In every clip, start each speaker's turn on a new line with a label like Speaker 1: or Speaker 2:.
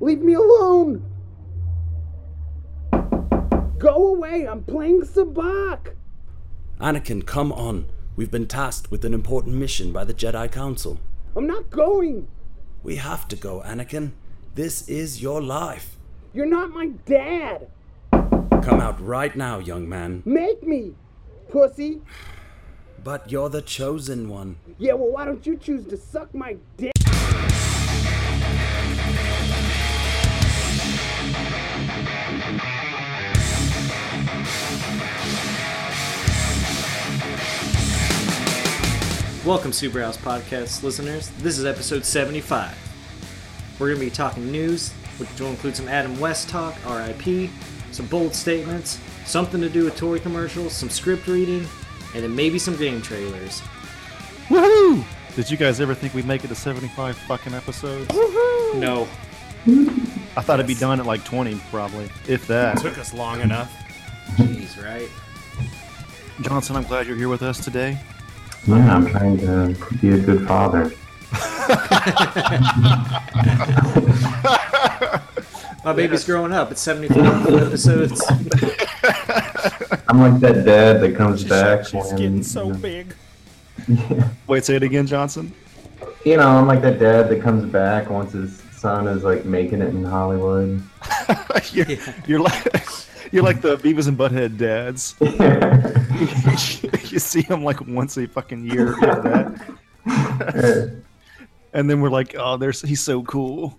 Speaker 1: Leave me alone! Go away! I'm playing Sabak!
Speaker 2: Anakin, come on. We've been tasked with an important mission by the Jedi Council.
Speaker 1: I'm not going!
Speaker 2: We have to go, Anakin. This is your life.
Speaker 1: You're not my dad!
Speaker 2: Come out right now, young man.
Speaker 1: Make me! Pussy!
Speaker 2: But you're the chosen one.
Speaker 1: Yeah, well, why don't you choose to suck my dick?
Speaker 3: Welcome, Super House Podcast listeners. This is episode 75. We're going to be talking news, which will include some Adam West talk, RIP, some bold statements, something to do with toy commercials, some script reading, and then maybe some game trailers.
Speaker 4: Woohoo! Did you guys ever think we'd make it to 75 fucking episodes?
Speaker 3: No.
Speaker 4: I thought it'd be done at like 20, probably, if that.
Speaker 5: took us long enough.
Speaker 3: Jeez, right?
Speaker 4: Johnson, I'm glad you're here with us today.
Speaker 6: Yeah, I'm trying to be a good father.
Speaker 3: My baby's growing up. It's 75 episodes.
Speaker 6: I'm like that dad that comes back.
Speaker 5: She's
Speaker 6: when,
Speaker 5: getting so
Speaker 6: you know-
Speaker 5: big.
Speaker 4: Wait, say it again, Johnson.
Speaker 6: You know, I'm like that dad that comes back once his son is like making it in Hollywood.
Speaker 4: you're, you're like you're like the Beavis and Butthead dads. you see them like once a fucking year, if that. And then we're like, oh, there's he's so cool.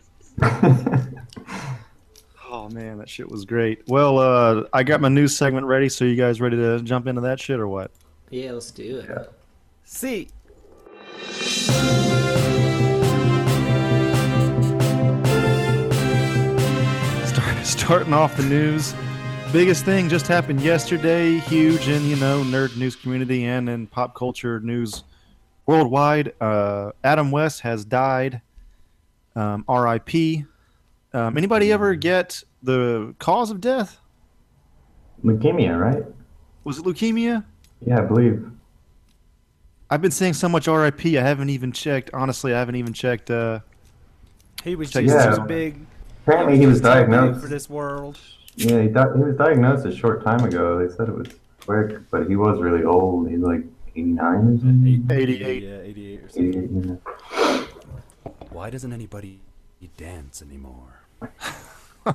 Speaker 4: oh man, that shit was great. Well, uh, I got my news segment ready, so you guys ready to jump into that shit or what?
Speaker 3: Yeah, let's do it.
Speaker 5: See,
Speaker 4: Start, starting off the news. Biggest thing just happened yesterday. Huge in you know nerd news community and in pop culture news worldwide. Uh, Adam West has died. Um, R.I.P. Um, anybody ever get the cause of death?
Speaker 6: Leukemia, right?
Speaker 4: Was it leukemia?
Speaker 6: Yeah, I believe.
Speaker 4: I've been saying so much R.I.P. I haven't even checked. Honestly, I haven't even checked. Uh,
Speaker 5: he was
Speaker 4: Check
Speaker 5: just
Speaker 6: it
Speaker 5: too
Speaker 6: out.
Speaker 5: big.
Speaker 6: Apparently, he was
Speaker 5: Made for
Speaker 6: diagnosed.
Speaker 5: this world.
Speaker 6: Yeah, he, di- he was diagnosed a short time ago. They said it was quick, but he was really old. He's like 89 or something.
Speaker 4: 88.
Speaker 5: Yeah, 88 or something.
Speaker 6: 88, you know.
Speaker 2: Why doesn't anybody dance anymore?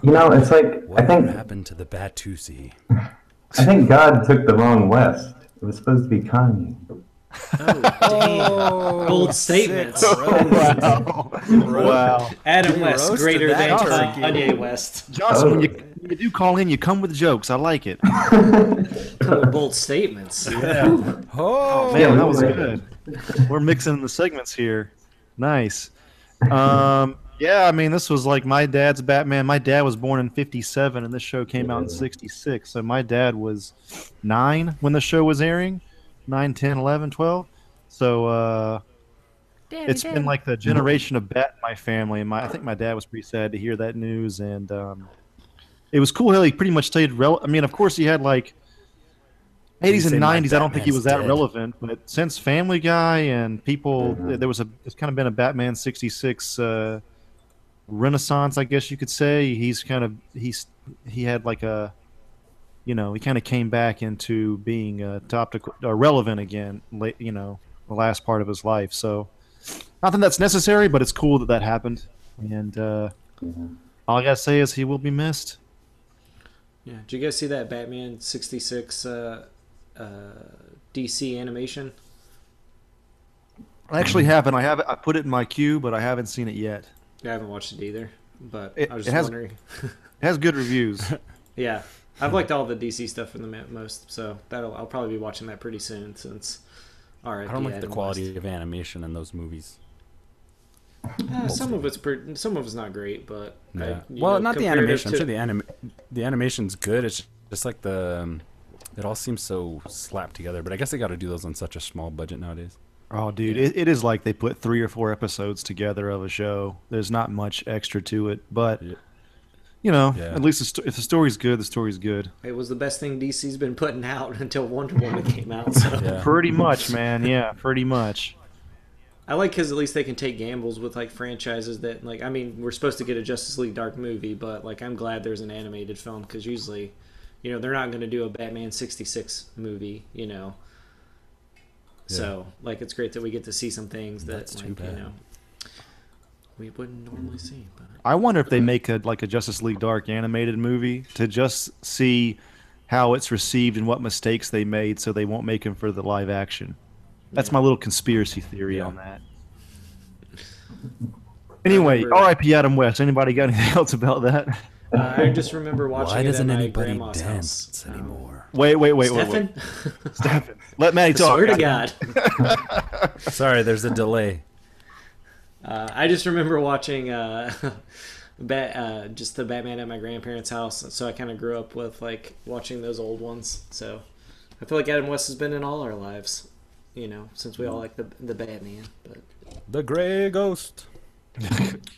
Speaker 6: You know, it's like I
Speaker 2: What
Speaker 6: think
Speaker 2: happened to the Batusi?
Speaker 6: I think God took the wrong West. It was supposed to be Kanye.
Speaker 3: Bold statements.
Speaker 4: wow! wow!
Speaker 3: Adam West,
Speaker 5: roasted
Speaker 3: greater than
Speaker 5: that
Speaker 3: Tur-
Speaker 5: turkey.
Speaker 3: Kanye West.
Speaker 4: Johnson, when you, when you do call in, you come with jokes. I like it.
Speaker 3: Couple of bold statements.
Speaker 5: Oh,
Speaker 4: Man,
Speaker 6: Yeah,
Speaker 4: that
Speaker 6: we
Speaker 4: was
Speaker 6: were-
Speaker 4: good. We're mixing the segments here. Nice. Um, yeah, I mean, this was like my dad's Batman. My dad was born in 57, and this show came out in 66. So my dad was nine when the show was airing 9, 10, 11, 12. So uh, it's been like the generation of Bat in my family. And my, I think my dad was pretty sad to hear that news. And um, it was cool how he pretty much stayed relevant. I mean, of course, he had like 80s
Speaker 2: say
Speaker 4: and
Speaker 2: my
Speaker 4: 90s, I don't think he
Speaker 2: Batman's
Speaker 4: was that
Speaker 2: dead.
Speaker 4: relevant, but since Family Guy and people, there was a, it's kind of been a Batman 66 uh, renaissance, I guess you could say. He's kind of, he's, he had like a, you know, he kind of came back into being uh, topical, uh, relevant again, late, you know, the last part of his life. So, not that that's necessary, but it's cool that that happened. And uh, all I got to say is he will be missed.
Speaker 3: Yeah. Did you guys see that Batman 66 uh, uh, DC animation?
Speaker 4: I actually haven't. I have I put it in my queue, but I haven't seen it yet.
Speaker 3: I haven't watched it either, but
Speaker 4: It-
Speaker 3: I was
Speaker 4: it
Speaker 3: just
Speaker 4: has-
Speaker 3: wondering.
Speaker 4: It has good reviews.
Speaker 3: Yeah, I've liked all the DC stuff in the mo- most, so that'll I'll probably be watching that pretty soon since. All right,
Speaker 2: I don't like the quality of animation in those movies.
Speaker 3: Uh, some of it's pretty, some of it's not great, but I-
Speaker 2: Yeah.
Speaker 3: you
Speaker 2: well,
Speaker 3: know,
Speaker 2: not the
Speaker 3: comparative
Speaker 2: animation.
Speaker 3: to-
Speaker 2: I'm sure the anim- the animation's good. It's just like the um, it all seems so slapped together. But I guess they got to do those on such a small budget nowadays.
Speaker 4: oh, dude, it, it is like they put three or four episodes together of a show. There's not much extra to it, but
Speaker 2: Yeah.
Speaker 4: you know,
Speaker 2: Yeah.
Speaker 4: at least the sto- if the story's good, the story's good.
Speaker 3: it was the best thing DC's been putting out until Wonder Woman came out. So
Speaker 2: Yeah.
Speaker 4: Pretty much, man. Yeah, pretty much.
Speaker 3: I like because at least they can take gambles with like franchises that like I mean we're supposed to get a Justice League Dark movie, but like I'm glad there's an animated film because usually, you know, they're not going to do a Batman '66 movie, you know. So like it's great that we get to see some things that
Speaker 2: That's too
Speaker 3: like, you
Speaker 2: bad.
Speaker 3: know we wouldn't normally see. But
Speaker 4: I wonder if they make a like a Justice League Dark animated movie to just see how it's received and what mistakes they made, so they won't make them for the live action. That's my little conspiracy theory
Speaker 2: Yeah.
Speaker 4: on that. Anyway,
Speaker 3: remember-
Speaker 4: R.I.P. Adam West. Anybody got anything else about that?
Speaker 3: uh, I just remember watching
Speaker 2: Why
Speaker 3: it
Speaker 2: doesn't
Speaker 3: at my
Speaker 2: anybody
Speaker 3: grandma's
Speaker 2: dance
Speaker 3: house. Um,
Speaker 2: anymore?
Speaker 4: Wait, wait, wait, wait, wait.
Speaker 3: Stefan,
Speaker 4: Stefan, let Maddie talk.
Speaker 3: swear to God.
Speaker 2: Sorry, there's a delay.
Speaker 3: Uh, I just remember watching uh, Bat, uh, just the Batman at my grandparents' house, so I kind of grew up with like watching those old ones. So I feel like Adam West has been in all our lives, you know, since we all
Speaker 4: Mm-hmm.
Speaker 3: like the the Batman. But
Speaker 2: The Gray Ghost.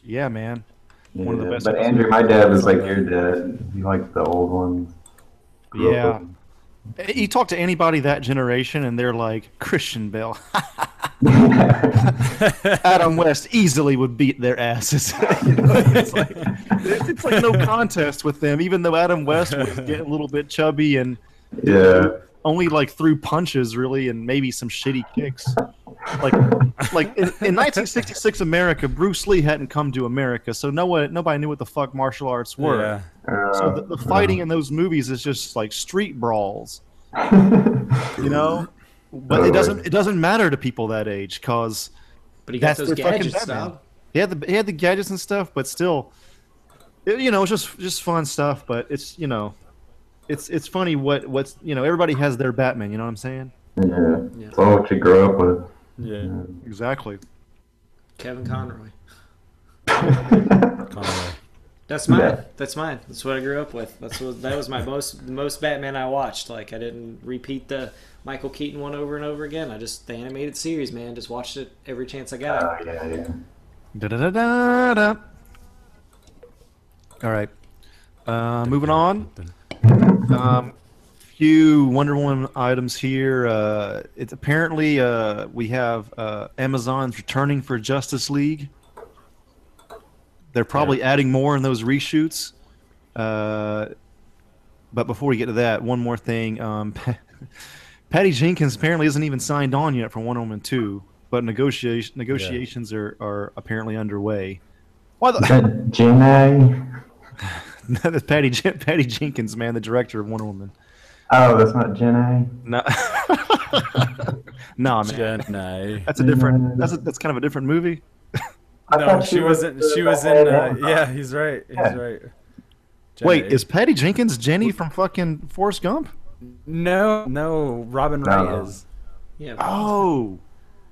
Speaker 4: Yeah, man. One of the
Speaker 6: Yeah,
Speaker 4: best
Speaker 6: But
Speaker 4: ones.
Speaker 6: Andrew, my dad was like your dad. You like the old ones. Grew
Speaker 4: Yeah.
Speaker 6: up with
Speaker 4: You talk to anybody that generation, and they're like Christian Bell, Adam West easily would beat their asses. You know, it's, like, it's like no contest with them, even though Adam West was getting a little bit chubby and
Speaker 6: Yeah.
Speaker 4: only like threw punches really, and maybe some shitty kicks. Like, like in, in 1966 America, Bruce Lee hadn't come to America, so no one, nobody knew what the fuck martial arts were.
Speaker 2: Yeah.
Speaker 6: Uh,
Speaker 4: So the, the fighting in those movies is just like street brawls, you know. But it doesn't it doesn't matter to people that age because
Speaker 3: but he
Speaker 4: That's
Speaker 3: got
Speaker 4: the
Speaker 3: those
Speaker 4: fucking
Speaker 3: gadgets,
Speaker 4: Batman.
Speaker 3: dog.
Speaker 4: he had the he had the gadgets and stuff, but still, it, you know, it's just just fun stuff. But it's you know, it's it's funny what what's you know everybody has their Batman. You know what I'm saying?
Speaker 6: Uh, yeah. It's all what you grew up with.
Speaker 2: Yeah.
Speaker 4: Exactly.
Speaker 3: Kevin Conroy.
Speaker 6: Uh,
Speaker 2: Conway.
Speaker 3: That's mine.
Speaker 6: Yeah.
Speaker 3: That's mine. That's what I grew up with. That's what that was my most most Batman I watched. Like I didn't repeat the Michael Keaton one over and over again. I just the animated series, man. Just watched it every chance I got.
Speaker 4: Uh,
Speaker 6: Oh yeah, yeah.
Speaker 4: Da da da da da. All right. Uh, moving on. Um, few Wonder Woman items here. Uh, it's apparently uh, we have uh, Amazon's returning for Justice League. They're probably adding more in those reshoots. Uh, but before we get to that, one more thing. Um, Patty Jenkins apparently isn't even signed on yet for Wonder Woman 2, but negotiation, negotiations are, are apparently underway. Why the,
Speaker 6: Is that Jenny?
Speaker 4: that's Patty Jen- Patty Jenkins, man, the director of Wonder Woman.
Speaker 6: Oh, that's not Jenny.
Speaker 4: No, nah, man,
Speaker 2: Jenny.
Speaker 4: that's a different. That's a, that's kind of a different movie.
Speaker 6: I
Speaker 2: No,
Speaker 6: thought
Speaker 2: she was in.
Speaker 6: the
Speaker 2: She was in.
Speaker 6: Batman
Speaker 2: Uh,
Speaker 6: one.
Speaker 2: yeah, he's right. He's
Speaker 6: Yeah.
Speaker 2: right.
Speaker 4: Wait,
Speaker 2: Jenny.
Speaker 4: is Patty Jenkins Jenny from fucking Forrest Gump?
Speaker 2: no, no. Robin
Speaker 6: No.
Speaker 2: Wright is.
Speaker 3: Yeah.
Speaker 4: Oh,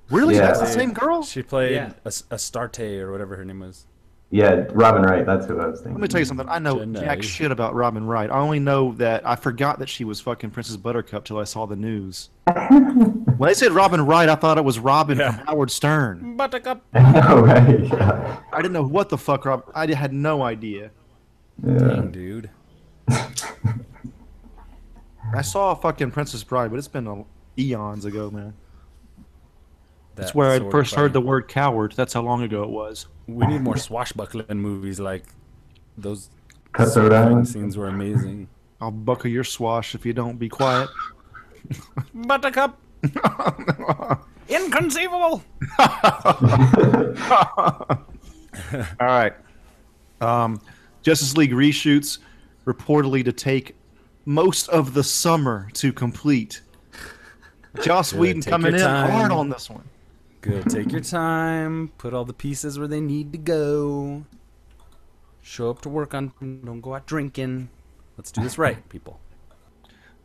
Speaker 4: really?
Speaker 6: Yeah.
Speaker 4: That's the same girl.
Speaker 2: She played
Speaker 3: Yeah.
Speaker 2: As- Astarte or whatever her name was.
Speaker 6: Yeah, Robin Wright. That's who I was thinking.
Speaker 4: Let me tell you something. I know
Speaker 2: Jenny.
Speaker 4: jack shit about Robin Wright. I only know that I forgot that she was fucking Princess Buttercup till I saw the news. when they said Robin Wright, I thought it was Robin from Howard Stern.
Speaker 2: Buttercup.
Speaker 6: oh right. Yeah.
Speaker 4: I didn't know what the fuck Rob. I had no idea.
Speaker 6: yeah.
Speaker 2: Dude.
Speaker 4: I saw fucking Princess Bride, but it's been a, eons ago, man.
Speaker 2: That's
Speaker 4: That's where I
Speaker 2: sort of
Speaker 4: first heard the
Speaker 2: funny.
Speaker 4: word coward. That's how long ago it was.
Speaker 2: We need more swashbuckling movies like those.
Speaker 6: Cutthroat
Speaker 2: fighting
Speaker 6: Island.
Speaker 2: scenes were amazing.
Speaker 4: I'll buckle your swash if you don't be quiet.
Speaker 2: Buttercup. Inconceivable.
Speaker 4: All right. Um, Justice League reshoots reportedly to take most of the summer to complete. Joss
Speaker 2: Good,
Speaker 4: Whedon
Speaker 2: take
Speaker 4: coming in
Speaker 2: your time.
Speaker 4: hard on this one.
Speaker 2: Good. Take your time. Put all the pieces where they need to go. Show up to work on. Don't go out drinking. Let's do this right, people.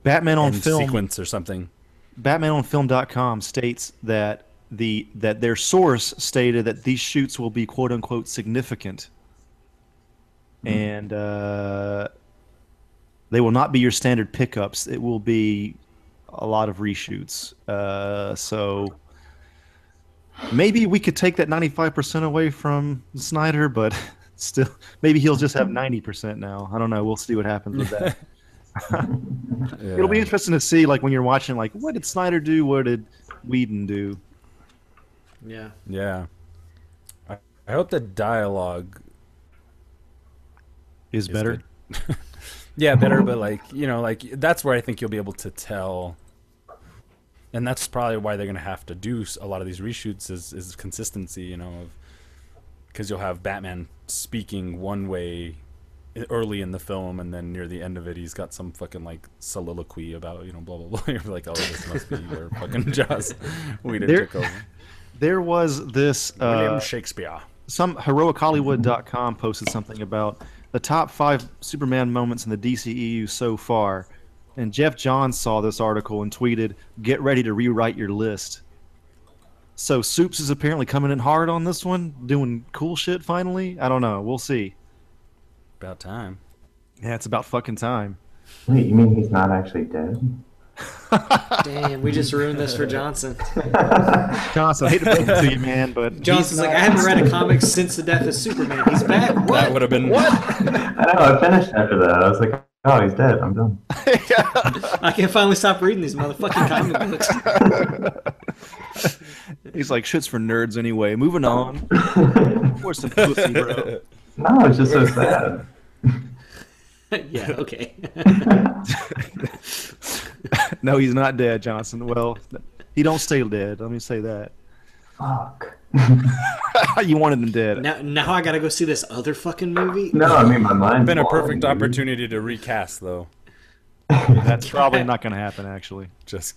Speaker 4: Batman on
Speaker 2: End
Speaker 4: film.
Speaker 2: sequence or something.
Speaker 4: BatmanOnFilm.com states that the that their source stated that these shoots will be quote unquote significant, and uh, they will not be your standard pickups. It will be a lot of reshoots. Uh, so maybe we could take that ninety five percent away from Snyder, but still, maybe he'll just have ninety percent now. I don't know. We'll see what happens with that. It'll be
Speaker 2: Yeah.
Speaker 4: interesting to see, like when you're watching, like what did Snyder do? What did Whedon do?
Speaker 3: Yeah.
Speaker 2: Yeah. I, I hope the dialogue
Speaker 4: Is
Speaker 2: is
Speaker 4: better.
Speaker 2: good. yeah, better, but like, you know, like that's where I think you'll be able to tell. And that's probably why they're going to have to do s- a lot of these reshoots is, is consistency, you know, of because you'll have Batman speaking one way e- early in the film and then near the end of it he's got some fucking like soliloquy about you know blah blah blah you're like oh this must be their fucking jaws we did
Speaker 4: There-
Speaker 2: took over
Speaker 4: There was this
Speaker 2: william
Speaker 4: uh,
Speaker 2: shakespeare
Speaker 4: some heroichollywood.com posted something about the top five Superman moments in the DCEU so far. And Jeff Johns saw this article and tweeted, Get ready to rewrite your list. So Soups is apparently coming in hard on this one, doing cool shit finally. I don't know. We'll see.
Speaker 2: about time
Speaker 4: Yeah, it's about fucking time.
Speaker 6: Wait, you mean he's not actually dead?
Speaker 3: Damn, we just ruined this for Johnson.
Speaker 4: Johnson, I hate to break it to you, man, but
Speaker 3: Johnson's like, I haven't read a comic since the death of Superman. He's back.
Speaker 2: that
Speaker 3: What?
Speaker 2: would have been
Speaker 6: I know. I finished after that. I was like, oh, he's dead. I'm done.
Speaker 3: I can finally stop reading these motherfucking comic books.
Speaker 4: he's like, shit's for nerds anyway. Moving on. We're some pussy, bro.
Speaker 6: No, it's just so sad.
Speaker 3: yeah, okay.
Speaker 4: No, he's not dead, Johnson. Well, he don't stay dead. Let me say that.
Speaker 6: Fuck.
Speaker 4: you wanted him dead.
Speaker 3: now, now I gotta go see this other fucking movie.
Speaker 6: No, I mean my mind's
Speaker 2: been a
Speaker 6: blown,
Speaker 2: perfect
Speaker 6: dude.
Speaker 2: opportunity to recast though
Speaker 4: That's probably not going to happen, actually.
Speaker 2: just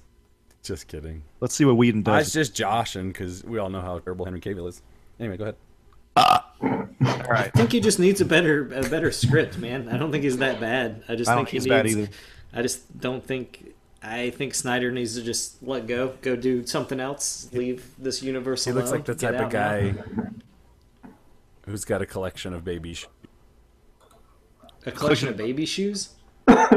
Speaker 2: just kidding
Speaker 4: Let's see what Whedon
Speaker 2: I was
Speaker 4: does.
Speaker 2: just joshing because we all know how terrible Henry Cavill is. Anyway, go ahead.
Speaker 3: I think he just needs a better a better script, man. I don't think he's that bad. I just
Speaker 4: I don't
Speaker 3: think he
Speaker 4: think
Speaker 3: needs.
Speaker 4: he's bad either.
Speaker 3: I just don't think. I think Snyder needs to just let go, go do something else, leave this universe
Speaker 2: He
Speaker 3: alone.
Speaker 2: looks like the
Speaker 3: get
Speaker 2: type of
Speaker 3: out now.
Speaker 2: guy who's got a collection of baby sh-
Speaker 3: A collection of baby shoes. what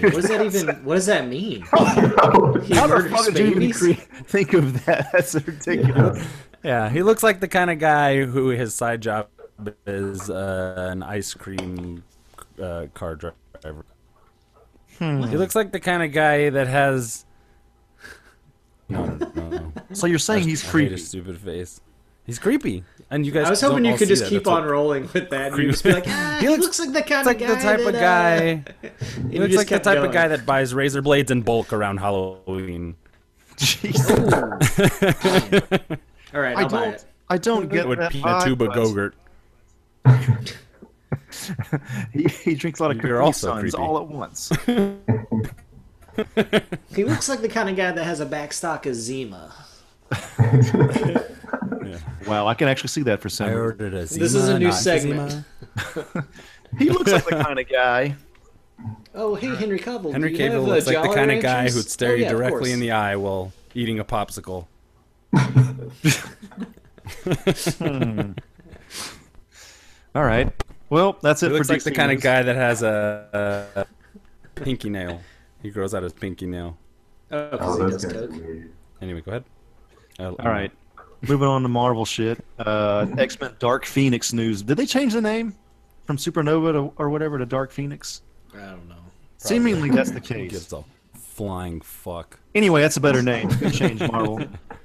Speaker 3: does that even? What does that mean? He
Speaker 4: How the
Speaker 3: murders
Speaker 4: fuck did you even
Speaker 3: babies?
Speaker 4: cre- think of that? That's ridiculous.
Speaker 2: Yeah, he looks like the kind of guy who his side job is uh, an ice cream uh, car dri- driver.
Speaker 3: Hmm.
Speaker 2: He looks like the kind of guy that has. No, no, no.
Speaker 4: So you're saying he's
Speaker 2: I hate
Speaker 4: creepy?
Speaker 2: his stupid face. He's creepy, and you guys.
Speaker 3: I was
Speaker 2: don't
Speaker 3: hoping you
Speaker 2: all
Speaker 3: could
Speaker 2: see
Speaker 3: just
Speaker 2: that.
Speaker 3: keep
Speaker 2: That's what-
Speaker 3: on rolling with that. And you just be like, ah, he,
Speaker 2: He
Speaker 3: looks,
Speaker 2: looks-
Speaker 3: like the
Speaker 2: It's
Speaker 3: kind of
Speaker 2: like
Speaker 3: guy.
Speaker 2: the type of
Speaker 3: that, uh,"
Speaker 2: guy.
Speaker 3: and
Speaker 2: He
Speaker 3: you
Speaker 2: looks
Speaker 3: just
Speaker 2: like the
Speaker 3: kept
Speaker 2: type of
Speaker 3: going.
Speaker 2: guy that buys razor blades in bulk around Halloween.
Speaker 4: Jesus.
Speaker 3: All right,
Speaker 4: I
Speaker 3: I'll buy it.
Speaker 4: don't. I don't get
Speaker 2: It would
Speaker 4: that
Speaker 2: be a
Speaker 4: vibe,
Speaker 2: tuba
Speaker 4: but
Speaker 2: gogurt.
Speaker 4: He, he drinks a lot of
Speaker 2: You're
Speaker 4: Capri
Speaker 2: also
Speaker 4: Suns
Speaker 2: creepy.
Speaker 4: all at once.
Speaker 3: He looks like the kind of guy that has a backstock of Zima.
Speaker 4: wow, I can actually see that for some.
Speaker 2: I
Speaker 4: reason.
Speaker 2: ordered a Zima,
Speaker 3: This is a new
Speaker 2: not
Speaker 3: segment.
Speaker 2: Zima.
Speaker 4: He looks like the kind of guy.
Speaker 3: Oh, hey, Henry Cavill.
Speaker 2: Henry
Speaker 3: do you have,
Speaker 2: Cavill
Speaker 3: uh,
Speaker 2: looks like the
Speaker 3: Jolly
Speaker 2: kind of guy
Speaker 3: Ranchers?
Speaker 2: who'd stare
Speaker 3: Oh,
Speaker 2: you
Speaker 3: yeah, of
Speaker 2: directly in
Speaker 3: course.
Speaker 2: the eye while eating a popsicle.
Speaker 4: All right. Well, that's it
Speaker 2: He looks
Speaker 4: for
Speaker 2: like the
Speaker 4: DC
Speaker 2: kind of
Speaker 4: news.
Speaker 2: guy that has a, a, a pinky nail. He grows out his pinky nail.
Speaker 3: Oh, 'cause
Speaker 6: Oh,
Speaker 3: he
Speaker 6: those
Speaker 3: does
Speaker 6: guys are
Speaker 3: coke.
Speaker 6: weird.
Speaker 2: Anyway, go ahead.
Speaker 4: All right. Moving on to Marvel shit. Uh, X Men Dark Phoenix news. Did they change the name from Supernova to, or whatever to Dark Phoenix?
Speaker 3: I don't know.
Speaker 4: Seemingly that's the
Speaker 2: Gives
Speaker 4: case.
Speaker 2: a flying fuck.
Speaker 4: Anyway, that's a better name. Good Change Marvel.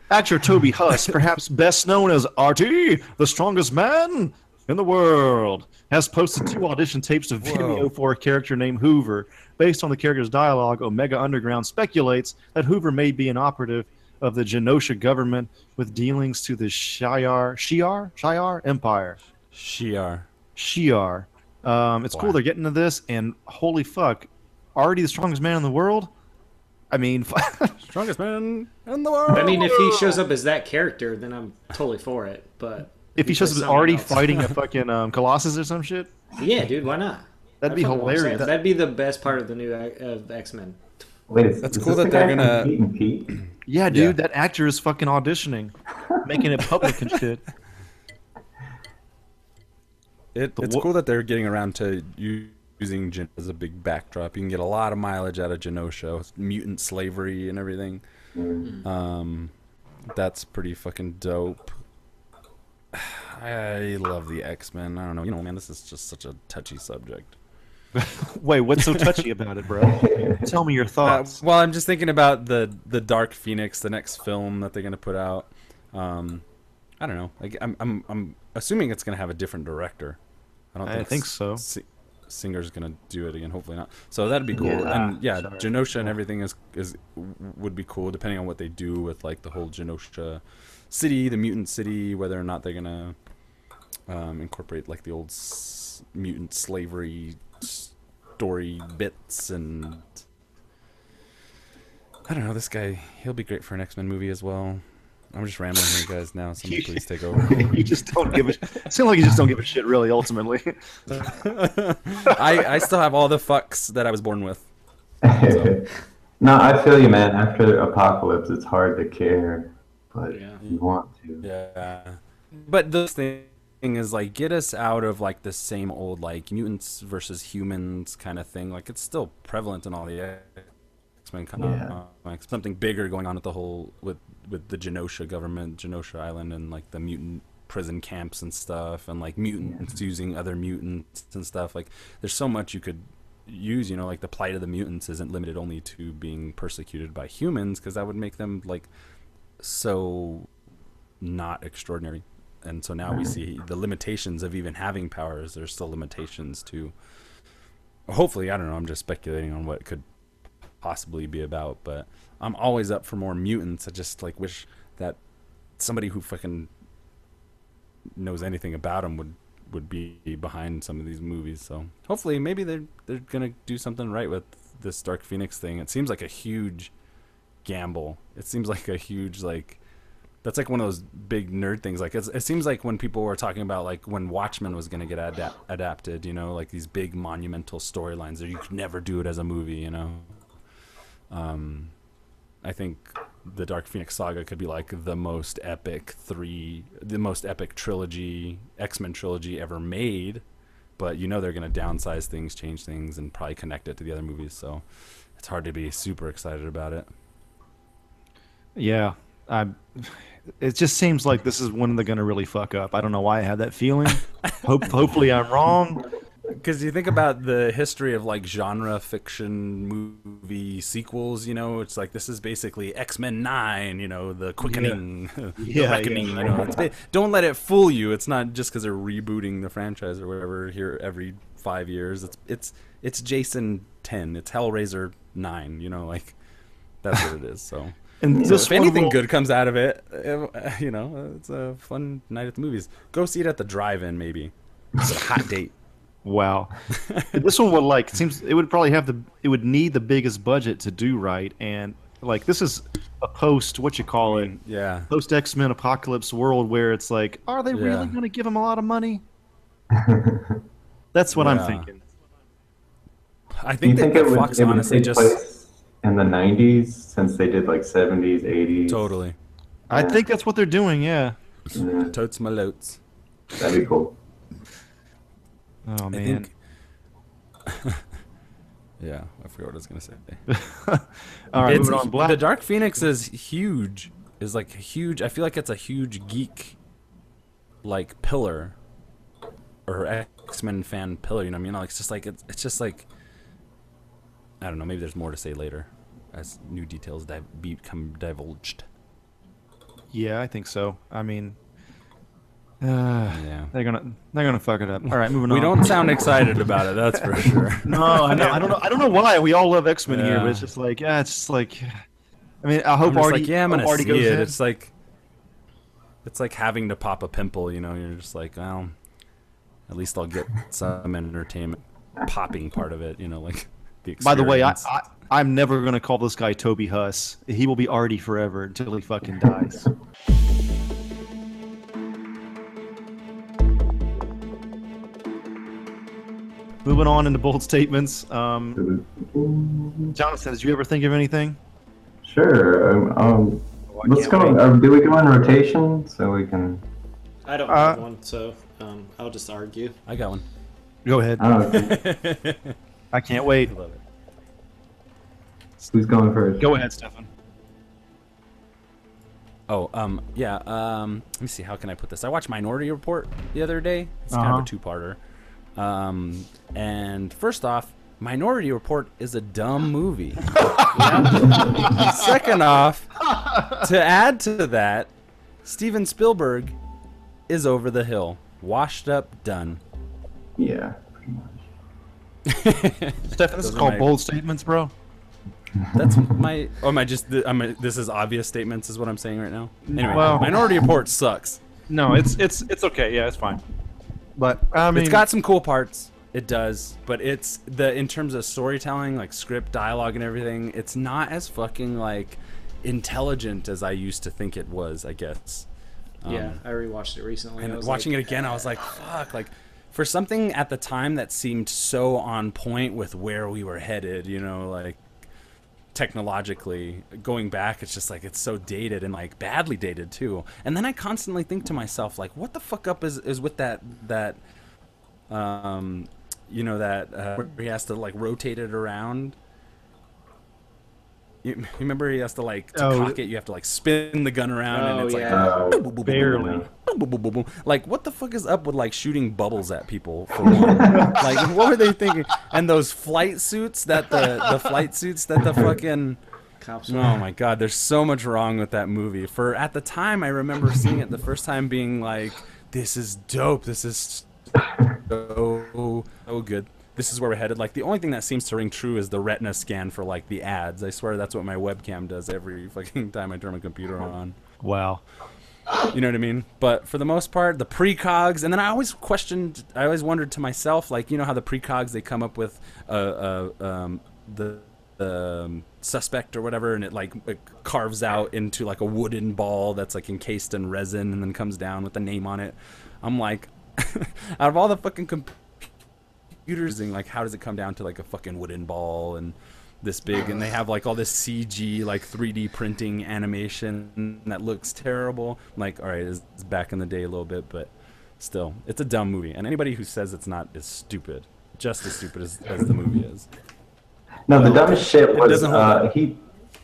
Speaker 4: Actor Toby Huss, perhaps best known as RT, the strongest man in the world, has posted two audition tapes to Vimeo
Speaker 2: Whoa.
Speaker 4: for a character named Hoover. Based on the character's dialogue, Omega Underground speculates that Hoover may be an operative of the Genosha government with dealings to the Shiar Shiar Shiar Empire.
Speaker 2: Shiar.
Speaker 4: Shiar. Um, it's cool
Speaker 2: Wow.
Speaker 4: they're getting to this, and holy fuck, already the strongest man in the world. I mean,
Speaker 2: Strongest man in the world.
Speaker 3: I mean, if he shows up as that character, then I'm totally for it. But
Speaker 4: if he shows
Speaker 3: plays
Speaker 4: up
Speaker 3: someone
Speaker 4: already
Speaker 3: else-
Speaker 4: fighting a fucking um, Colossus or some shit,
Speaker 3: yeah, dude, why not?
Speaker 4: that'd be
Speaker 3: That's what I'm saying.
Speaker 4: hilarious.
Speaker 3: That'd be the best part of the new X- of X Men.
Speaker 6: Wait, is,
Speaker 2: That's
Speaker 6: is
Speaker 2: cool that
Speaker 6: this the
Speaker 2: they're
Speaker 6: guy from
Speaker 2: gonna-
Speaker 6: Pete and Pete?
Speaker 4: yeah, dude,
Speaker 2: Yeah.
Speaker 4: that actor is fucking auditioning, making it public and shit.
Speaker 2: It, it's
Speaker 4: wo-
Speaker 2: cool that they're getting around to u- using Gen- as a big backdrop. You can get a lot of mileage out of Genosha, with mutant slavery and everything. Um, that's pretty fucking dope. I love the X Men. I don't know, you know, man, this is just such a touchy subject.
Speaker 4: Wait, what's so touchy about it, bro? Tell me your
Speaker 2: Uh,
Speaker 4: thoughts.
Speaker 2: well, I'm just thinking about the the Dark Phoenix, the next film that they're gonna put out. Um, I don't know. Like I'm I'm I'm assuming it's gonna have a different director. I don't
Speaker 4: I
Speaker 2: think,
Speaker 4: think
Speaker 2: S-
Speaker 4: so.
Speaker 2: Si- Singer's gonna do it again. Hopefully not. So that'd be cool.
Speaker 6: Yeah.
Speaker 2: and yeah,
Speaker 4: Sorry.
Speaker 2: Genosha and everything is is w- would be cool depending on what they do with like the whole Genosha city, the mutant city, whether or not they're gonna um, incorporate like the old s- mutant slavery story bits and I don't know. This guy, he'll be great for an X Men movie as well. I'm just rambling here, guys. Now, somebody please take over.
Speaker 4: you just don't give a. It seems like you just don't give a shit, really. Ultimately,
Speaker 2: I, I still have all the fucks that I was born with.
Speaker 6: no, I feel you, man. After apocalypse, it's hard to care, but
Speaker 3: Yeah.
Speaker 6: you want to.
Speaker 2: Yeah. But the thing is, like, get us out of like the same old like mutants versus humans kind of thing. Like, it's still prevalent in all the X Men kind
Speaker 6: Yeah.
Speaker 2: of uh, like something bigger going on with the whole with with the Genosha government, Genosha Island, and like the mutant prison camps and stuff, and like mutants using other mutants and stuff. Like, there's so much you could use you know like the plight of the mutants isn't limited only to being persecuted by humans because that would make them like so not extraordinary. And so now we see the limitations of even having powers. There's still limitations to. Hopefully, I don't know. I'm just speculating on what it could possibly be about, but I'm always up for more mutants. I just like wish that somebody who fucking knows anything about them would would be behind some of these movies. So hopefully, maybe they're they're gonna do something right with this Dark Phoenix thing. It seems like a huge gamble. It seems like a huge like that's like one of those big nerd things. Like it's, it seems like when people were talking about like when Watchmen was going to get adap- adapted, you know, like these big monumental storylines that you could never do it as a movie, you know. Um, I think the Dark Phoenix saga could be like the most epic three, the most epic trilogy, X Men trilogy ever made. But you know they're going to downsize things, change things, and probably connect it to the other movies. So it's hard to be super excited about it.
Speaker 4: yeah. I. It just seems like this is when they're gonna really fuck up. I don't know why I had that feeling. Hope, hopefully, I'm wrong.
Speaker 2: Because you think about the history of like genre fiction movie sequels, you know, it's like this is basically X Men Nine, you know, the quickening, the
Speaker 4: Yeah, yeah.
Speaker 2: reckoning. You know, it's ba- don't let it fool you. It's not just because they're rebooting the franchise or whatever here every five years. It's it's it's Jason Ten, it's Hellraiser Nine, you know, like that's what it is. So
Speaker 4: And
Speaker 2: so
Speaker 4: this
Speaker 2: if
Speaker 4: one
Speaker 2: anything
Speaker 4: will-
Speaker 2: good comes out of it, uh, you know, it's a fun night at the movies. Go see it at the drive-in, maybe. It's a hot date.
Speaker 4: Wow, this one would like it seems it would probably have the it would need the biggest budget to do right, and like this is a post what you call it
Speaker 2: Yeah.
Speaker 4: post X Men apocalypse world where it's like, are they
Speaker 2: Yeah.
Speaker 4: really going to give him a lot of money? That's what
Speaker 2: Yeah.
Speaker 4: I'm thinking.
Speaker 2: I
Speaker 6: Do you
Speaker 2: think
Speaker 6: think
Speaker 2: that
Speaker 6: it would,
Speaker 2: Fox
Speaker 6: it would
Speaker 2: honestly
Speaker 6: take
Speaker 2: just
Speaker 6: place in the '90s since they did like '70s, '80s?
Speaker 2: totally
Speaker 4: I think that's what they're doing. Yeah.
Speaker 6: Yeah,
Speaker 2: totes my lotes.
Speaker 6: that'd be cool.
Speaker 4: Oh
Speaker 2: I
Speaker 4: man.
Speaker 2: think. yeah, I forgot what I was gonna say.
Speaker 4: All right,
Speaker 2: It's-
Speaker 4: moving on. Black.
Speaker 2: The Dark Phoenix is huge. Is like huge. I feel like it's a huge geek, like pillar, or X Men fan pillar. You know what I mean? Like, It's just like it's, it's just like. I don't know. Maybe there's more to say later, as new details di- become divulged.
Speaker 4: yeah, I think so. I mean, uh,
Speaker 2: Yeah.
Speaker 4: they're gonna they're gonna fuck it up. All right, moving
Speaker 2: We
Speaker 4: on.
Speaker 2: don't sound excited about it. That's for sure.
Speaker 4: No, I, know, I don't know. I don't know why we all love X Men here, but
Speaker 2: Yeah.
Speaker 4: it's just like yeah, it's just like. I mean, I hope
Speaker 2: I'm just
Speaker 4: Artie.
Speaker 2: like, yeah, I'm
Speaker 4: hope
Speaker 2: gonna
Speaker 4: Artie
Speaker 2: see
Speaker 4: goes
Speaker 2: it.
Speaker 4: in.
Speaker 2: It's like, it's like having to pop a pimple. You know, you're just like, well, at least I'll get some entertainment popping part of it. You know, like the. Experience.
Speaker 4: By the way, I, I I'm never gonna call this guy Toby Huss. He will be Artie forever until he fucking dies. Moving on into bold statements. Um, Jonathan, did you ever think of anything?
Speaker 6: Sure. Um, um, let's
Speaker 4: can't
Speaker 6: go. Uh, do we go in rotation so we can?
Speaker 3: I don't
Speaker 4: Uh,
Speaker 3: have one, so um, I'll just argue.
Speaker 2: I got one.
Speaker 4: Go ahead.
Speaker 6: I don't know
Speaker 4: I can't wait.
Speaker 6: who's going first.
Speaker 4: Go ahead, Stefan.
Speaker 2: Oh, um, yeah. Um, let me see. How can I put this? I watched Minority Report the other day. It's kind of
Speaker 4: Uh-huh.
Speaker 2: a two-parter. Um, and first off, Minority Report is a dumb movie. Second off, to add to that, Steven Spielberg is over the hill. Washed up, done.
Speaker 6: Yeah, pretty much.
Speaker 4: Stefan, this is
Speaker 2: Those are
Speaker 4: called
Speaker 2: my-
Speaker 4: bold statements, bro.
Speaker 2: That's my. Or am I just? Am I, this is obvious statements, is what I'm saying right now. Anyway,
Speaker 4: Well-
Speaker 2: Minority Report sucks.
Speaker 4: No, it's it's it's okay. Yeah, it's fine. But I mean,
Speaker 2: it's got some cool parts. It does, but it's the in terms of storytelling, like script, dialogue, and everything. It's not as fucking like intelligent as I used to think it was. I guess.
Speaker 3: yeah, I rewatched it recently.
Speaker 2: Um, and watching it again, I was like, fuck, like for something at the time that seemed so on point with where we were headed, you know, like technologically going back it's just like it's so dated and like badly dated too and then i constantly think to myself like what the fuck up is is with that that um you know that uh, where he has to like rotate it around you, you remember he has to like to
Speaker 4: Oh.
Speaker 2: cock it you have to like spin the gun around
Speaker 3: Oh,
Speaker 2: and it's
Speaker 3: yeah.
Speaker 2: like
Speaker 6: Oh,
Speaker 4: barely.
Speaker 2: Boom, boom, boom, boom, boom. Like, what the fuck is up with like shooting bubbles at people? For one? like, what were they thinking? And those flight suits that the the flight suits that the fucking
Speaker 3: cops.
Speaker 2: oh my god, there's so much wrong with that movie. For at the time, I remember seeing it the first time, being like, "This is dope. This is so so good. This is where we're headed." Like, the only thing that seems to ring true is the retina scan for like the ads. I swear that's what my webcam does every fucking time I turn my computer on.
Speaker 4: wow.
Speaker 2: You know what I mean? But for the most part, the precogs, and then I always questioned, I always wondered to myself, like, you know how the precogs they come up with uh, uh, um, the um, suspect or whatever, and it like it carves out into like a wooden ball that's like encased in resin, and then comes down with a name on it. I'm like, out of all the fucking computers, and, like, how does it come down to like a fucking wooden ball and this big and they have like all this CG like 3D printing animation that looks terrible. I'm like, all right, it's it's back in the day a little bit, but still, it's a dumb movie. And anybody who says it's not is stupid, just as stupid as, as the movie is.
Speaker 6: No, the dumbest shit was
Speaker 2: doesn't hold
Speaker 6: uh, he.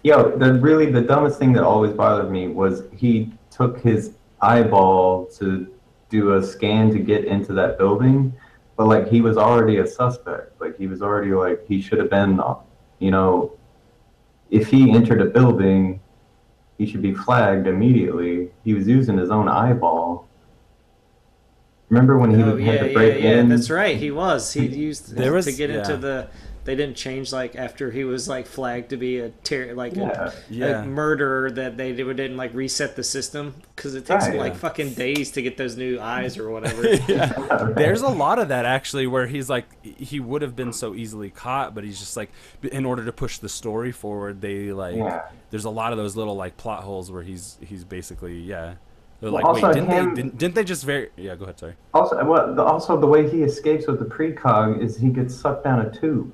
Speaker 6: Yo, the really the dumbest thing that always bothered me was he took his eyeball to do a scan to get into that building, but like he was already a suspect. Like he was already like he should have been, uh, you know, if he entered a building, he should be flagged immediately. He was using his own eyeball. Remember when he
Speaker 3: Oh
Speaker 6: had
Speaker 3: yeah,
Speaker 6: to
Speaker 3: yeah,
Speaker 6: break
Speaker 3: yeah.
Speaker 6: in?
Speaker 3: That's right. He was. He used
Speaker 2: There was-
Speaker 3: to get
Speaker 2: yeah.
Speaker 3: into the. They didn't change like after he was like flagged to be a ter- like
Speaker 6: Yeah.
Speaker 3: a,
Speaker 2: Yeah.
Speaker 3: a murderer that they did- didn't like reset the system because it takes
Speaker 6: Right.
Speaker 3: them, like fucking days to get those new eyes or whatever.
Speaker 2: There's a lot of that actually where he's like he would have been so easily caught, but he's just like in order to push the story forward, they like
Speaker 6: Yeah.
Speaker 2: there's a lot of those little like plot holes where he's he's basically yeah. They're
Speaker 6: Well,
Speaker 2: like, wait,
Speaker 6: also
Speaker 2: didn't
Speaker 6: him-
Speaker 2: they didn't, didn't they just very yeah, go ahead, sorry.
Speaker 6: Also, well, the, also the way he escapes with the precog is he gets sucked down a tube,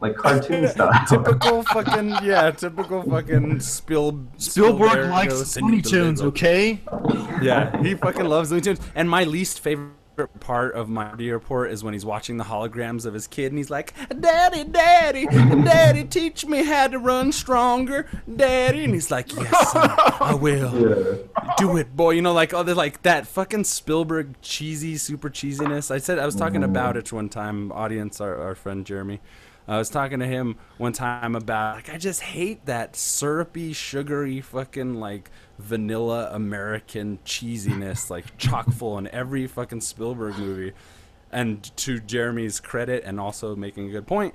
Speaker 6: like cartoon style.
Speaker 2: typical fucking yeah, typical fucking Spiel,
Speaker 4: Spielberg
Speaker 2: Spielberg
Speaker 4: likes Looney Tunes, okay?
Speaker 2: Yeah, he fucking loves Looney Tunes. And my least favorite part of my report is when he's watching the holograms of his kid and he's like, "Daddy, daddy, daddy, teach me how to run stronger, daddy." And he's like, "Yes, son, I will."
Speaker 6: Yeah.
Speaker 2: do it, boy. You know, like oh, they're like that fucking Spielberg cheesy, super cheesiness. I said I was talking about it one time. Audience, our, our friend Jeremy, I was talking to him one time about like I just hate that syrupy, sugary, fucking like vanilla American cheesiness, like chock full in every fucking Spielberg movie. And to Jeremy's credit, and also making a good point,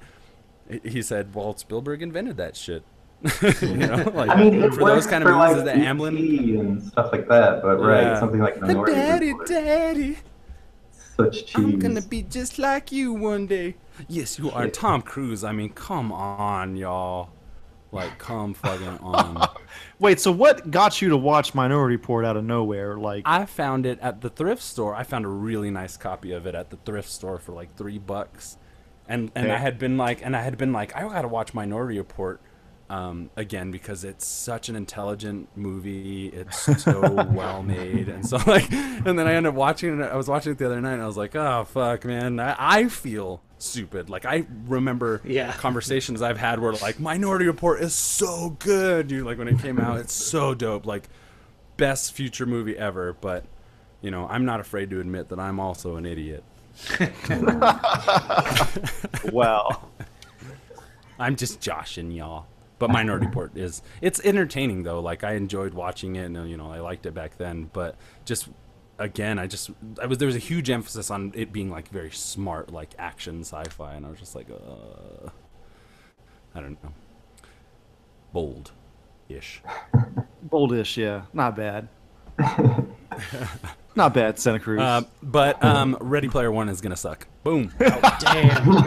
Speaker 2: he- he said, "Well, Spielberg invented that shit." you know, like
Speaker 6: I mean, it
Speaker 2: for those
Speaker 6: works
Speaker 2: kind of
Speaker 6: for,
Speaker 2: movies,
Speaker 6: like,
Speaker 2: is the
Speaker 6: E.T.
Speaker 2: Amblin
Speaker 6: and stuff like that, but right,
Speaker 2: Yeah.
Speaker 6: something like Minority
Speaker 2: daddy,
Speaker 6: Report.
Speaker 2: daddy,
Speaker 6: Such cheese.
Speaker 2: I'm gonna be just like you one day. Yes, you are. And Tom Cruise, I mean, come on, y'all. Like, come fucking on.
Speaker 4: Wait, so what got you to watch Minority Report out of nowhere? Like,
Speaker 2: I found it at the thrift store. I found a really nice copy of it at the thrift store for like three bucks, and and I
Speaker 4: Okay.
Speaker 2: had been like, and I had been like, I gotta watch Minority Report um, again because it's such an intelligent movie. It's so well made, and so like, and then I ended up watching it. I was watching it the other night, and I was like, oh fuck, man, I, I feel stupid. Like I remember
Speaker 3: Yeah.
Speaker 2: conversations I've had where like Minority Report is so good, dude. Like when it came out, it's so dope. Like best future movie ever, but you know, I'm not afraid to admit that I'm also an idiot.
Speaker 4: wow.
Speaker 2: I'm just joshing y'all. But Minority Report is it's entertaining though. Like I enjoyed watching it and you know, I liked it back then, but just again, I just I was there was a huge emphasis on it being like very smart, like action sci-fi, and I was just like, uh, I don't know, bold, ish.
Speaker 4: Boldish, yeah, not bad. not bad, Santa Cruz.
Speaker 2: Uh, but um, Ready Player One is gonna suck. Boom.
Speaker 3: Damn.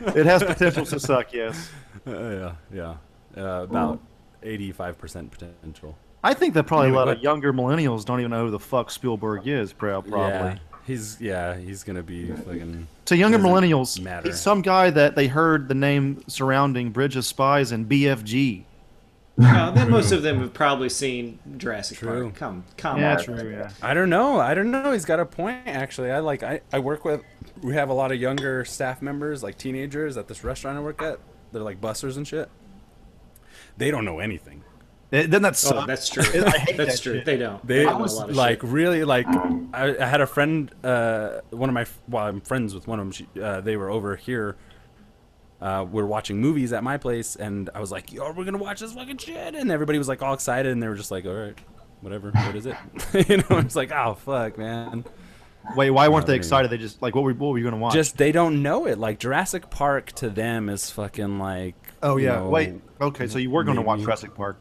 Speaker 4: it has potential to suck, yes.
Speaker 2: Uh, yeah, yeah. Uh, about eighty-five percent potential.
Speaker 4: I think that probably a lot
Speaker 2: but-
Speaker 4: of younger millennials don't even know who the fuck Spielberg is, prob- probably.
Speaker 2: Yeah, he's yeah, he's gonna be fucking.
Speaker 4: To younger
Speaker 2: Doesn't
Speaker 4: millennials,
Speaker 2: matter.
Speaker 4: he's some guy that they heard the name surrounding Bridge of Spies and BFG.
Speaker 3: No, then most of them have probably seen Jurassic
Speaker 2: True.
Speaker 3: Park. Come, come
Speaker 4: Yeah,
Speaker 3: on.
Speaker 4: true, yeah.
Speaker 2: I don't know. I don't know. He's got a point actually. I like I, I work with we have a lot of younger staff members, like teenagers at this restaurant I work at. They're like bussers and shit. They don't know anything.
Speaker 4: It, doesn't that suck?
Speaker 3: Oh, that's true.
Speaker 4: Uh-huh. I hate
Speaker 3: that's
Speaker 4: that
Speaker 3: true.
Speaker 4: shit.
Speaker 3: They don't.
Speaker 2: They
Speaker 3: don't know a
Speaker 2: was
Speaker 3: lot of
Speaker 2: like
Speaker 3: shit.
Speaker 2: really like I, I had a friend, uh, one of my well, I'm friends with one of them. She, uh, they were over here. Uh, we were watching movies at my place, and I was like, "Yo, we're gonna watch this fucking shit!" And everybody was like all excited, and they were just like, "All right, whatever, what is it?" you know, I was like, "Oh fuck, man."
Speaker 4: Wait, why weren't they
Speaker 2: mean-
Speaker 4: excited? They just like what were what were you gonna watch?
Speaker 2: Just they don't know it. Like Jurassic Park to them is fucking like.
Speaker 4: oh
Speaker 2: you
Speaker 4: yeah.
Speaker 2: know,
Speaker 4: Wait. Okay, so you were gonna watch
Speaker 2: maybe-
Speaker 4: Jurassic Park.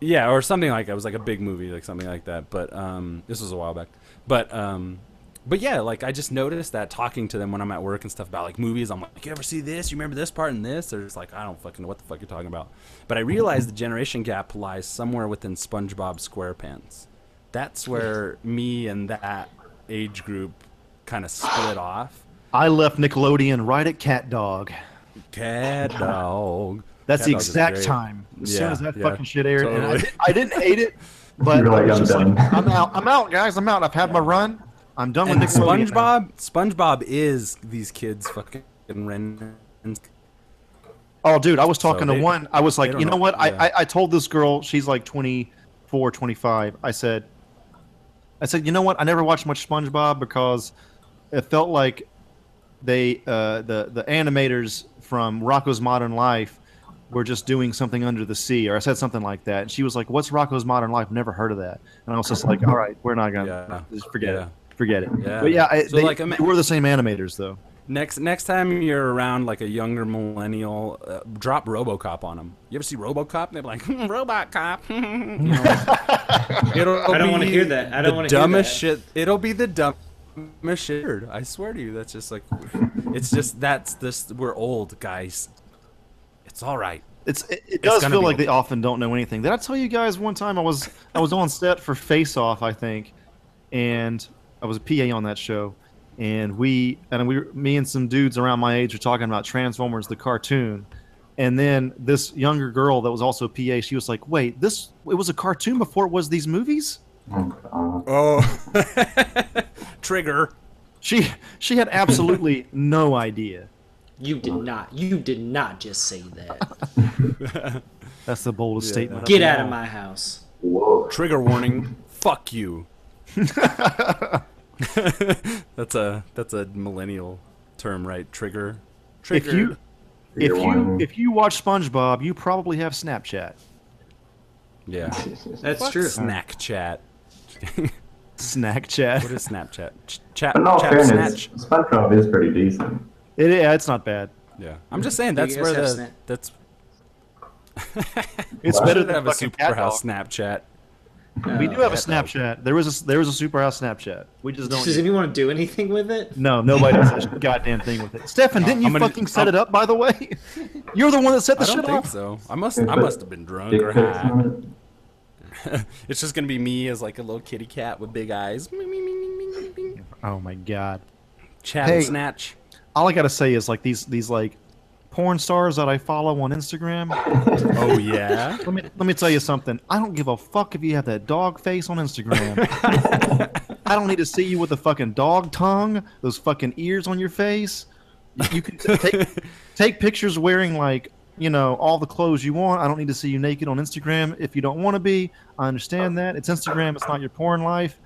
Speaker 2: Yeah, or something like that. It was like a big movie, like something like that. But um, this was a while back. But um, but yeah, like I just noticed that talking to them when I'm at work and stuff about like movies, I'm like, you ever see this? You remember this part and this? They're just like, I don't fucking know what the fuck you're talking about. But I realized the generation gap lies somewhere within SpongeBob SquarePants. That's where me and that age group kind of split off.
Speaker 4: I left Nickelodeon right at Cat Dog.
Speaker 2: Cat dog.
Speaker 4: That's
Speaker 2: Cat
Speaker 4: the
Speaker 2: Dog is
Speaker 4: exact
Speaker 2: great.
Speaker 4: time. As soon
Speaker 2: Yeah,
Speaker 4: as that
Speaker 2: yeah,
Speaker 4: fucking shit aired, and I,
Speaker 2: totally.
Speaker 4: di- I didn't hate it, but
Speaker 6: You're like,
Speaker 4: I was
Speaker 6: "I'm
Speaker 4: just like,
Speaker 6: done."
Speaker 4: I'm out. I'm out, guys. I'm out. I've had my run. I'm done
Speaker 2: And
Speaker 4: with Nickelodeon. now."
Speaker 2: SpongeBob, SpongeBob is these kids fucking ren.
Speaker 4: Oh, dude, I was talking
Speaker 2: they-
Speaker 4: to one. I was like,
Speaker 2: they don't
Speaker 4: you know,
Speaker 2: know-
Speaker 4: what?
Speaker 2: yeah.
Speaker 4: I, I I told this girl. She's like 24, 25. I said, I said, you know what? I never watched much SpongeBob because it felt like they uh, the the animators from Rocco's Modern Life were just doing something under the sea, or I said something like that. And she was like, "What's Rocco's Modern Life? Never heard of that." And I was just like, "All right, we're not gonna
Speaker 2: Yeah.
Speaker 4: just forget
Speaker 2: Yeah.
Speaker 4: it." Forget it.
Speaker 2: Yeah.
Speaker 4: But yeah, I,
Speaker 2: So,
Speaker 4: they,
Speaker 2: like, ima-
Speaker 4: they were the same animators though.
Speaker 2: Next next time you're around like a younger millennial, uh, drop RoboCop on them. You ever see RoboCop? And they're like, hmm, "Robot Cop." You know, like, it'll
Speaker 3: I don't wanna
Speaker 2: be
Speaker 3: hear that. I don't
Speaker 2: the
Speaker 3: wanna hear
Speaker 2: dumbest shit.
Speaker 3: that.
Speaker 2: It'll be the dumbest shit. I swear to you, that's just like, it's just that's this. We're old guys. It's all right.
Speaker 4: It's it, it does
Speaker 2: gonna
Speaker 4: feel
Speaker 2: be
Speaker 4: like they
Speaker 2: okay.
Speaker 4: often don't know anything. Did I tell you guys one time I was I was on set for Face Off, I think, and I was a PA on that show, and we and we were- me and some dudes around my age were talking about Transformers the cartoon, and then this younger girl that was also PA, she was like, "Wait, this it was a cartoon before it was these movies."
Speaker 2: Oh, trigger.
Speaker 4: She she had absolutely no idea.
Speaker 3: you did not. You did not just say that.
Speaker 4: That's the boldest statement. of
Speaker 3: Get
Speaker 4: them
Speaker 3: out of
Speaker 4: all.
Speaker 3: my house.
Speaker 6: Whoa.
Speaker 2: Trigger warning. Fuck you. that's a that's a millennial term, right? Trigger.
Speaker 4: If
Speaker 2: Trigger.
Speaker 4: you if
Speaker 6: You're
Speaker 4: you
Speaker 6: one.
Speaker 4: if you watch SpongeBob, you probably have Snapchat.
Speaker 2: yeah.
Speaker 3: That's true.
Speaker 2: Snack chat. what
Speaker 4: Snack chat.
Speaker 2: is Snapchat? Ch- chat.
Speaker 6: But in all
Speaker 2: chat.
Speaker 6: fairness,
Speaker 2: Snatch.
Speaker 6: SpongeBob is pretty decent.
Speaker 4: It, yeah, it's not bad.
Speaker 2: Yeah. I'm just saying that's
Speaker 3: guys
Speaker 2: where
Speaker 3: have
Speaker 2: the
Speaker 3: Snap?
Speaker 2: that's.
Speaker 4: It's
Speaker 6: Wow.
Speaker 4: better
Speaker 2: Should
Speaker 4: than
Speaker 2: have a
Speaker 4: fucking cat
Speaker 2: superhouse
Speaker 4: dog.
Speaker 2: Snapchat.
Speaker 4: We do have a
Speaker 2: Cat dog.
Speaker 4: Snapchat. There was a there was a superhouse Snapchat. We just don't.
Speaker 3: Does
Speaker 4: use it.
Speaker 3: anyone do anything with it?
Speaker 4: No, nobody does a goddamn thing with it. Stefan, didn't you
Speaker 2: I'm gonna-
Speaker 4: fucking set it up? By the way, you're the one that set the
Speaker 2: I don't
Speaker 4: shit
Speaker 2: think
Speaker 4: up.
Speaker 2: so. I must. I must have been drunk
Speaker 6: Dick
Speaker 2: or
Speaker 6: pics
Speaker 2: high.
Speaker 6: on it.
Speaker 2: It's just gonna be me as like a little kitty cat with big eyes.
Speaker 4: Oh my god.
Speaker 2: Chat
Speaker 4: Hey.
Speaker 2: and snatch.
Speaker 4: All I gotta say is like these these like porn stars that I follow on Instagram.
Speaker 2: Oh yeah.
Speaker 4: Let me let me tell you something. I don't give a fuck if you have that dog face on Instagram. I don't need to see you with the fucking dog tongue, those fucking ears on your face. You- You can t- take take pictures wearing like you know all the clothes you want. I don't need to see you naked on Instagram if you don't want to be. I understand that it's Instagram. It's not your porn life,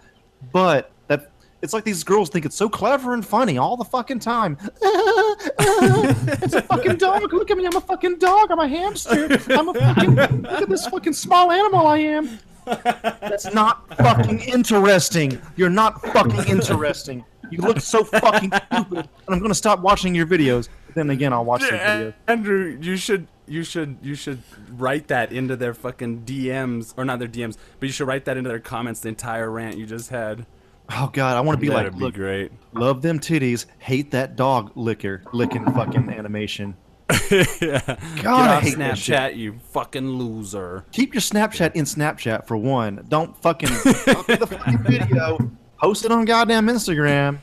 Speaker 4: but that it's like these girls think it's so clever and funny all the fucking time. it's a fucking dog. Look at me. I'm a fucking dog. I'm a hamster. I'm a fucking look at this fucking small animal I am. That's not fucking interesting. You're not fucking interesting. You look so fucking stupid, and I'm gonna stop watching your videos. But then again, I'll watch your videos.
Speaker 2: Andrew, you should you should you should write that into their fucking DMs or not their DMs, but you should write that into their comments. The entire rant you just had.
Speaker 4: Oh god, I want to be
Speaker 2: That'd
Speaker 4: like,
Speaker 2: be
Speaker 4: look,
Speaker 2: great.
Speaker 4: love them titties, hate that dog licker, licking fucking animation.
Speaker 2: yeah.
Speaker 4: God,
Speaker 2: Get
Speaker 4: I
Speaker 2: off
Speaker 4: hate that shit.
Speaker 2: Snapchat, you fucking loser.
Speaker 4: Keep your Snapchat in Snapchat for one. Don't fucking copy the fucking video. Post it on goddamn Instagram.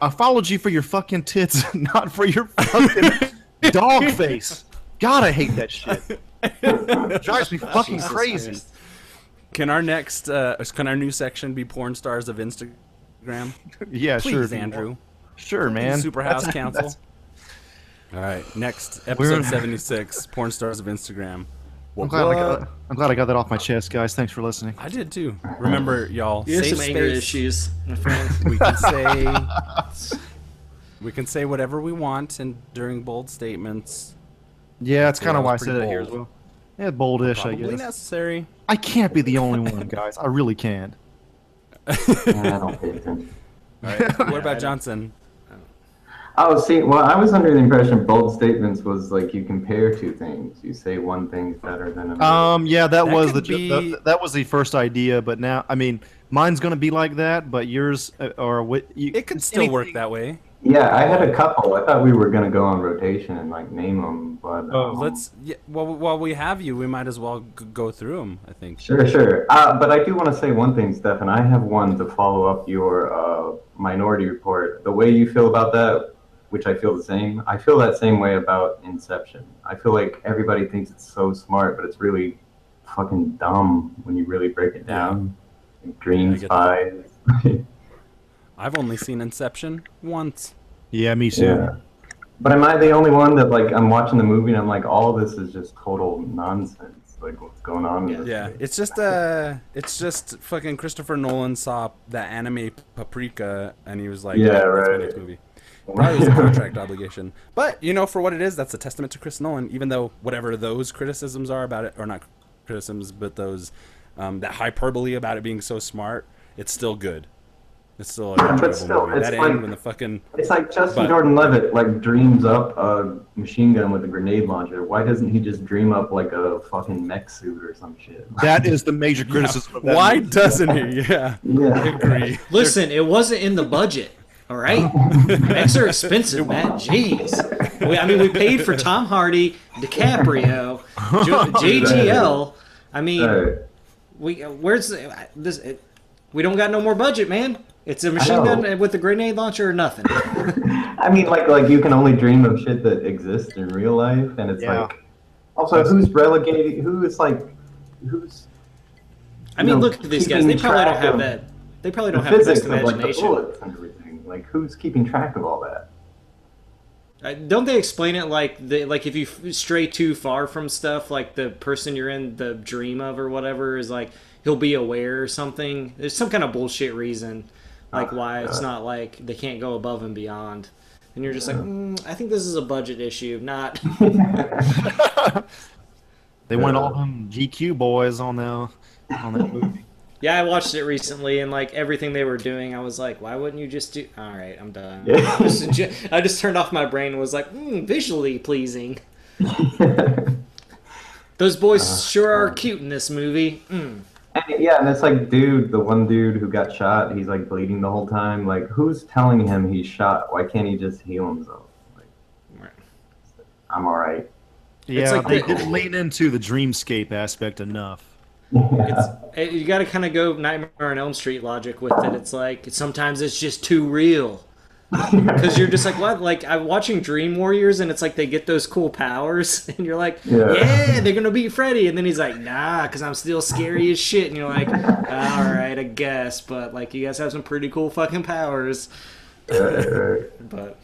Speaker 4: I followed you for your fucking tits, not for your fucking dog face. God, I hate that shit. drives me fucking crazy.
Speaker 2: Can our next uh, can our new section be porn stars of Instagram?
Speaker 4: Yeah,
Speaker 2: Please,
Speaker 4: sure. if you
Speaker 2: Andrew.
Speaker 4: want. Sure, man.
Speaker 2: Super
Speaker 4: That's-
Speaker 2: House Council.
Speaker 4: that's-
Speaker 2: All right, next
Speaker 4: We're-
Speaker 2: episode seventy six, porn stars of Instagram.
Speaker 4: I'm glad, I got, I'm glad I got that off my chest, guys. Thanks for listening.
Speaker 2: I did too. Remember, y'all,
Speaker 3: You have
Speaker 2: safe
Speaker 3: some anger
Speaker 2: space.
Speaker 3: issues, my friend.
Speaker 2: We can say we can say whatever we want, and during bold statements,
Speaker 4: Yeah, it's kind
Speaker 2: that
Speaker 4: of
Speaker 2: was
Speaker 4: why I
Speaker 2: pretty
Speaker 4: said it here as
Speaker 2: bold.
Speaker 4: well. Yeah, boldish, I
Speaker 2: probably
Speaker 4: guess.
Speaker 2: necessary.
Speaker 4: I can't be the only one, guys. I really can't.
Speaker 6: Man, I don't pay attention.
Speaker 2: All right. What about Johnson?
Speaker 6: Oh, see, well, I was under the impression bold statements was like you compare two things. You say one thing's better than another.
Speaker 4: Um, yeah, that,
Speaker 2: That
Speaker 4: was the,
Speaker 2: could
Speaker 4: ju-
Speaker 2: be-
Speaker 4: the that was the first idea, but now I mean, mine's gonna be like that, but yours uh, or what? You,
Speaker 2: It could still work that way.
Speaker 6: yeah, I had a couple. I thought we were gonna go on rotation and like name them, but
Speaker 4: Oh,
Speaker 6: um,
Speaker 2: Let's. Yeah, while while we have you, we might as well g- go through them. I think.
Speaker 6: Sure, sure. Uh, but I do want to say one thing, Stefan. I have one to follow up your uh, minority report. The way you feel about that, which I feel the same, I feel that same way about Inception. I feel like everybody thinks it's so smart, but it's really fucking dumb when you really break it down. Dreams,
Speaker 2: Yeah,
Speaker 6: spies.
Speaker 2: I've only seen Inception once.
Speaker 4: Yeah, me too.
Speaker 6: yeah. But am I the only one that like I'm watching the movie and I'm like, all this is just total nonsense. Like, what's going on? in this
Speaker 2: Yeah,
Speaker 6: shit?
Speaker 2: it's just uh, it's just fucking Christopher Nolan saw that anime Paprika, and he was like,
Speaker 6: Yeah,
Speaker 2: "That's my
Speaker 6: right.
Speaker 2: next movie." Probably was a contract obligation, but you know, for what it is, that's a testament to Chris Nolan. Even though whatever those criticisms are about it, or not criticisms, but those um, that hyperbole about it being so smart, it's still good. It's still an
Speaker 6: But
Speaker 2: enjoyable
Speaker 6: still,
Speaker 2: movie.
Speaker 6: it's
Speaker 2: That
Speaker 6: like-
Speaker 2: end when the fucking
Speaker 6: It's like Justin
Speaker 2: But-
Speaker 6: Jordan Levitt like dreams up a machine gun with a grenade launcher. Why doesn't he just dream up like a fucking mech suit or some shit?
Speaker 4: That is the major criticism. Of that
Speaker 2: why
Speaker 4: movie.
Speaker 2: doesn't he? Yeah,
Speaker 6: Yeah.
Speaker 2: agree.
Speaker 3: Listen, it wasn't in the budget. All right, Mechs are expensive, man. Jeez, we, I mean, we paid for Tom Hardy, DiCaprio, J- JGL. I mean,
Speaker 6: Alright.
Speaker 3: we uh, where's the- I- this? It, we don't got no more budget, man. It's a machine
Speaker 6: know.
Speaker 3: gun with a grenade launcher or nothing.
Speaker 6: I mean, like, like you can only dream of shit that exists in real life, and it's
Speaker 4: Yeah.
Speaker 6: like, also, who's relegating? Who is like, who's
Speaker 3: I mean,
Speaker 6: No,
Speaker 3: look at these guys. They
Speaker 6: keeping
Speaker 3: probably don't
Speaker 6: track
Speaker 3: have
Speaker 6: of
Speaker 3: that. They probably
Speaker 6: the
Speaker 3: don't have the
Speaker 6: physics
Speaker 3: best
Speaker 6: of like the
Speaker 3: imagination.
Speaker 6: bullets and everything? Like, who's keeping track of all that?
Speaker 3: Uh, don't they explain it like the like if you f- stray too far from stuff like the person you're in the dream of or whatever is like he'll be aware or something there's some kind of bullshit reason like why
Speaker 6: Uh,
Speaker 3: it's not like they can't go above and beyond and you're
Speaker 6: Uh.
Speaker 3: just like mm, i think this is a budget issue not
Speaker 4: they went all them GQ boys on the on that movie?
Speaker 3: yeah i watched it recently and like everything they were doing i was like why wouldn't you just do all right i'm done
Speaker 6: Yeah.
Speaker 3: This is ju- i just turned off my brain and was like mm, visually pleasing those boys sure are cute in this movie mm.
Speaker 6: And, yeah, and it's like, dude, the one dude who got shot, he's like bleeding the whole time. Like, who's telling him he's shot? Why can't he just heal himself? Like,
Speaker 3: Right.
Speaker 6: I'm all right.
Speaker 4: Yeah,
Speaker 3: like
Speaker 4: they
Speaker 3: the-
Speaker 4: didn't lean into the dreamscape aspect enough.
Speaker 3: It's, it- you got to kind of go Nightmare on Elm Street logic with it. It's like sometimes it's just too real because you're just like what? Like I'm watching Dream Warriors and it's like they get those cool powers and you're like, yeah,
Speaker 6: Yeah.
Speaker 3: they're gonna beat Freddy, and then he's like, nah, because I'm still scary as shit, and you're like, all right, I guess, but like you guys have some pretty cool fucking powers, but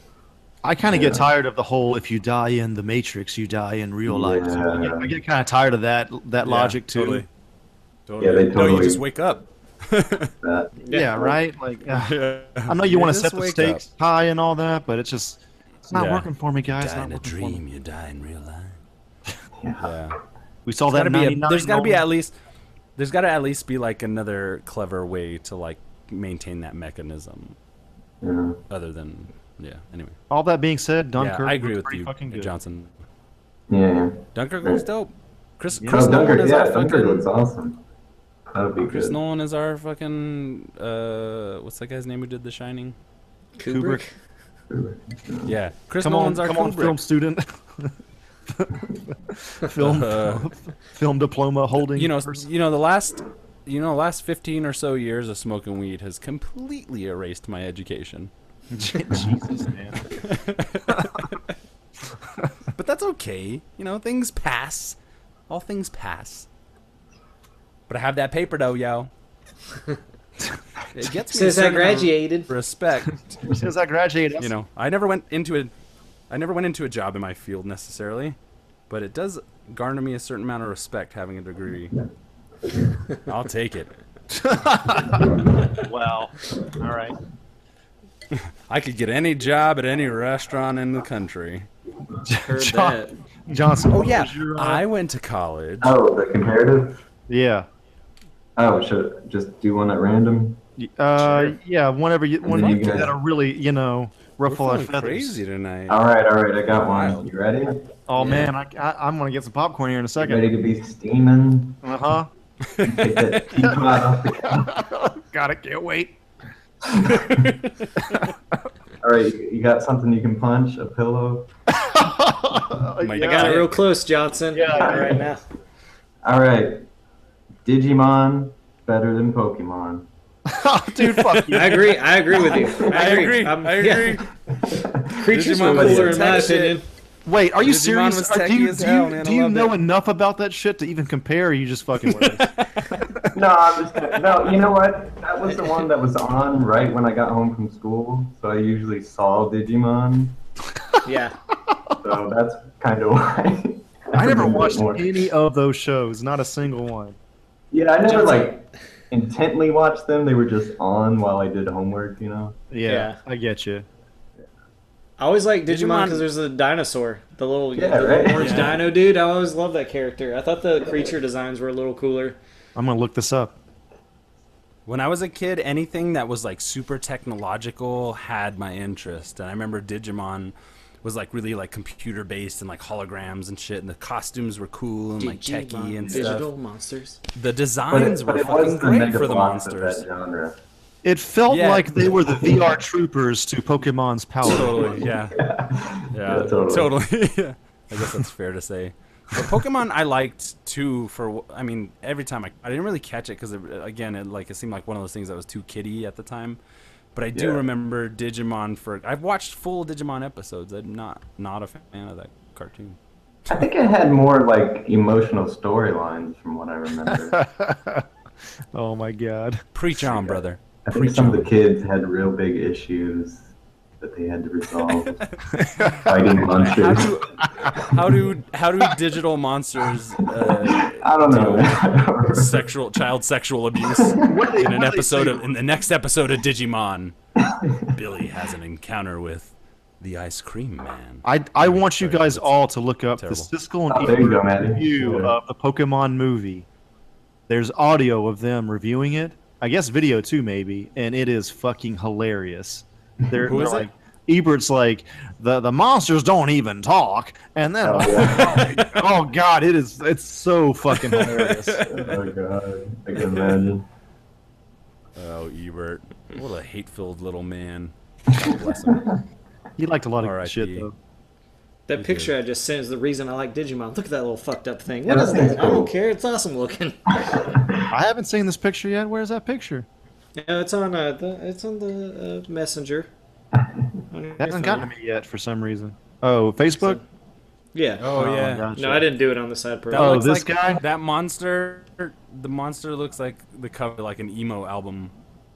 Speaker 4: I kind of get tired of the whole "if you die in the Matrix, you die in real life."
Speaker 6: Yeah.
Speaker 4: I get, I get kind of tired of that that
Speaker 2: Yeah,
Speaker 4: logic too.
Speaker 2: Totally. totally.
Speaker 6: Yeah, they
Speaker 2: No, you
Speaker 6: totally-
Speaker 2: just wake up.
Speaker 6: That.
Speaker 4: Yeah, right. Like, uh, I know you want to
Speaker 2: just
Speaker 4: set the
Speaker 2: wake
Speaker 4: stakes high and all that, but it's just it's not
Speaker 2: Yeah.
Speaker 4: working for me, guys. It's
Speaker 2: die
Speaker 4: not
Speaker 2: in a
Speaker 4: working for me.
Speaker 2: dream, you die in real life.
Speaker 6: Yeah.
Speaker 2: Yeah.
Speaker 4: We saw that.
Speaker 2: Gotta be a-
Speaker 4: 99
Speaker 2: there's got to be
Speaker 4: moment.
Speaker 2: at least. there's got to at least be like another clever way to like maintain that mechanism
Speaker 6: Yeah.
Speaker 2: other than yeah. Anyway,
Speaker 4: All that being said,
Speaker 2: yeah,
Speaker 4: Dunkirk.
Speaker 2: I agree
Speaker 4: was
Speaker 2: with
Speaker 4: pretty
Speaker 2: you,
Speaker 4: Fucking good.
Speaker 2: Johnson.
Speaker 6: Yeah.
Speaker 2: Dunkirk was dope. Chris,
Speaker 4: Yeah.
Speaker 2: Chris
Speaker 6: no,
Speaker 2: Nolan
Speaker 6: Dunkirk,
Speaker 2: is
Speaker 6: yeah,
Speaker 2: our
Speaker 6: Dunkirk
Speaker 2: fucking.
Speaker 6: looks awesome. That would be
Speaker 2: Chris
Speaker 6: good.
Speaker 2: Nolan is our fucking. Uh, what's that guy's name who did The Shining?
Speaker 3: Kubrick.
Speaker 4: Kubrick.
Speaker 2: Yeah, Chris
Speaker 4: Come on,
Speaker 2: Nolan's our
Speaker 4: come on,
Speaker 2: Kubrick.
Speaker 4: film student. film,
Speaker 2: Uh,
Speaker 4: film diploma holding.
Speaker 2: you know,
Speaker 4: person.
Speaker 2: you know the last, you know, last fifteen or so years of smoking weed has completely erased my education.
Speaker 4: Jesus, man.
Speaker 2: But that's okay. You know, things pass. All things pass. But I have that paper though, yo. it gets me a
Speaker 3: Since I
Speaker 2: certain amount of
Speaker 3: graduated,
Speaker 2: Respect.
Speaker 4: Since I graduated,
Speaker 2: you know, I never went into a, I never went into a job in my field necessarily, but it does garner me a certain amount of respect having a degree. I'll take it.
Speaker 4: Wow. All right.
Speaker 2: I could get any job at any restaurant in the country.
Speaker 3: heard
Speaker 4: John-
Speaker 3: that.
Speaker 4: Johnson. what was your, uh,
Speaker 2: Oh, I went to college.
Speaker 6: Oh, the comparative?
Speaker 4: yeah.
Speaker 6: Oh, should I just do one at random?
Speaker 4: Y- Uh, yeah. Whenever you,
Speaker 6: then
Speaker 4: whenever
Speaker 6: you
Speaker 4: you
Speaker 6: guys-
Speaker 4: that are really, you know,
Speaker 2: We're
Speaker 4: ruffle our
Speaker 2: feeling
Speaker 4: feathers.
Speaker 2: crazy tonight.
Speaker 6: All right, all right, I got one. You ready?
Speaker 4: Oh man, I, I, I'm gonna get some popcorn here in a
Speaker 6: Ready
Speaker 4: second.
Speaker 6: to be steaming?
Speaker 4: Uh huh.
Speaker 6: Get that teapot off the couch.
Speaker 4: Got it. Can't wait.
Speaker 6: All right, you you got something you can punch? A pillow?
Speaker 4: My
Speaker 3: I got it real close, Johnson.
Speaker 4: Yeah, I got it
Speaker 3: right now.
Speaker 6: All right. Digimon better than Pokemon.
Speaker 4: Oh, dude, fuck you.
Speaker 3: I agree. I agree with you. I agree. I'm- yeah. Creatures were
Speaker 2: Digimon was
Speaker 3: cooler in
Speaker 2: tech
Speaker 3: my
Speaker 2: shit.
Speaker 3: opinion.
Speaker 4: Wait, are you
Speaker 2: Digimon
Speaker 4: serious?
Speaker 2: was
Speaker 4: Are- do
Speaker 2: techie
Speaker 4: you,
Speaker 2: as
Speaker 4: do
Speaker 2: hell,
Speaker 4: you,
Speaker 2: man. I
Speaker 4: do you
Speaker 2: loved
Speaker 4: know
Speaker 2: it.
Speaker 4: enough about that shit to even compare? Or are you just fucking with us?
Speaker 6: No, I'm just kidding. no. You know what? That was the one that was on right when I got home from school, so I usually saw Digimon.
Speaker 3: Yeah.
Speaker 6: So that's kind of why.
Speaker 4: I never
Speaker 6: remember it
Speaker 4: watched
Speaker 6: more.
Speaker 4: any of those shows, not a single one.
Speaker 6: Yeah, I never like intently watched them. They were just on while I did homework. You know.
Speaker 4: Yeah,
Speaker 3: Yeah.
Speaker 4: I get you.
Speaker 3: I always like Digimon
Speaker 2: Digimon-
Speaker 3: because there's a dinosaur, the little,
Speaker 6: Yeah,
Speaker 3: the little
Speaker 6: right?
Speaker 3: orange
Speaker 2: Yeah.
Speaker 3: dino dude. I always love that character. I thought the creature designs were a little cooler.
Speaker 4: I'm gonna look this up.
Speaker 2: When I was a kid, anything that was like super technological had my interest, and I remember Digimon was like really like computer based and like holograms and shit, and the costumes were cool and like techie and
Speaker 3: digital
Speaker 2: stuff.
Speaker 3: monsters.
Speaker 2: The designs were fucking great for the
Speaker 6: Megablox
Speaker 2: monsters.
Speaker 6: Of that genre.
Speaker 4: It felt
Speaker 2: Yeah.
Speaker 4: like they were the VR troopers to Pokemon's power.
Speaker 2: Totally, yeah, yeah,
Speaker 6: Yeah, totally.
Speaker 2: totally. yeah. I guess that's fair to say. But Pokemon, I liked too. For wh- I mean, every time I I didn't really catch it because it, again, it like it seemed like one of those things that was too kiddie at the time. But I do
Speaker 6: Yeah.
Speaker 2: remember Digimon for I've watched full Digimon episodes. I'm not not a fan of that cartoon.
Speaker 6: I think it had more like emotional storylines from what I remember.
Speaker 4: oh my god.
Speaker 2: Preach on, brother.
Speaker 6: I think some of the kids had real big issues that they had to resolve. Fighting
Speaker 2: How
Speaker 6: monsters.
Speaker 2: do how do how do digital monsters uh,
Speaker 6: I don't know.
Speaker 2: sexual child sexual abuse in an episode of in the next episode of Digimon. Billy has an encounter with the ice cream man.
Speaker 4: I, I want you
Speaker 2: Sorry,
Speaker 4: guys
Speaker 2: that's
Speaker 4: all to look up
Speaker 2: terrible.
Speaker 4: the Siskel
Speaker 6: Oh,
Speaker 4: and
Speaker 6: there you go,
Speaker 4: Ebert
Speaker 6: Matthew.
Speaker 4: review
Speaker 6: Yeah.
Speaker 4: of the Pokemon movie. There's audio of them reviewing it. I guess video too, maybe, and it is fucking hilarious. They're,
Speaker 2: Who
Speaker 4: they're
Speaker 2: is it?
Speaker 4: like Ebert's like the the monsters don't even talk, and then
Speaker 6: Oh, yeah.
Speaker 4: oh god, it is it's so fucking hilarious.
Speaker 6: oh god, I can imagine.
Speaker 2: Oh, Ebert. What a hate-filled little man. God bless him.
Speaker 4: He liked a lot of
Speaker 2: R.I.P..
Speaker 4: shit though.
Speaker 3: That picture I just sent is the reason I like Digimon. Look at that little fucked up thing.
Speaker 6: Yeah,
Speaker 3: What
Speaker 6: that
Speaker 3: is
Speaker 6: thing's
Speaker 3: that? I
Speaker 6: cool.
Speaker 3: don't care. It's awesome looking.
Speaker 4: I haven't seen this picture yet. Where's that picture?
Speaker 3: No, it's on uh, the it's on the uh, messenger. On your
Speaker 4: That hasn't
Speaker 3: phone.
Speaker 4: gotten to me yet for some reason. Oh, Facebook.
Speaker 3: Yeah.
Speaker 2: Oh, yeah.
Speaker 4: gotcha.
Speaker 3: No, I didn't do it on the side
Speaker 2: That
Speaker 4: Oh,
Speaker 3: program.
Speaker 2: looks
Speaker 4: this
Speaker 2: like-
Speaker 4: guy?
Speaker 2: That monster. The monster looks like the cover of, like an emo album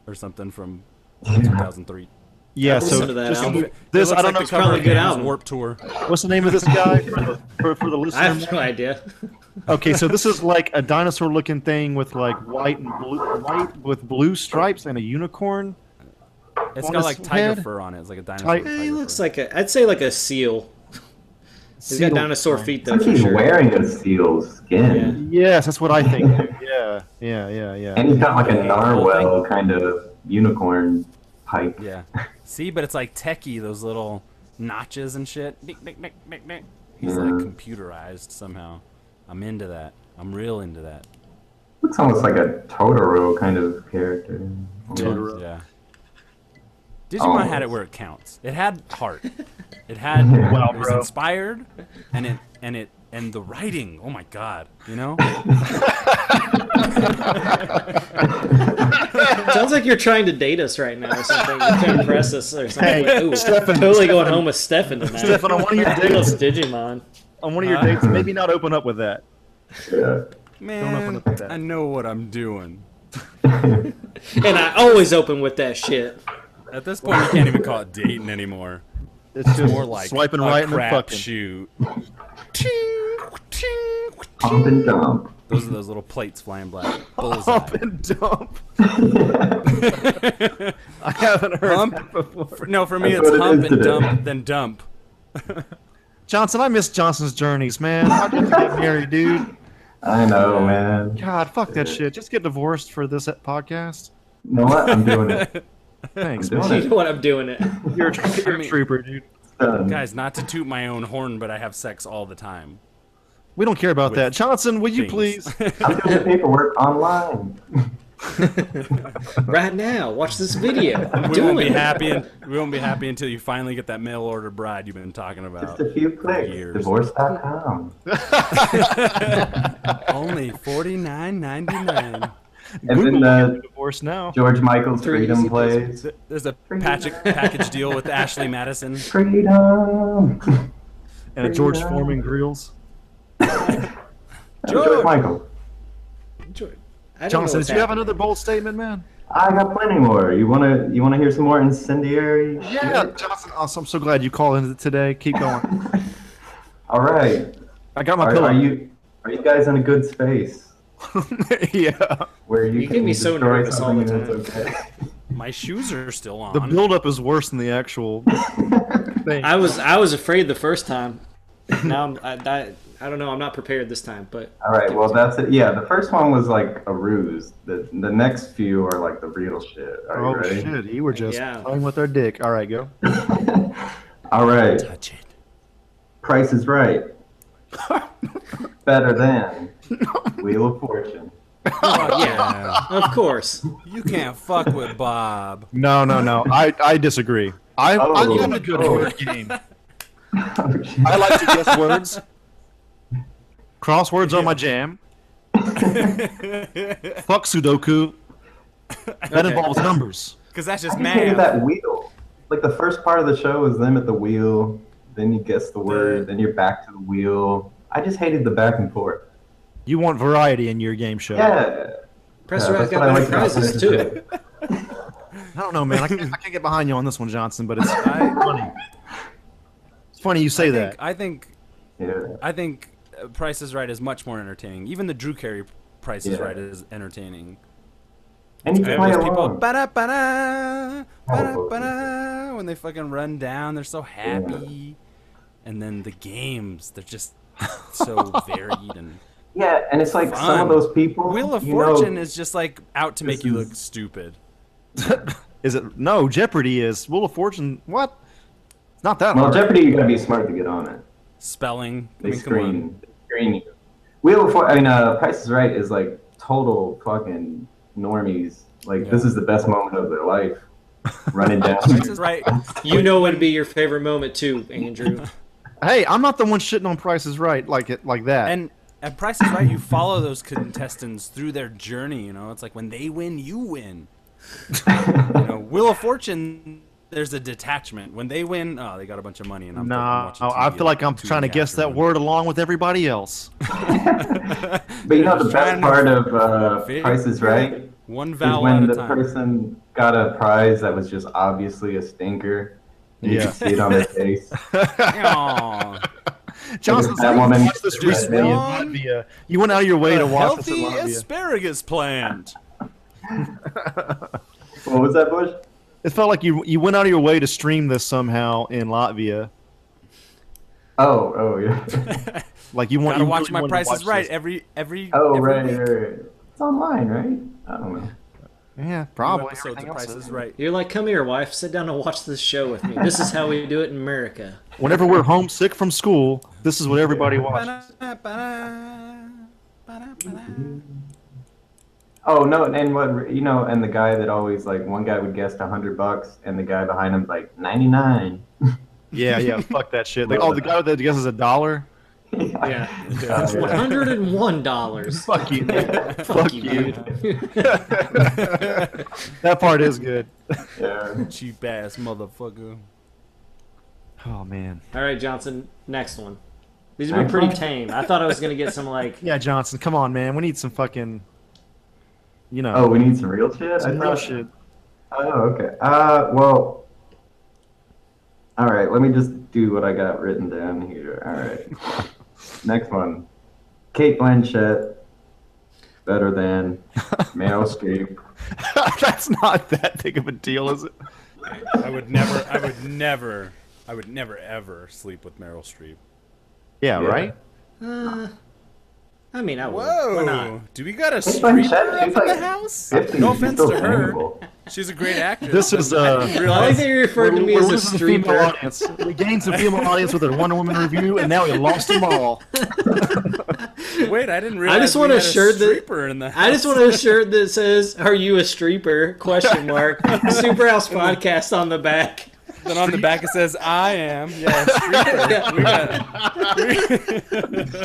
Speaker 2: or something from 2003.
Speaker 4: Yeah,
Speaker 3: I've
Speaker 4: so
Speaker 3: listened to that
Speaker 4: just-
Speaker 3: album.
Speaker 4: this
Speaker 2: It looks
Speaker 4: I don't
Speaker 2: like
Speaker 4: know.
Speaker 2: the cover
Speaker 3: probably
Speaker 2: of
Speaker 3: a good
Speaker 2: Pan's
Speaker 3: album.
Speaker 2: Warped Tour.
Speaker 4: What's the name of this guy for the, for, for the
Speaker 3: I
Speaker 4: listener?
Speaker 3: have no idea.
Speaker 4: Okay, so this is like a dinosaur-looking thing with like white and blue, white with blue stripes and a unicorn.
Speaker 2: It's
Speaker 4: On
Speaker 2: got
Speaker 4: his
Speaker 2: like tiger
Speaker 4: head?
Speaker 2: fur on it. It's like a dinosaur.
Speaker 4: Ti-
Speaker 2: with tiger
Speaker 3: He looks
Speaker 2: fur.
Speaker 3: like a. I'd say like a seal. He's got
Speaker 4: Seal.
Speaker 3: dinosaur feet though.
Speaker 6: I think
Speaker 3: For
Speaker 6: he's
Speaker 3: sure.
Speaker 6: wearing a seal skin.
Speaker 4: Yes, that's what I think. too. Yeah, Yeah, yeah, yeah, yeah.
Speaker 6: And he's got like a
Speaker 2: Yeah, the whole
Speaker 6: narwhal kind of unicorn pike.
Speaker 2: Yeah. See, but it's like techie, those little notches and shit. Nick, nick, nick, nick, nick. He's like
Speaker 6: Yeah.
Speaker 2: computerized somehow. I'm into that. I'm real into that.
Speaker 6: Looks almost like a Totoro kind of character.
Speaker 3: Totoro.
Speaker 2: Yeah. Digimon
Speaker 6: Oh.
Speaker 2: had it where it counts. It had heart. It had
Speaker 4: Wow,
Speaker 2: it was
Speaker 4: bro.
Speaker 2: inspired and it and it and the writing. Oh my god, you know?
Speaker 3: Sounds like you're trying to date us right now or something to impress us or something.
Speaker 4: Hey,
Speaker 3: Like, ooh,
Speaker 4: Stefan,
Speaker 3: totally
Speaker 4: Stefan.
Speaker 3: going home with Stefan tonight.
Speaker 4: Stefan, on one of your
Speaker 3: Ridiculous
Speaker 4: dates,
Speaker 3: Digimon.
Speaker 4: on one of your dates, maybe not open up with that.
Speaker 6: Yeah.
Speaker 2: Man,
Speaker 4: up with that.
Speaker 2: I know what I'm doing.
Speaker 3: And I always open with that shit.
Speaker 2: At this point, you can't even call it dating anymore.
Speaker 4: It's just
Speaker 2: More like
Speaker 4: swiping
Speaker 2: a
Speaker 4: right and then
Speaker 2: crap
Speaker 4: fucking.
Speaker 2: shoot. Ting, ting, ting.
Speaker 6: Pump and dump.
Speaker 2: Those are those little plates flying black.
Speaker 4: Pump
Speaker 2: Bullseye.
Speaker 4: and dump. I haven't heard
Speaker 2: Hump?
Speaker 4: that before.
Speaker 2: No, for me
Speaker 6: That's
Speaker 2: it's
Speaker 6: what it
Speaker 2: hump
Speaker 6: is
Speaker 2: and
Speaker 6: today.
Speaker 2: dump, then dump.
Speaker 4: Johnson, I miss Johnson's journeys, man. How did you get married, dude?
Speaker 6: I know, man.
Speaker 4: God, fuck that shit. Just get divorced for this podcast.
Speaker 6: You know what? I'm doing it.
Speaker 4: Thanks,
Speaker 6: I'm
Speaker 4: man.
Speaker 3: You
Speaker 6: doing
Speaker 3: know
Speaker 6: it.
Speaker 3: what I'm doing it.
Speaker 4: You're, a- you're a trooper, dude.
Speaker 6: Done.
Speaker 2: Guys, not to toot my own horn, but I have sex all the time.
Speaker 4: We don't care about
Speaker 2: With
Speaker 4: that. Johnson, will you
Speaker 2: things.
Speaker 4: please?
Speaker 6: I'm doing the paperwork online.
Speaker 3: Right now, watch this video. I'm
Speaker 2: We
Speaker 3: doing
Speaker 2: won't be
Speaker 3: it.
Speaker 2: happy. And, we won't be happy until you finally get that mail order bride you've been talking
Speaker 6: Just
Speaker 2: about.
Speaker 6: a few clicks.
Speaker 2: Years.
Speaker 6: Divorce.com.
Speaker 2: Only forty nine ninety nine.
Speaker 6: And then uh, the
Speaker 4: Divorce now.
Speaker 6: George Michael's
Speaker 3: Three
Speaker 6: Freedom
Speaker 3: easy
Speaker 6: plays.
Speaker 2: There's a package package deal with Ashley Madison.
Speaker 6: Freedom.
Speaker 4: And a George Foreman grills.
Speaker 6: George Michael.
Speaker 3: I don't know
Speaker 4: Johnson,
Speaker 3: what's
Speaker 4: did you have
Speaker 3: happening.
Speaker 4: another bold statement, man?
Speaker 6: I got plenty more. You wanna you wanna hear some more incendiary?
Speaker 4: Yeah, Johnson. Awesome. I'm so glad you called in today. Keep going.
Speaker 6: All right.
Speaker 4: I got my
Speaker 6: Are,
Speaker 4: pillow.
Speaker 6: are you are you guys in a good space
Speaker 4: yeah.
Speaker 6: where you,
Speaker 3: You
Speaker 6: can
Speaker 3: get me so
Speaker 6: destroy
Speaker 3: nervous all the
Speaker 6: something and it's okay?
Speaker 2: My shoes are still on.
Speaker 4: The buildup is worse than the actual thing.
Speaker 3: I was I was afraid the first time. Now I'm, I, I I don't know. I'm not prepared this time, but
Speaker 6: All right. Well, that's it. Yeah, the first one was like a ruse. The the next few are like the real shit. Are you
Speaker 4: Oh
Speaker 6: ready?
Speaker 4: shit! You were just
Speaker 3: Yeah.
Speaker 4: playing with their dick. All right, go.
Speaker 6: All right.
Speaker 2: Touch it.
Speaker 6: Price is right. Better than Wheel of Fortune.
Speaker 2: Oh, yeah.
Speaker 3: of course,
Speaker 2: You can't fuck with Bob.
Speaker 4: No, no, no. I, I disagree. I,
Speaker 6: Oh,
Speaker 4: I am a good
Speaker 6: oh.
Speaker 4: word game.
Speaker 6: Oh, shit.
Speaker 4: I like to guess words. Crosswords are my jam. Fuck Sudoku. That involves numbers.
Speaker 2: Cause that's just
Speaker 6: Came to
Speaker 2: math.
Speaker 6: that wheel. Like the first part of the show is them at the wheel. Then you guess the word. Then you're back to the wheel. I just hated the back and forth.
Speaker 4: You want variety in your game show.
Speaker 6: Yeah.
Speaker 3: Professor
Speaker 6: Yeah,
Speaker 3: Row's
Speaker 6: that's what
Speaker 3: got
Speaker 6: I
Speaker 3: many
Speaker 6: like about
Speaker 3: prizes
Speaker 6: this
Speaker 3: too.
Speaker 4: I don't know, man. I can't, I can't get behind you on this one, Johnson. But it's funny. It's funny you say
Speaker 2: I think,
Speaker 4: that.
Speaker 2: I think
Speaker 6: Yeah.
Speaker 2: I think uh, Price is Right is much more entertaining. Even the Drew Carey Price is
Speaker 6: Yeah.
Speaker 2: Right is entertaining.
Speaker 6: And you
Speaker 2: Yeah,
Speaker 6: can play
Speaker 2: those people,
Speaker 6: along.
Speaker 2: ba-da, ba-da, ba-da, ba-da, when they fucking run down, they're so happy. And then the games, they're just so varied. And
Speaker 6: Yeah, and it's like some
Speaker 2: Fun.
Speaker 6: of those people.
Speaker 2: Wheel of
Speaker 6: you
Speaker 2: Fortune
Speaker 6: know,
Speaker 2: is just like out to
Speaker 6: This
Speaker 2: make you
Speaker 6: is-
Speaker 2: look stupid.
Speaker 4: Is it no Jeopardy? Is Wheel of Fortune? What? It's not that
Speaker 6: Well,
Speaker 4: hard.
Speaker 6: Jeopardy, you gotta be smart to get on it.
Speaker 2: Spelling. I
Speaker 6: They
Speaker 2: mean, come on.
Speaker 6: screen, they screen you. Wheel of Fortune. I mean, uh, Price is Right is like total fucking normies. Like this is the best moment of their life. Running down.
Speaker 2: Price is Right.
Speaker 3: You know what'd be your favorite moment too, Andrew.
Speaker 4: Hey, I'm not the one shitting on Price is Right like it like that.
Speaker 2: And at Price is Right, you follow those contestants through their journey. You know, it's like when they win, you win. you know, Wheel of Fortune, there's a detachment. When they win, oh, they got a bunch of money, and I'm
Speaker 4: no,
Speaker 2: fucking watching TV
Speaker 4: I feel like I'm
Speaker 2: two
Speaker 4: trying to
Speaker 2: day
Speaker 4: guess
Speaker 2: after
Speaker 4: that
Speaker 2: one.
Speaker 4: word along with everybody else.
Speaker 6: But you know the
Speaker 2: Just trying
Speaker 6: best
Speaker 2: to
Speaker 6: part of uh, Price is Right
Speaker 2: One
Speaker 6: is
Speaker 2: vowel at
Speaker 6: when
Speaker 2: a
Speaker 6: the
Speaker 2: time.
Speaker 6: person got a prize that was just obviously a stinker. and You
Speaker 4: Yeah.
Speaker 6: could see it on their face.
Speaker 2: Aw.
Speaker 4: Johnson's
Speaker 6: That
Speaker 4: like,
Speaker 6: woman-
Speaker 4: watch this
Speaker 6: Just
Speaker 4: recently in
Speaker 2: one-
Speaker 4: Latvia. You went out of your way
Speaker 2: a
Speaker 4: to watch this in
Speaker 2: healthy
Speaker 4: Latvia.
Speaker 2: asparagus plant.
Speaker 6: What was that, Bush?
Speaker 4: It felt like you you went out of your way to stream this somehow in Latvia.
Speaker 6: Oh, oh yeah.
Speaker 4: Like you want
Speaker 2: Gotta
Speaker 4: you
Speaker 2: watch
Speaker 4: really
Speaker 2: my
Speaker 4: wanted to
Speaker 2: Price
Speaker 4: watch
Speaker 2: is Right
Speaker 4: this.
Speaker 2: every every.
Speaker 6: Oh
Speaker 2: every
Speaker 6: right,
Speaker 2: week.
Speaker 6: right, right. It's online, right? I don't know.
Speaker 4: Yeah,
Speaker 2: New
Speaker 4: probably.
Speaker 2: episodes of
Speaker 4: Everything else
Speaker 2: Price
Speaker 4: is-
Speaker 2: is Right.
Speaker 3: You're like, come here, wife, sit down and watch this show with me. This is how we do it in America.
Speaker 4: Whenever we're homesick from school, this is what everybody watches.
Speaker 6: Oh no, and what you know, and the guy that always like one guy would guess a hundred bucks, and the guy behind him's like ninety nine.
Speaker 4: Yeah, yeah, fuck that shit. Like, oh, the guy that guesses a dollar?
Speaker 3: Oh, Yeah.
Speaker 6: yeah.
Speaker 3: $101.
Speaker 4: Fuck you. dude. Fuck you.
Speaker 3: dude.
Speaker 4: That part is good.
Speaker 6: yeah.
Speaker 2: Cheap ass motherfucker.
Speaker 4: Oh, man.
Speaker 3: All right, Johnson, next one. These have been pretty tame. I thought I was going to get some, like,
Speaker 4: Yeah, Johnson, come on, man. We need some fucking, you know,
Speaker 6: Oh, we need some real shit.
Speaker 4: some
Speaker 6: I
Speaker 4: real
Speaker 6: thought-
Speaker 4: shit.
Speaker 6: Oh, okay. Uh, well. All right. Let me just do what I got written down here. All right. Next one. Kate Blanchett. Better than Meryl Streep.
Speaker 4: That's not that big of a deal, is it?
Speaker 2: I would never. I would never. I would never ever sleep with Meryl Streep.
Speaker 4: Yeah,
Speaker 6: Yeah.
Speaker 4: right?
Speaker 3: uh, I mean, I would. Why not?
Speaker 2: Do we got a
Speaker 6: Kate
Speaker 2: streamer
Speaker 6: Blanchett. She's
Speaker 2: up in the
Speaker 6: like
Speaker 2: house?
Speaker 6: 50.
Speaker 2: No
Speaker 6: She's
Speaker 2: offense
Speaker 6: still
Speaker 2: to her.
Speaker 6: bangable.
Speaker 2: She's a great actress.
Speaker 4: This is,
Speaker 2: I didn't
Speaker 4: uh,
Speaker 3: I
Speaker 2: realize
Speaker 3: think they referred to me
Speaker 4: We're
Speaker 3: as a
Speaker 4: losing the female
Speaker 3: streaker.
Speaker 4: audience. We gained some female audience with our Wonder Woman review, and now we lost them all.
Speaker 2: Wait, I didn't realize.
Speaker 3: just
Speaker 2: we
Speaker 3: want a
Speaker 2: had
Speaker 3: shirt that-
Speaker 2: streaper in the
Speaker 3: I just want a shirt that says, "Are you a streeper?" Question mark. Superhouse podcast on the back.
Speaker 2: Then on the back it says, "I am." Yeah, streaper. We got.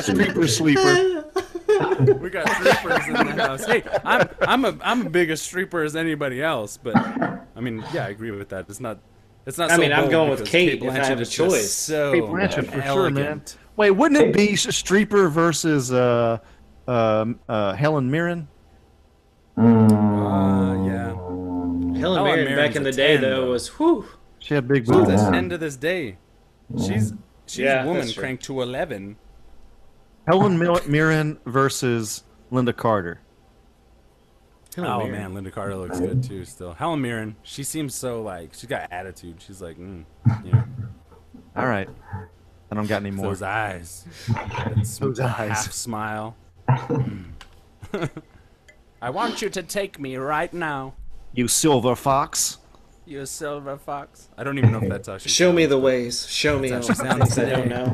Speaker 4: Sleeper, sleeper.
Speaker 2: We got strippers in the house. Hey, I'm I'm a I'm a bigger stripper as anybody else, but I mean, yeah, I agree with that. It's not it's not.
Speaker 3: I
Speaker 2: so
Speaker 3: mean, I'm
Speaker 2: bold
Speaker 3: going with
Speaker 2: because
Speaker 3: Kate if I
Speaker 2: Blanchett
Speaker 3: have a
Speaker 2: is just
Speaker 3: choice.
Speaker 2: So
Speaker 4: Kate Blanchett, for sure, Oh, man.
Speaker 2: elegant.
Speaker 4: Wait, wouldn't it be Streeper versus uh, um uh, Helen Mirren?
Speaker 2: Uh, yeah.
Speaker 3: Helen
Speaker 2: Helen
Speaker 3: Mirren back
Speaker 2: Mirren's
Speaker 3: in
Speaker 2: Oh, a
Speaker 3: the day
Speaker 2: 10,
Speaker 3: though
Speaker 2: though.
Speaker 3: was whew.
Speaker 4: She had big
Speaker 2: To
Speaker 4: boobs.
Speaker 6: that-
Speaker 2: this
Speaker 6: Yeah.
Speaker 2: end of this day, she's she's
Speaker 3: Yeah,
Speaker 2: a woman
Speaker 3: that's true.
Speaker 2: cranked to eleven.
Speaker 4: Helen Mil- Mirren versus Linda Carter.
Speaker 3: Helen
Speaker 2: oh
Speaker 3: Mirren.
Speaker 2: man, Linda Carter looks good too. Still, Helen Mirren, she seems so like she's got attitude. She's like, mm, you know,
Speaker 4: All right. I don't got any more.
Speaker 2: those eyes, That sm-
Speaker 4: Those eyes.
Speaker 2: half smile. I want you to take me right now.
Speaker 4: You silver fox.
Speaker 2: You silver fox. I don't even know if that's how she.
Speaker 3: Show me
Speaker 2: sounds.
Speaker 3: the ways. Show me.
Speaker 2: That's
Speaker 3: all
Speaker 2: actually
Speaker 3: the things I
Speaker 2: sounds
Speaker 3: don't know.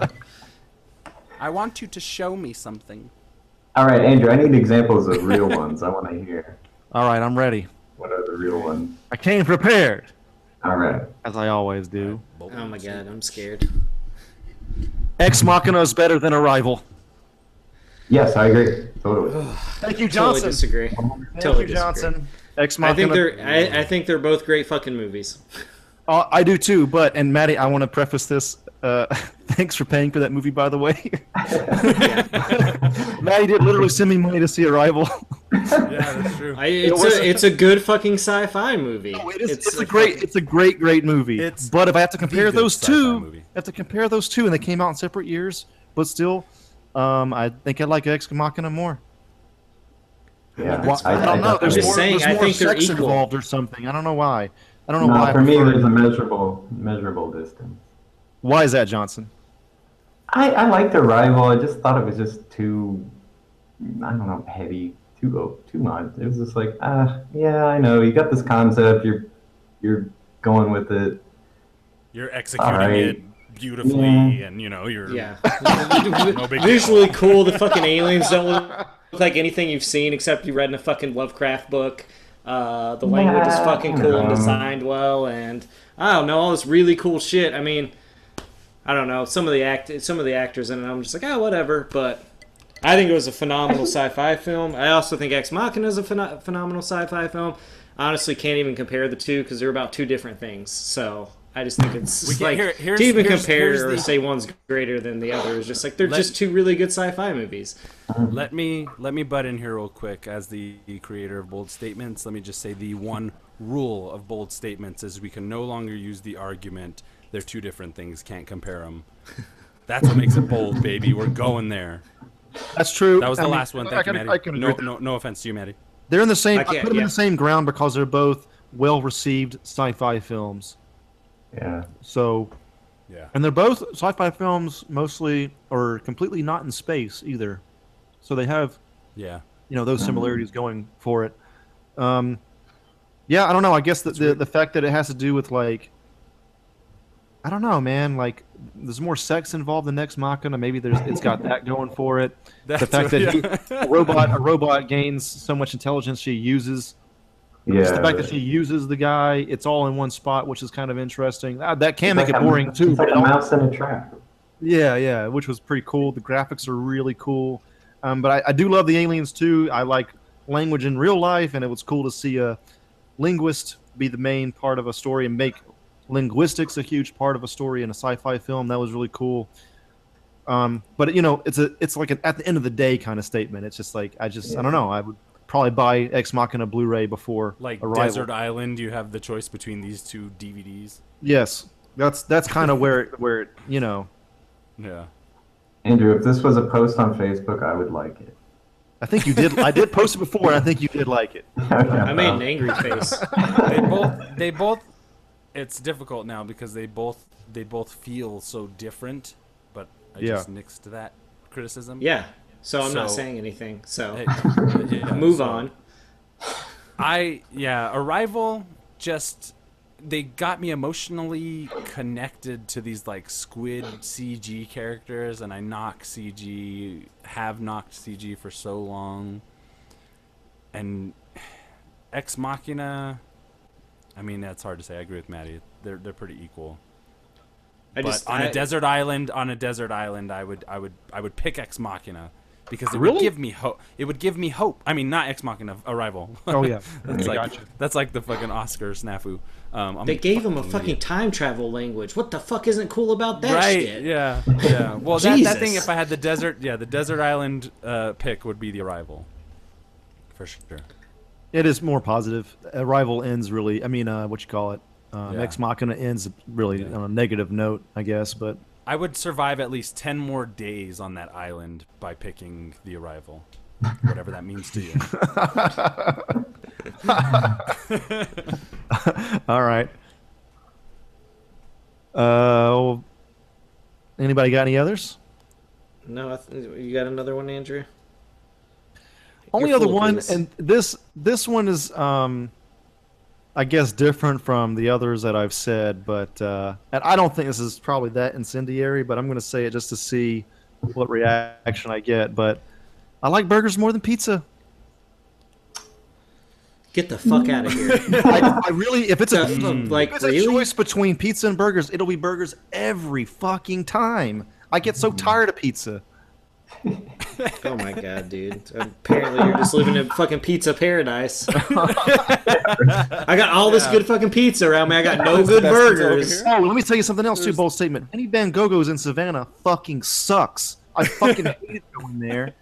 Speaker 2: I want you to show me something.
Speaker 6: All right, Andrew. I need examples of real ones. I want to hear
Speaker 4: All right, I'm ready.
Speaker 6: what are the real ones.
Speaker 4: I came prepared,
Speaker 6: All right.
Speaker 4: as I always do.
Speaker 3: Oh my god, I'm scared.
Speaker 4: Ex Machina is better than Arrival.
Speaker 6: Yes, I agree. Totally.
Speaker 4: Thank you,
Speaker 3: Totally
Speaker 4: Johnson.
Speaker 3: disagree.
Speaker 4: Thank
Speaker 3: Totally
Speaker 4: you,
Speaker 3: disagree.
Speaker 4: Johnson. Ex
Speaker 3: I think
Speaker 4: Machina.
Speaker 3: they're. I, I think they're both great fucking movies.
Speaker 4: Uh, I do too, but and Maddie, I want to preface this. Uh, thanks for paying for that movie, by the way. Maddie did literally send me money to see Arrival.
Speaker 2: Yeah, that's true.
Speaker 3: I, it's
Speaker 4: was-
Speaker 3: a it's a good fucking sci-fi movie.
Speaker 4: It is, it's, a great, it's a great, great movie.
Speaker 2: It's
Speaker 4: but if I have to compare
Speaker 2: good
Speaker 4: those
Speaker 2: sci-fi
Speaker 4: two,
Speaker 2: movie.
Speaker 4: I have to compare those two, and they came out in separate years, but still, um, I think I like Ex Machina more.
Speaker 6: Yeah.
Speaker 4: Why- I, don't know. There's
Speaker 3: just
Speaker 4: more,
Speaker 3: saying,
Speaker 4: there's
Speaker 3: I
Speaker 4: more
Speaker 3: think they're
Speaker 4: sex
Speaker 3: equal.
Speaker 4: involved or something. I don't know why. I don't know why.
Speaker 6: No,
Speaker 4: I
Speaker 6: for me,
Speaker 4: prefer-
Speaker 6: there's a measurable, measurable distance.
Speaker 4: why is that, Johnson?
Speaker 6: I, I liked Arrival. I just thought it was just too, I don't know, heavy, too oh, too much. It was just like, ah, yeah, I know. You got this concept. You're, you're going with it.
Speaker 2: You're executing
Speaker 6: All right.
Speaker 2: it beautifully,
Speaker 6: Yeah.
Speaker 2: and you know you're.
Speaker 3: Yeah.
Speaker 2: big deal.
Speaker 3: Visually cool. The fucking aliens don't look like anything you've seen except you read in a fucking Lovecraft book. Uh, the language is
Speaker 6: Nah,
Speaker 3: fucking
Speaker 6: I
Speaker 3: cool and
Speaker 6: dunno.
Speaker 3: designed well, and I don't know all this really cool shit. I mean, I don't know some of the act, some of the actors in it. I'm just like, oh, whatever. But I think it was a phenomenal sci-fi film. I also think Ex Machina is a pheno- phenomenal sci-fi film. Honestly, can't even compare the two because they're about two different things. So I just think it's
Speaker 2: We can't-
Speaker 3: like
Speaker 2: here- here's-
Speaker 3: to even
Speaker 2: here's-
Speaker 3: compare
Speaker 2: here's
Speaker 3: or
Speaker 2: the-
Speaker 3: say one's greater than the other is just like they're
Speaker 2: Let-
Speaker 3: just two really good sci-fi movies.
Speaker 2: Let me let me butt in here real quick as the creator of bold statements. Let me just say the one rule of bold statements is we can no longer use the argument they're two different things, can't compare them. That's what makes it bold, baby. We're going there.
Speaker 4: That's true.
Speaker 2: That was the
Speaker 4: I mean,
Speaker 2: last one.
Speaker 4: I
Speaker 2: Thank
Speaker 4: can,
Speaker 2: you, Maddie.
Speaker 4: I can agree
Speaker 2: no,
Speaker 4: with that.
Speaker 2: no, no offense to you, Maddie.
Speaker 4: They're in the same. I,
Speaker 3: I can't,
Speaker 4: put them
Speaker 3: yeah.
Speaker 4: in the same ground because they're both well-received sci-fi films.
Speaker 6: Yeah.
Speaker 4: So,
Speaker 2: Yeah.
Speaker 4: and they're both sci-fi films, mostly or completely not in space either. So they have
Speaker 2: Yeah.
Speaker 4: you know those similarities going for it. Um, yeah, I don't know. I guess the, the the fact that it has to do with like, I don't know, man. Like, there's more sex involved in Ex Machina. Maybe there's it's got that going for it. the
Speaker 2: That's what-
Speaker 4: fact that
Speaker 2: yeah.
Speaker 4: he, a robot a robot gains so much intelligence she uses.
Speaker 6: Yeah.
Speaker 4: Just the fact that she uses the guy, it's all in one spot, which is kind of interesting. Ah, that can
Speaker 6: It's
Speaker 4: make
Speaker 6: like
Speaker 4: it
Speaker 6: a-
Speaker 4: boring too.
Speaker 6: It's
Speaker 4: but
Speaker 6: like
Speaker 4: it
Speaker 6: a
Speaker 4: al-
Speaker 6: mouse in a trap.
Speaker 4: yeah, yeah, which was pretty cool. The graphics are really cool. Um, but I, I do love the aliens too. I like language in real life, and it was cool to see a linguist be the main part of a story and make linguistics a huge part of a story in a sci-fi film. That was really cool. Um, but you know, it's a it's like an at the end of the day kind of statement. It's just like I just I don't know. I would probably buy Ex Machina Blu-ray before
Speaker 2: like
Speaker 4: Arrival.
Speaker 2: Desert Island, you have the choice between these two DVDs.
Speaker 4: Yes, that's that's kind of where it, where it, you know
Speaker 2: Yeah.
Speaker 6: Andrew, if this was a post on Facebook, I would like it.
Speaker 4: I think you did. I did post it before, and I think you did like it.
Speaker 3: I made
Speaker 2: Um,
Speaker 3: an angry face.
Speaker 2: They both they both it's difficult now because they both they both feel so different, but I
Speaker 4: Yeah.
Speaker 2: just nixed that criticism.
Speaker 3: Yeah. So I'm not
Speaker 2: So-
Speaker 3: saying anything. So
Speaker 2: Hey, yeah,
Speaker 3: move
Speaker 2: so-
Speaker 3: on.
Speaker 2: I yeah, Arrival just they got me emotionally connected to these like squid CG characters and I knock CG have knocked CG for so long. And Ex Machina I mean that's hard to say. I agree with Maddie. They're they're pretty equal.
Speaker 3: I
Speaker 2: But
Speaker 3: just
Speaker 2: on
Speaker 3: I-
Speaker 2: a desert island, on a desert island, I would, I would, I would pick Ex Machina because it would
Speaker 4: Really?
Speaker 2: give me hope. It would give me hope. I mean, not Ex Machina, Arrival.
Speaker 4: Oh, yeah.
Speaker 2: that's
Speaker 4: I
Speaker 2: like
Speaker 4: gotcha.
Speaker 2: that's like the fucking Oscar snafu. Um, I'm
Speaker 3: They gave him a
Speaker 2: idiot.
Speaker 3: fucking time travel language. What the fuck isn't cool about that
Speaker 2: right.
Speaker 3: shit?
Speaker 2: Yeah, yeah. Well, that, that thing.
Speaker 3: Jesus.
Speaker 2: If I had the desert, yeah, the desert island uh, pick would be the Arrival, for sure.
Speaker 4: It is more positive. Arrival ends really. I mean, uh, what you call it? Um,
Speaker 2: Yeah.
Speaker 4: Ex Machina ends really
Speaker 2: Yeah.
Speaker 4: on a negative note, I guess. But
Speaker 2: I would survive at least ten more days on that island by picking the Arrival, whatever that means to you.
Speaker 4: all right. Uh, anybody got any others?
Speaker 3: No, I th- you got another one, Andrew?
Speaker 4: only
Speaker 3: You're
Speaker 4: other
Speaker 3: full of
Speaker 4: one
Speaker 3: these.
Speaker 4: and this this one is um i guess different from the others that i've said but uh and i don't think this is probably that incendiary but i'm going to say it just to see what reaction i get but i like burgers more than pizza
Speaker 3: Get the fuck out of here.
Speaker 4: i, I really if it's a
Speaker 2: Mm.
Speaker 3: Stuff
Speaker 4: if
Speaker 3: like
Speaker 4: it's
Speaker 3: really?
Speaker 4: a choice between pizza and burgers it'll be burgers every fucking time i get
Speaker 3: Hmm.
Speaker 4: so tired of pizza
Speaker 3: Oh my god, dude. Apparently you're just living in fucking pizza paradise. I got all this good fucking pizza around me. I got no good
Speaker 5: best pizza over
Speaker 3: burgers.
Speaker 4: Oh, let me tell you something else too. Bold statement. Any Van Goghs in Savannah fucking sucks. I fucking hated going there.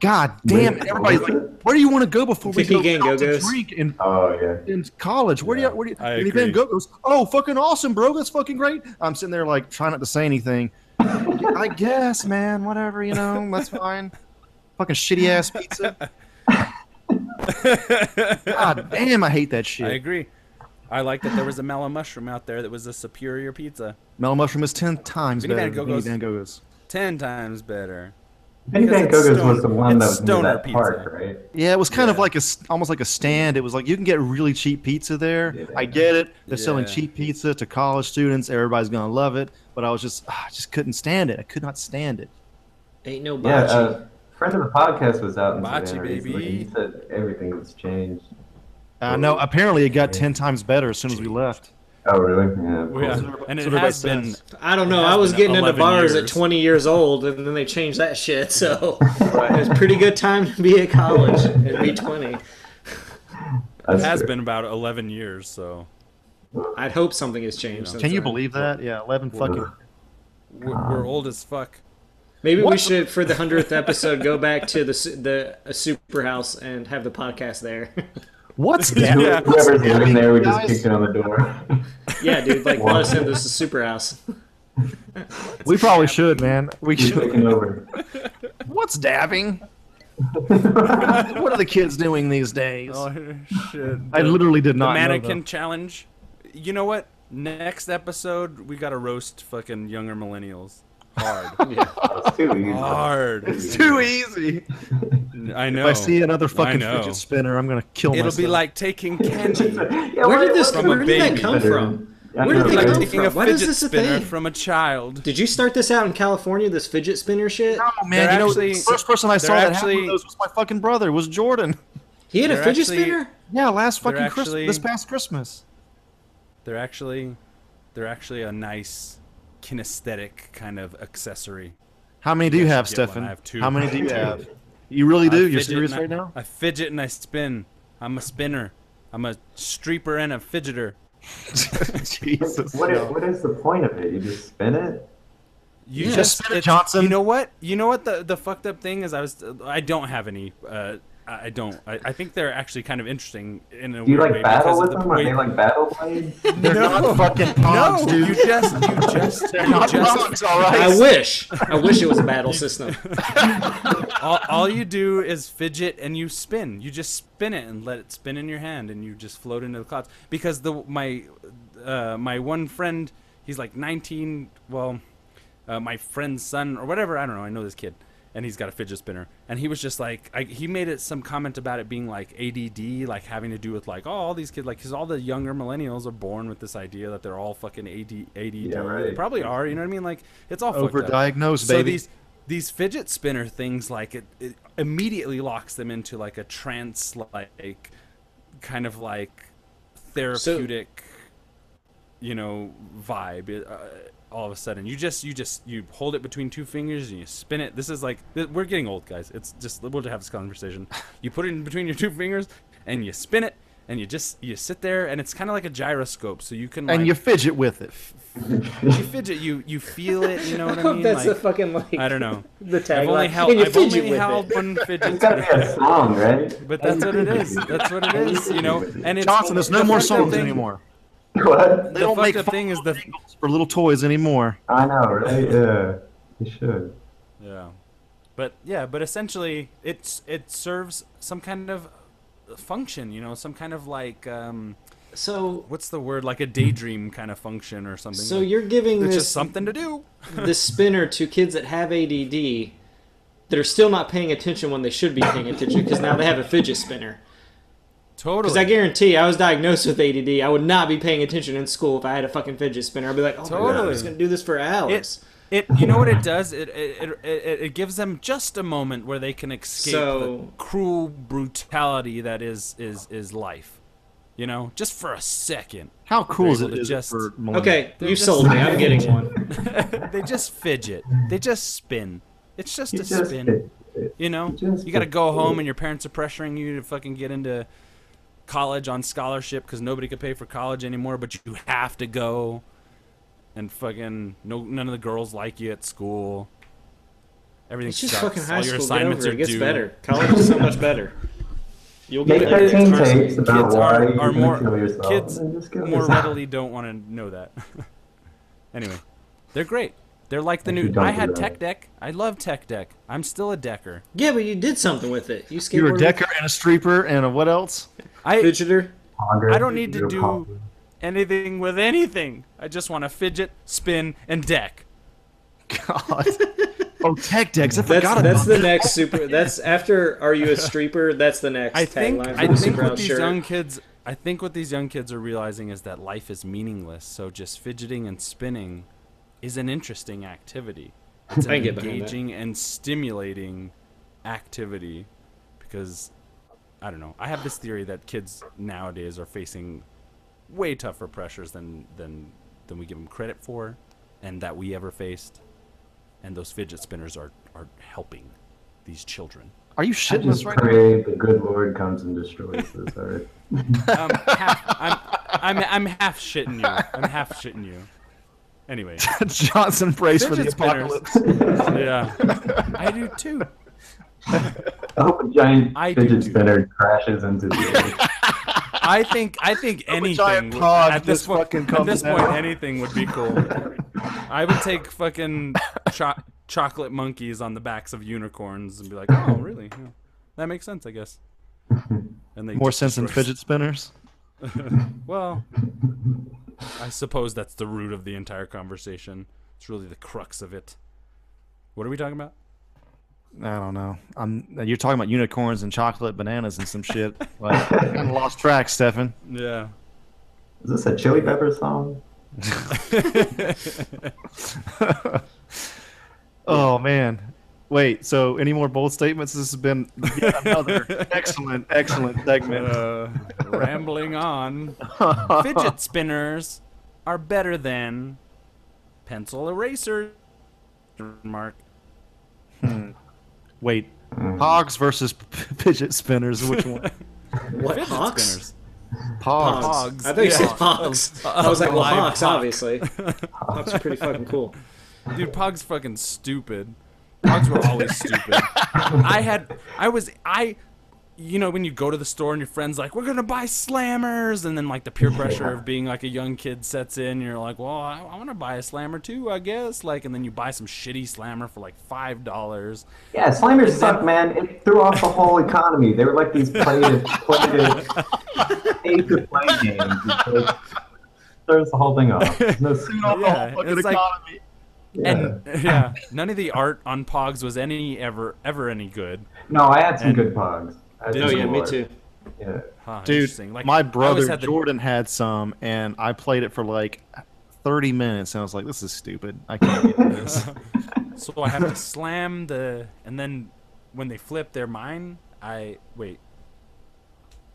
Speaker 4: God damn it!
Speaker 6: Wait,
Speaker 4: Everybody's
Speaker 6: what was
Speaker 4: like, "Where do you want to go before we
Speaker 3: Did he
Speaker 4: go
Speaker 3: get
Speaker 4: out to
Speaker 3: Go-Go's?
Speaker 4: drink in,
Speaker 6: Oh yeah.
Speaker 4: in college? Where do
Speaker 2: Yeah,
Speaker 4: you? Where do you?"
Speaker 2: I
Speaker 4: Any Van
Speaker 2: agree.
Speaker 4: Goghs? Oh, fucking awesome, bro! That's fucking great. I'm sitting there like trying not to say anything. I guess, man. Whatever, you know, that's fine. Fucking shitty ass pizza. God damn, I hate that shit.
Speaker 2: I agree. I like that there was a mellow mushroom out there that was a superior pizza.
Speaker 4: Mellow mushroom is ten times
Speaker 2: Vinnie
Speaker 4: better
Speaker 2: Van
Speaker 4: than Vinnie
Speaker 2: Goghs.
Speaker 4: Van Goghs.
Speaker 2: Ten times better.
Speaker 6: Vinny
Speaker 2: Because
Speaker 6: Van
Speaker 2: it's
Speaker 6: Gogh's
Speaker 2: stoner-
Speaker 6: was the one that
Speaker 2: it's
Speaker 6: was near
Speaker 2: stoner
Speaker 6: that
Speaker 2: pizza.
Speaker 6: park, right?
Speaker 4: Yeah, it was kind of
Speaker 2: Yeah.
Speaker 4: like a s- almost like a stand. It was like you can get really cheap pizza there. I get it. They're selling
Speaker 2: Yeah.
Speaker 4: cheap pizza to college students. Everybody's gonna love it. But I was just, ah, I just couldn't stand it. I could not stand it.
Speaker 3: Ain't no
Speaker 6: Yeah,
Speaker 3: bocce.
Speaker 6: uh, friend of the podcast was out in
Speaker 2: Bocce,
Speaker 6: Savannah recently.
Speaker 2: baby.
Speaker 6: He said everything was changed.
Speaker 4: Uh, no, apparently it got ten times better as soon as we left.
Speaker 6: Oh really? Yeah. of course.
Speaker 2: Yeah. And it
Speaker 4: everybody
Speaker 2: has been.
Speaker 4: says.
Speaker 3: I don't
Speaker 2: It
Speaker 3: know.
Speaker 2: has
Speaker 3: I was
Speaker 2: been
Speaker 3: getting into
Speaker 2: 11
Speaker 3: bars at
Speaker 2: years.
Speaker 3: 20 years old, and then they changed that shit. So it's pretty good time to be at college and be 20.
Speaker 6: That's
Speaker 2: It has
Speaker 6: true.
Speaker 2: been about 11 years, so
Speaker 3: I'd hope something has changed. since
Speaker 4: Can you
Speaker 3: then.
Speaker 4: believe that? Yeah, eleven fucking.
Speaker 2: we're, we're old as fuck.
Speaker 3: Maybe we should, for the hundredth episode, go back to the su- the uh, super house and have the podcast there.
Speaker 4: What's that?
Speaker 2: Yeah.
Speaker 4: What's
Speaker 6: Whoever's living
Speaker 4: happening,
Speaker 6: there, we just
Speaker 4: guys?
Speaker 6: kicked it on the door.
Speaker 3: yeah, dude. Like, want to send this to super house?
Speaker 4: We probably should, man. We should.
Speaker 6: Taking over.
Speaker 4: What's dabbing? what are the kids doing these days?
Speaker 2: shit.
Speaker 4: I literally did not. know that.
Speaker 2: Oh, Mannequin challenge. You know what? Next episode, we gotta roast fucking younger millennials. Hard.
Speaker 6: It's too easy.
Speaker 2: Hard.
Speaker 4: It's too easy.
Speaker 2: I know.
Speaker 4: If I see another fucking
Speaker 2: know.
Speaker 4: fidget spinner, I'm gonna kill
Speaker 2: It'll
Speaker 4: myself.
Speaker 2: be like taking candy.
Speaker 6: Yeah,
Speaker 3: Where did
Speaker 6: what-
Speaker 3: this?
Speaker 6: what-
Speaker 2: a
Speaker 3: Where did that
Speaker 2: baby.
Speaker 3: come from?
Speaker 6: I
Speaker 3: Where
Speaker 6: know,
Speaker 3: did they
Speaker 6: right?
Speaker 3: come
Speaker 2: taking a
Speaker 3: from? Why is
Speaker 2: fidget
Speaker 3: this a
Speaker 2: spinner
Speaker 3: thing?
Speaker 2: from a child.
Speaker 3: Did you start this out in California? This fidget spinner shit.
Speaker 4: No, man.
Speaker 2: They're
Speaker 4: You know,
Speaker 2: actually-
Speaker 4: the first person I saw
Speaker 2: they're
Speaker 4: that actually,
Speaker 2: actually-
Speaker 4: those was my fucking brother. Was Jordan?
Speaker 3: He had a
Speaker 2: They're
Speaker 3: fidget
Speaker 2: actually-
Speaker 3: spinner.
Speaker 4: Yeah, last fucking
Speaker 2: actually-
Speaker 4: Christmas. This past Christmas.
Speaker 2: They're actually, they're actually a nice kinesthetic kind of accessory.
Speaker 4: How many do you have,
Speaker 2: should get one.
Speaker 4: Stefan?
Speaker 2: I have two.
Speaker 4: How many do you have? You really do?
Speaker 2: I
Speaker 4: You're
Speaker 2: fidget
Speaker 4: serious
Speaker 2: and I-
Speaker 4: right now?
Speaker 2: I fidget and I spin. I'm a spinner. I'm a streeper and a fidgeter.
Speaker 4: Jesus.
Speaker 6: What is,
Speaker 4: no.
Speaker 6: what is the point of it? You just spin it?
Speaker 2: You
Speaker 3: Yeah.
Speaker 4: Just spin it,
Speaker 2: it's-
Speaker 4: Johnson.
Speaker 2: You know what? You know what the the fucked up thing is? I was I don't have any. Uh, I I don't. I, I think they're actually kind of interesting in a
Speaker 6: Do you
Speaker 2: weird
Speaker 6: like
Speaker 2: way because
Speaker 6: battle
Speaker 2: of
Speaker 6: with
Speaker 2: the
Speaker 6: them? Are
Speaker 2: way-
Speaker 6: they like battle blades?
Speaker 4: They're not fucking
Speaker 2: no,
Speaker 4: pogs, dude.
Speaker 2: you just you just you
Speaker 4: not
Speaker 2: just
Speaker 4: pogs, all right?
Speaker 3: I wish. I wish it was a battle system.
Speaker 2: all, all you do is fidget and you spin. You just spin it and let it spin in your hand, and you just float into the clouds. Because the my uh, my one friend, he's like 19. Well, uh, my friend's son or whatever. I don't know. I know this kid, and he's got a fidget spinner. And he was just like, I, he made it some comment about it being like ADD, like having to do with like, oh, all these kids, like, because all the younger millennials are born with this idea that they're all fucking AD, ADD.
Speaker 6: Yeah, right.
Speaker 2: They probably are. You know what I mean? Like, it's all fucked up.
Speaker 4: Overdiagnosed,
Speaker 2: So
Speaker 4: baby.
Speaker 2: these these fidget spinner things like it, it immediately locks them into like a trance like kind of like therapeutic you know vibe it, uh, all of a sudden you just you just you hold it between two fingers and you spin it this is like th- we're getting old guys it's just we'll have this conversation you put it in between your two fingers and you spin it and you just you sit there and it's kind of like a gyroscope so you can like,
Speaker 4: And you fidget with it.
Speaker 2: you fidget you you feel it you know what i mean
Speaker 7: That's the
Speaker 2: Like-
Speaker 7: fucking like.
Speaker 2: I don't know.
Speaker 7: The tagline.
Speaker 2: I've only held,
Speaker 7: and you
Speaker 2: I've
Speaker 7: fidget
Speaker 2: only
Speaker 7: with
Speaker 2: held
Speaker 7: it.
Speaker 2: one fidget
Speaker 6: It's got to be
Speaker 2: spinner,
Speaker 6: a song, right?
Speaker 2: but that's what it is. That's what it is. You know, and it's
Speaker 4: Johnson, there's no
Speaker 2: the
Speaker 4: more
Speaker 2: fucked up
Speaker 4: songs
Speaker 2: thing-
Speaker 4: anymore.
Speaker 6: What?
Speaker 4: They
Speaker 2: The
Speaker 4: don't make
Speaker 2: fucked up
Speaker 4: fun
Speaker 2: thing is the
Speaker 4: for little toys anymore.
Speaker 6: I know, right? Yeah, you should.
Speaker 2: yeah, but yeah, but essentially, it's it serves some kind of function. You know, some kind of like um,
Speaker 3: So,
Speaker 2: what's the word? Like a daydream kind of function or something.
Speaker 3: so
Speaker 2: like,
Speaker 3: you're giving
Speaker 2: it's
Speaker 3: this
Speaker 2: just something to do.
Speaker 3: this spinner to kids that have ADD that are still not paying attention when they should be paying attention because now they have a fidget spinner.
Speaker 2: Totally.
Speaker 3: Because I guarantee I was diagnosed with ADD. I would not be paying attention in school if I had a fucking fidget spinner. I'd be like, oh my god, I'm
Speaker 2: Totally.
Speaker 3: just gonna do this for hours.
Speaker 2: It you know what it does? It it, it, it it gives them just a moment where they can escape
Speaker 3: So-
Speaker 2: the cruel brutality that is is is life. You know, just for a second.
Speaker 4: How cool is
Speaker 2: able
Speaker 4: it
Speaker 2: to
Speaker 4: is
Speaker 2: just-
Speaker 4: for millennials?
Speaker 3: okay, you
Speaker 2: just-
Speaker 3: sold me. I'm getting one.
Speaker 2: They just fidget. They just spin. It's just
Speaker 6: You
Speaker 2: a
Speaker 6: just
Speaker 2: spin.
Speaker 6: did it.
Speaker 2: You know,
Speaker 6: Just
Speaker 2: you got to
Speaker 6: a
Speaker 2: go home,
Speaker 6: spin.
Speaker 2: and your parents are pressuring you to fucking get into college on scholarship because nobody could pay for college anymore, but you have to go. And fucking no, none of the girls like you at school. Everything
Speaker 3: It's just
Speaker 2: sucks.
Speaker 3: fucking high
Speaker 2: All your
Speaker 3: school. Get
Speaker 2: assignments
Speaker 3: over it. It
Speaker 2: are
Speaker 3: gets
Speaker 2: due.
Speaker 3: better. College is so much better. You'll get
Speaker 6: Make
Speaker 3: it later.
Speaker 6: 13
Speaker 3: Trust me.
Speaker 6: tapes about
Speaker 2: Kids
Speaker 6: why
Speaker 2: are-
Speaker 6: you
Speaker 2: are
Speaker 6: can
Speaker 2: more-
Speaker 6: kill yourself.
Speaker 2: kids
Speaker 6: and just kill
Speaker 2: More
Speaker 6: yourself.
Speaker 2: readily don't want to know that. anyway, they're great. They're like the
Speaker 6: If you
Speaker 2: new.
Speaker 6: don't
Speaker 2: I
Speaker 6: do
Speaker 2: had
Speaker 6: that.
Speaker 2: Tech Deck. I love Tech Deck. I'm still a decker.
Speaker 3: Yeah, but you did something with it. You skateboarded.
Speaker 4: You're a decker and a streeper and a what else?
Speaker 2: I
Speaker 3: Fidgeter.
Speaker 6: Ponder,
Speaker 2: I don't need to
Speaker 6: you're
Speaker 2: do-
Speaker 6: ponder.
Speaker 2: anything with anything. I just want to fidget, spin, and deck.
Speaker 4: God. oh, tech decks. I forgot
Speaker 7: That's
Speaker 4: about
Speaker 7: that's the
Speaker 4: that.
Speaker 7: next super. That's after. Are you a streeper? That's the next
Speaker 2: I think
Speaker 7: tagline for the
Speaker 2: I think
Speaker 7: super
Speaker 2: what
Speaker 7: out
Speaker 2: these
Speaker 7: shirt.
Speaker 2: young kids I think what these young kids are realizing is that life is meaningless. So just fidgeting and spinning is an interesting activity. It's an
Speaker 7: I can get behind that.
Speaker 2: engaging and stimulating activity because I don't know. I have this theory that kids nowadays are facing way tougher pressures than than than we give them credit for and that we ever faced. And those fidget spinners are are helping these children.
Speaker 4: Are you
Speaker 6: I
Speaker 4: shitting us
Speaker 6: just
Speaker 4: right now?
Speaker 6: pray the good Lord comes and destroys this earth.
Speaker 2: um, half, I'm, I'm, I'm half shitting you. I'm half shitting you. Anyway,
Speaker 4: Johnson prays for the
Speaker 2: Fidget spinners.
Speaker 4: apocalypse.
Speaker 2: yeah, I do too.
Speaker 6: I hope a giant
Speaker 2: I do
Speaker 6: fidget
Speaker 2: too.
Speaker 6: spinner crashes into the earth.
Speaker 2: I think I think anything
Speaker 4: giant
Speaker 2: would-
Speaker 4: pod
Speaker 2: at this
Speaker 4: just
Speaker 2: point,
Speaker 4: fucking
Speaker 2: at
Speaker 4: comes
Speaker 2: this
Speaker 4: down.
Speaker 2: point, anything would be cool. I would take fucking cho- chocolate monkeys on the backs of unicorns and be like, oh, really? Yeah. That makes sense, I guess. And they
Speaker 4: More
Speaker 2: just
Speaker 4: sense than
Speaker 2: destroy-
Speaker 4: fidget spinners.
Speaker 2: Well, I suppose that's the root of the entire conversation. It's really the crux of it. What are we talking about?
Speaker 4: I don't know. I'm you're talking about unicorns and chocolate bananas and some shit. Like, I kinda lost track, Stefan.
Speaker 2: Yeah.
Speaker 6: Is this a Chili Pepper song?
Speaker 4: Oh man. Wait, so any more bold statements? This has been yet another excellent, excellent segment.
Speaker 2: Uh, rambling on. Fidget spinners are better than pencil erasers. Mark.
Speaker 4: Wait. Hogs versus p- fidget spinners, which one?
Speaker 7: What
Speaker 2: Fidget
Speaker 7: hawks?
Speaker 2: spinners.
Speaker 4: Hogs.
Speaker 2: Hogs.
Speaker 7: I thought you
Speaker 2: Yeah.
Speaker 7: said hawks. I was like, well,
Speaker 2: live
Speaker 7: hawks,
Speaker 2: hawk.
Speaker 7: obviously. Hawks are pretty fucking cool.
Speaker 2: Dude, Pog's fucking stupid. Pogs were always stupid. I had, I was, I, you know, when you go to the store and your friend's like, we're gonna buy slammers, and then like the peer pressure of being like a young kid sets in, you're like, well, I, I want to buy a slammer too, I guess. Like, and then you buy some shitty slammer for like five dollars.
Speaker 6: Yeah, slammers suck, man. It threw off the whole economy. They were like these plated, plated, hate to play games. It just throws the whole thing off. There's No,
Speaker 2: Yeah, it's like,
Speaker 6: yeah.
Speaker 2: and yeah, none of the art on Pogs was any ever ever any good.
Speaker 6: no, I had some good pogs. I
Speaker 3: Oh,
Speaker 6: had
Speaker 7: No,
Speaker 6: some
Speaker 7: yeah, me
Speaker 6: lore.
Speaker 7: too.
Speaker 6: Yeah.
Speaker 2: Huh,
Speaker 4: Dude,
Speaker 2: interesting. Like, I
Speaker 4: my
Speaker 2: always
Speaker 4: brother
Speaker 2: had the-
Speaker 4: Jordan had some, and I played it for like 30 minutes, and I was like, "This is stupid. I can't get this."
Speaker 2: So I have to slam the, and then when they flip their mine, I wait.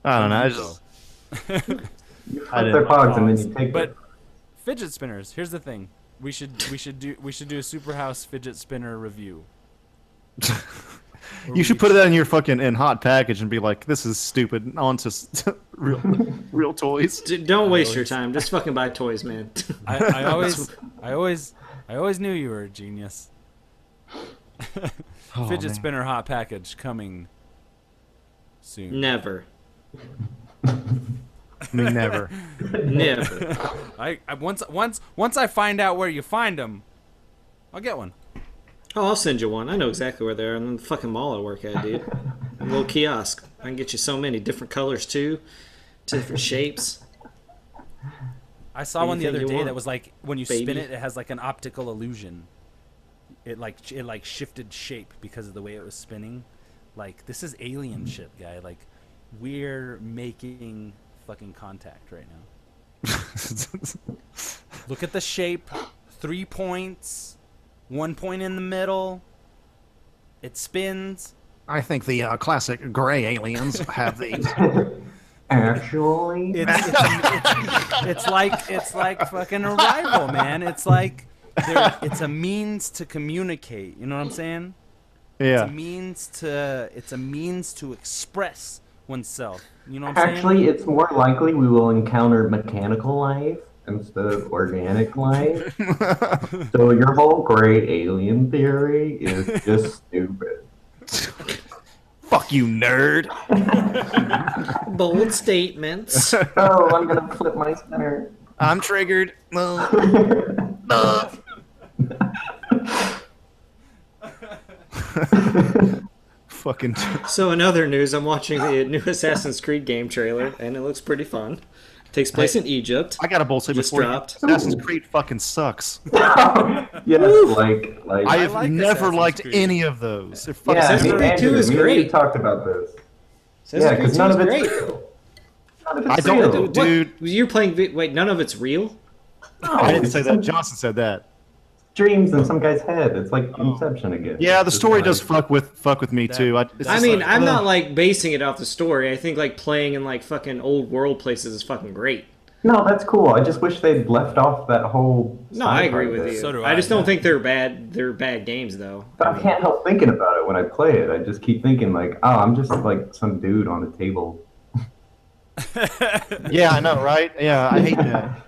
Speaker 4: I don't know. I just
Speaker 6: You
Speaker 4: I
Speaker 6: flip
Speaker 4: didn't like
Speaker 6: their pogs and then
Speaker 2: Pogs.
Speaker 6: you take
Speaker 2: But
Speaker 6: it.
Speaker 2: fidget spinners. Here's the thing. We should we should do we should do a Superhouse fidget spinner review.
Speaker 4: you should put that in your fucking in hot package and be like, "This is stupid." On to s- real real toys.
Speaker 7: D- don't waste your time. Just fucking buy toys, man.
Speaker 2: I, I always I always I always knew you were a genius.
Speaker 4: Oh,
Speaker 2: fidget
Speaker 4: man.
Speaker 2: spinner hot package coming soon.
Speaker 7: Never.
Speaker 4: I mean, never.
Speaker 7: Never.
Speaker 2: I, I once once once I find out where you find them, I'll get one.
Speaker 7: Oh, I'll send you one. I know exactly where they are. I'm in the fucking mall I work at, dude. A little kiosk. I can get you so many different colors, too. Different shapes.
Speaker 2: I saw
Speaker 7: What do
Speaker 2: one
Speaker 7: you
Speaker 2: the
Speaker 7: think
Speaker 2: other
Speaker 7: you
Speaker 2: day
Speaker 7: want,
Speaker 2: that was like when you spin
Speaker 7: baby?
Speaker 2: it, it has like an optical illusion. It like ch- it like shifted shape because of the way it was spinning. Like this is
Speaker 7: Mm.
Speaker 2: alien shit, guy. Like we're making fucking contact right now. Look at the shape, three points, one point in the middle. It spins.
Speaker 4: I think the uh, classic gray aliens have these.
Speaker 6: Actually,
Speaker 2: It's, it's, it's like it's like fucking arrival, man. It's like there- it's a means to communicate. You know what I'm saying? It's
Speaker 4: Yeah.
Speaker 2: a means to it's a means to express oneself. You know what I'm
Speaker 6: actually, it's more likely we will encounter mechanical life instead of organic life. so your whole great alien theory is just stupid.
Speaker 4: Fuck you, nerd.
Speaker 7: Bold statements.
Speaker 6: Oh, I'm gonna flip my spinner.
Speaker 4: I'm triggered. No. Fucking.
Speaker 7: So in other news, I'm watching the new Assassin's Creed game trailer, and it looks pretty fun. takes place in Egypt.
Speaker 4: I got a bold statement
Speaker 7: Just
Speaker 4: for you.
Speaker 7: dropped.
Speaker 4: Assassin's Creed fucking sucks.
Speaker 6: yes, like, like.
Speaker 4: I have
Speaker 2: like
Speaker 4: never
Speaker 2: Assassin's
Speaker 4: liked
Speaker 2: Creed.
Speaker 4: any of those. It fucking
Speaker 6: yeah,
Speaker 7: Assassin's
Speaker 6: me,
Speaker 7: Creed
Speaker 6: Andrew,
Speaker 7: 2 is
Speaker 6: me and you
Speaker 7: great.
Speaker 6: talked about this.
Speaker 7: Assassin's
Speaker 6: yeah,
Speaker 7: Creed
Speaker 6: because none
Speaker 7: 2
Speaker 6: of
Speaker 7: is
Speaker 6: it's
Speaker 7: great.
Speaker 6: real. None of it's
Speaker 4: I don't-
Speaker 6: real.
Speaker 4: dude,
Speaker 7: What? You're playing. vi- Wait, none of it's real.
Speaker 6: No,
Speaker 4: I didn't
Speaker 6: it's
Speaker 4: say
Speaker 6: some
Speaker 4: that. Johnson said that.
Speaker 6: Dreams in some guy's head. It's like Inception again.
Speaker 4: Oh. Yeah, the
Speaker 6: It's
Speaker 4: story
Speaker 6: like-
Speaker 4: does fuck with fuck with me too. I, it's
Speaker 7: I
Speaker 4: just
Speaker 7: mean,
Speaker 4: like,
Speaker 7: I'm
Speaker 4: ugh.
Speaker 7: not like basing it off the story. I think like playing in like fucking old world places is fucking great.
Speaker 6: No, that's cool. I just wish they'd left off that whole.
Speaker 7: No, I
Speaker 6: side
Speaker 7: agree
Speaker 6: part of
Speaker 7: with
Speaker 6: it.
Speaker 7: you.
Speaker 2: So do
Speaker 7: I
Speaker 2: I,
Speaker 7: just don't
Speaker 2: yeah.
Speaker 7: think they're bad. They're bad games though.
Speaker 6: But I can't help thinking about it when I play it. I just keep thinking like, oh, I'm just like some dude on a table.
Speaker 4: Yeah, I know, right? Yeah, I hate that.
Speaker 2: saying?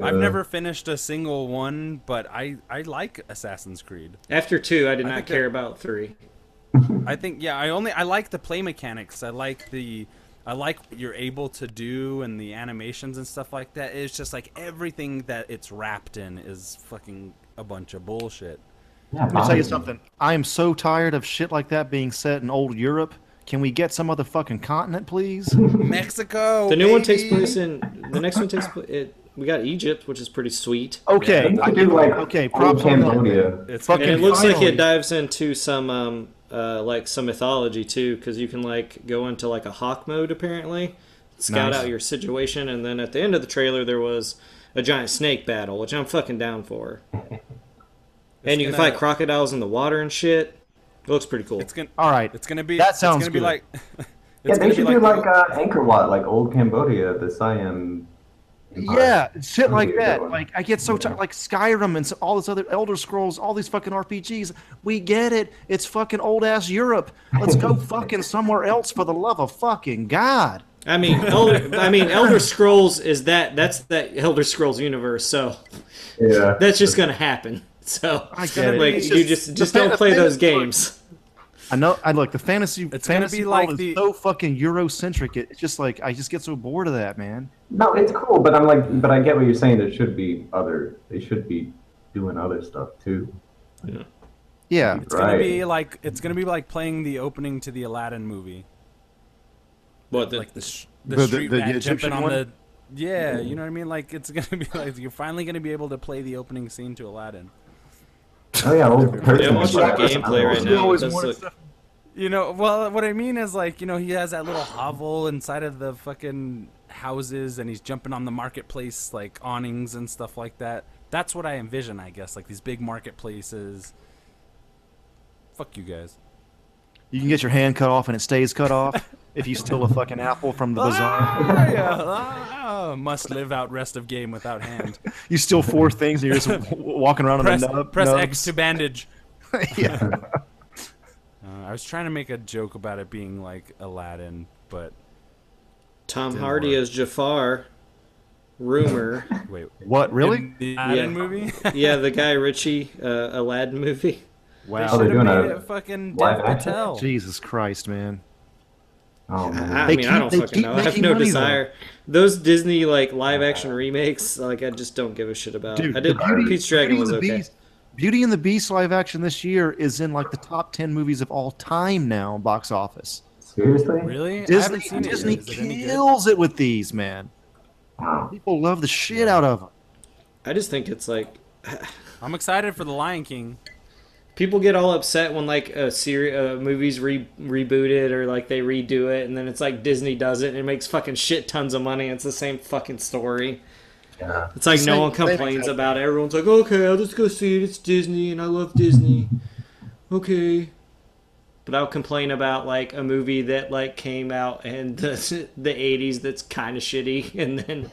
Speaker 2: I've never finished a single one, but I I like Assassin's Creed.
Speaker 7: After two, I did not
Speaker 2: think
Speaker 7: care
Speaker 2: that-
Speaker 7: about three.
Speaker 2: I think yeah, I only I like the play mechanics. I like the I like what you're able to do and the animations and stuff like that. It's just like everything that it's wrapped in is fucking a bunch of bullshit.
Speaker 6: Yeah,
Speaker 4: Let me tell you something. I am so tired of shit like that being set in old Europe. Can we get some other fucking continent, please?
Speaker 2: Mexico.
Speaker 7: The new one takes
Speaker 2: baby!
Speaker 7: place in. The next one takes place. It
Speaker 3: We got Egypt, which is pretty sweet.
Speaker 4: Okay.
Speaker 6: You could do like
Speaker 4: okay,
Speaker 6: whole
Speaker 4: props on that.
Speaker 6: Cambodia.
Speaker 2: It's
Speaker 4: Fucking
Speaker 3: And it looks like
Speaker 4: finally.
Speaker 3: it dives into some um, uh, like some mythology too, because you can like go into like a hawk mode apparently, scout
Speaker 2: Nice.
Speaker 3: out your situation, and then at the end of the trailer there was a giant snake battle, which I'm fucking down for. and you can
Speaker 2: gonna-
Speaker 3: fight crocodiles in the water and shit. It looks pretty cool.
Speaker 2: It's gonna.
Speaker 4: All right.
Speaker 2: It's gonna be.
Speaker 4: That
Speaker 2: it's
Speaker 4: sounds
Speaker 2: gonna be
Speaker 4: good.
Speaker 2: like.
Speaker 6: Yeah,
Speaker 2: it's
Speaker 6: they
Speaker 2: gonna
Speaker 6: should
Speaker 2: be
Speaker 6: do
Speaker 2: like
Speaker 6: like uh, Angkor Wat, like old Cambodia, the Siam. Empire.
Speaker 4: Yeah, shit like
Speaker 6: Weird
Speaker 4: that.
Speaker 6: one.
Speaker 4: Like I get so tired. Like Skyrim and so- all this other Elder Scrolls, all these fucking RPGs. We get it. It's fucking old ass Europe. Let's go fucking somewhere else for the love of fucking God.
Speaker 3: I mean, Elder, I mean, Elder Scrolls is that that's that Elder Scrolls universe, so
Speaker 6: Yeah.
Speaker 3: that's just gonna happen. So
Speaker 4: I get it.
Speaker 3: like
Speaker 4: It's
Speaker 3: you
Speaker 4: just-
Speaker 3: just just
Speaker 4: the fa-
Speaker 3: don't play
Speaker 4: the
Speaker 3: those
Speaker 4: fantasy part-
Speaker 3: games.
Speaker 4: I know. I look the fantasy.
Speaker 2: It's gonna
Speaker 4: fantasy
Speaker 2: be
Speaker 4: world
Speaker 2: like
Speaker 4: is
Speaker 2: the-
Speaker 4: so fucking Eurocentric. It, it's just like I just get so bored of that, man.
Speaker 6: No, it's cool, but I'm like, but I get what you're saying. There should be other. They should be doing other stuff too.
Speaker 4: Yeah.
Speaker 2: It's gonna
Speaker 6: Right.
Speaker 2: be like. It's gonna be like playing the opening to the Aladdin movie.
Speaker 3: What the,
Speaker 2: Like the sh- the,
Speaker 4: The- the-
Speaker 2: street
Speaker 4: the- the
Speaker 2: rat
Speaker 4: Egyptian
Speaker 2: jumping on
Speaker 4: one?
Speaker 2: the. Yeah,
Speaker 4: Mm.
Speaker 2: you know what I mean. Like it's gonna be like you're finally gonna be able to play the opening scene to Aladdin.
Speaker 6: Oh yeah, old person.
Speaker 3: Yeah, I'm watching
Speaker 6: Black
Speaker 3: the
Speaker 6: person.
Speaker 3: gameplay right now.
Speaker 4: always
Speaker 3: It does
Speaker 4: wanted
Speaker 3: look-
Speaker 4: stuff-
Speaker 2: You know, well, what I mean is like, you know, he has that little hovel inside of the fucking houses and he's jumping on the marketplace, like awnings and stuff like that. That's what I envision, I guess, like these big marketplaces. Fuck you guys.
Speaker 4: You can get your hand cut off and it stays cut off if you steal a fucking apple from the bazaar.
Speaker 2: Ah, yeah, ah, must live out rest of game without hand.
Speaker 4: You steal four things and you're just w- w- walking around
Speaker 2: press
Speaker 4: on the nub,
Speaker 2: press
Speaker 4: nubs.
Speaker 2: X to bandage.
Speaker 4: yeah.
Speaker 2: Uh, I was trying to make a joke about it being like Aladdin, but
Speaker 3: Tom
Speaker 2: Didn't
Speaker 3: Hardy
Speaker 2: work.
Speaker 3: as Jafar. Rumor,
Speaker 2: wait,
Speaker 4: What really?
Speaker 2: the Aladdin movie?
Speaker 3: yeah, the Guy Ritchie uh, Aladdin movie.
Speaker 2: wow,
Speaker 6: they're
Speaker 2: should have
Speaker 6: doing
Speaker 2: made
Speaker 6: a
Speaker 2: it fucking
Speaker 6: live
Speaker 2: Dev
Speaker 6: action?
Speaker 2: Patel.
Speaker 4: Jesus Christ, man.
Speaker 6: Oh
Speaker 3: I, I
Speaker 6: man.
Speaker 4: They
Speaker 3: mean,
Speaker 4: keep-
Speaker 3: I don't
Speaker 4: they
Speaker 3: fucking
Speaker 4: keep
Speaker 3: know. I have
Speaker 4: making
Speaker 3: no
Speaker 4: money, though.
Speaker 3: desire. Those Disney like live action remakes, like I just don't give a shit
Speaker 2: Uh,
Speaker 3: about.
Speaker 4: Dude,
Speaker 3: I did.
Speaker 4: the Beauty-
Speaker 3: Pete's Dragon
Speaker 4: Beauty
Speaker 3: was
Speaker 4: and the
Speaker 3: okay.
Speaker 4: Beast, Beauty and the Beast live action this year is in like the top ten movies of all time now, box office.
Speaker 6: Seriously?
Speaker 2: Really? I
Speaker 4: Disney,
Speaker 2: haven't seen it
Speaker 4: Disney
Speaker 2: yet. Is it any good?
Speaker 4: kills it with these, man.
Speaker 6: Wow.
Speaker 4: People love the shit out of them.
Speaker 3: I just think it's like
Speaker 2: I'm excited for the Lion King.
Speaker 3: people get all upset when like a series, uh, movies re- rebooted or like they redo it, and then it's like Disney does it and it makes fucking shit tons of money. and It's the same fucking story.
Speaker 6: Yeah.
Speaker 3: It's like
Speaker 4: Same-
Speaker 3: no one
Speaker 4: same
Speaker 3: complains
Speaker 4: exact-
Speaker 3: about it. Everyone's like, okay, I'll just go see it. It's Disney, and I love Disney. Okay. But I'll complain about like a movie that like came out in the the '80s that's kind of shitty, and then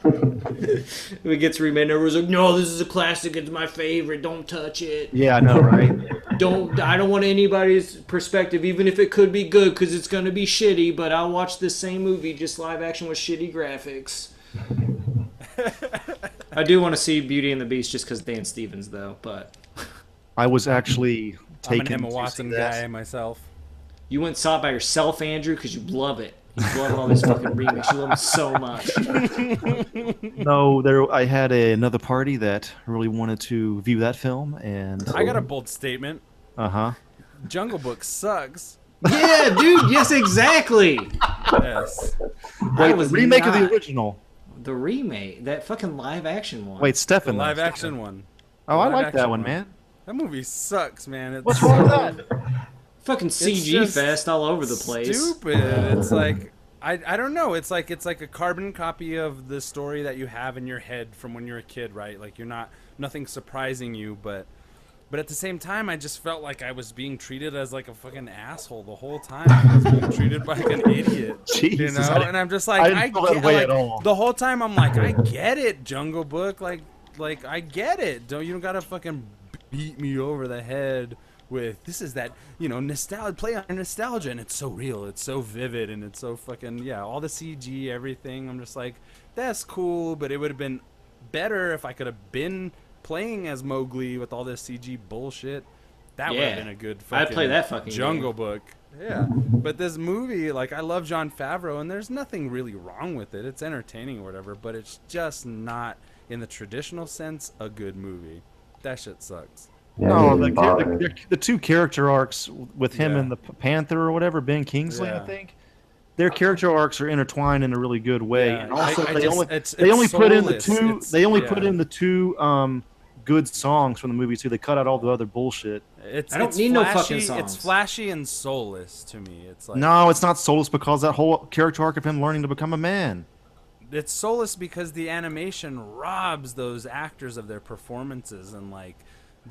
Speaker 3: it gets remade. and Everyone's like, "No, this is a classic. It's my favorite. Don't touch it.
Speaker 4: Yeah, I know, right?
Speaker 3: Don't. I don't want anybody's perspective, even if it could be good, because it's gonna be shitty. But I'll watch this same movie, just live action with shitty graphics." I do want to see Beauty and the Beast just because Dan Stevens, though. But
Speaker 4: I was actually
Speaker 2: I'm
Speaker 4: taken.
Speaker 2: an Emma
Speaker 4: to
Speaker 2: Watson
Speaker 4: see that.
Speaker 2: guy myself.
Speaker 3: you went and saw it by yourself, Andrew, because you love it. You love all these fucking remakes. You love them so much.
Speaker 4: No, there. I had a, another party that really wanted to view that film, and
Speaker 2: I got a bold statement.
Speaker 4: uh huh.
Speaker 2: Jungle Book sucks.
Speaker 3: Yeah, dude. Yes, exactly.
Speaker 2: Yes.
Speaker 3: I was
Speaker 4: Remake of the
Speaker 3: not-
Speaker 4: original.
Speaker 3: the remake, that fucking live action one.
Speaker 4: Wait,
Speaker 2: The
Speaker 4: Stefan.
Speaker 2: live
Speaker 4: though.
Speaker 2: action one.
Speaker 4: Oh, I
Speaker 2: live
Speaker 4: like that
Speaker 2: action
Speaker 4: one,
Speaker 2: one.
Speaker 4: man.
Speaker 2: That movie sucks, man. It's
Speaker 4: What's wrong with that?
Speaker 3: fucking CG
Speaker 2: just
Speaker 3: fest all over the place.
Speaker 2: Stupid. It's like I, I don't know. It's like it's like a carbon copy of the story that you have in your head from when you're a kid, right? Like you're not nothing surprising you, but but at the same time, I just felt like I was being treated as like a fucking asshole the whole time. I was being treated like an idiot, you
Speaker 4: Jesus,
Speaker 2: know.
Speaker 4: I didn't-
Speaker 2: and I'm just like,
Speaker 4: I
Speaker 2: I,
Speaker 4: didn't feel that
Speaker 2: get,
Speaker 4: way
Speaker 2: like,
Speaker 4: at all.
Speaker 2: The whole time, I'm like, I get it, Jungle Book. Like, like I get it. Don't you don't gotta fucking beat me over the head with this is that you know nostalgia play on nostalgia and it's so real it's so vivid and it's so fucking yeah all the cg everything i'm just like that's cool but it would have been better if i could have been playing as mowgli with all this cg bullshit that would
Speaker 3: Yeah.
Speaker 2: have been a good
Speaker 3: I'd
Speaker 2: fucking
Speaker 3: play that fucking
Speaker 2: jungle book yeah but this movie like i love john favreau and there's nothing really wrong with it it's entertaining or whatever but it's just not in the traditional sense a good movie that shit sucks
Speaker 6: Yeah,
Speaker 4: No,
Speaker 3: Oh,
Speaker 6: it
Speaker 4: the,
Speaker 6: didn't
Speaker 4: char-
Speaker 6: bother.
Speaker 4: the, the two character arcs with him
Speaker 2: Yeah.
Speaker 4: and the P- Panther or whatever, Ben Kingsley,
Speaker 2: Yeah.
Speaker 4: I think. their character arcs are intertwined in a really good way.
Speaker 8: Yeah,
Speaker 4: and also,
Speaker 8: I- I
Speaker 4: they
Speaker 8: just-
Speaker 4: only
Speaker 8: it's-
Speaker 4: they
Speaker 8: it's
Speaker 4: only put in the
Speaker 8: soulless.
Speaker 4: two
Speaker 8: It's-
Speaker 4: they only
Speaker 8: yeah.
Speaker 4: put in the two um, good songs from the movie too. They cut out all the other bullshit.
Speaker 2: It's,
Speaker 9: I don't
Speaker 2: it's
Speaker 9: need no
Speaker 2: flashy,
Speaker 9: fucking songs.
Speaker 2: It's flashy and soulless to me. It's like
Speaker 4: No, it's not soulless because that whole character arc of him learning to become a man.
Speaker 2: it's soulless because the animation robs those actors of their performances and like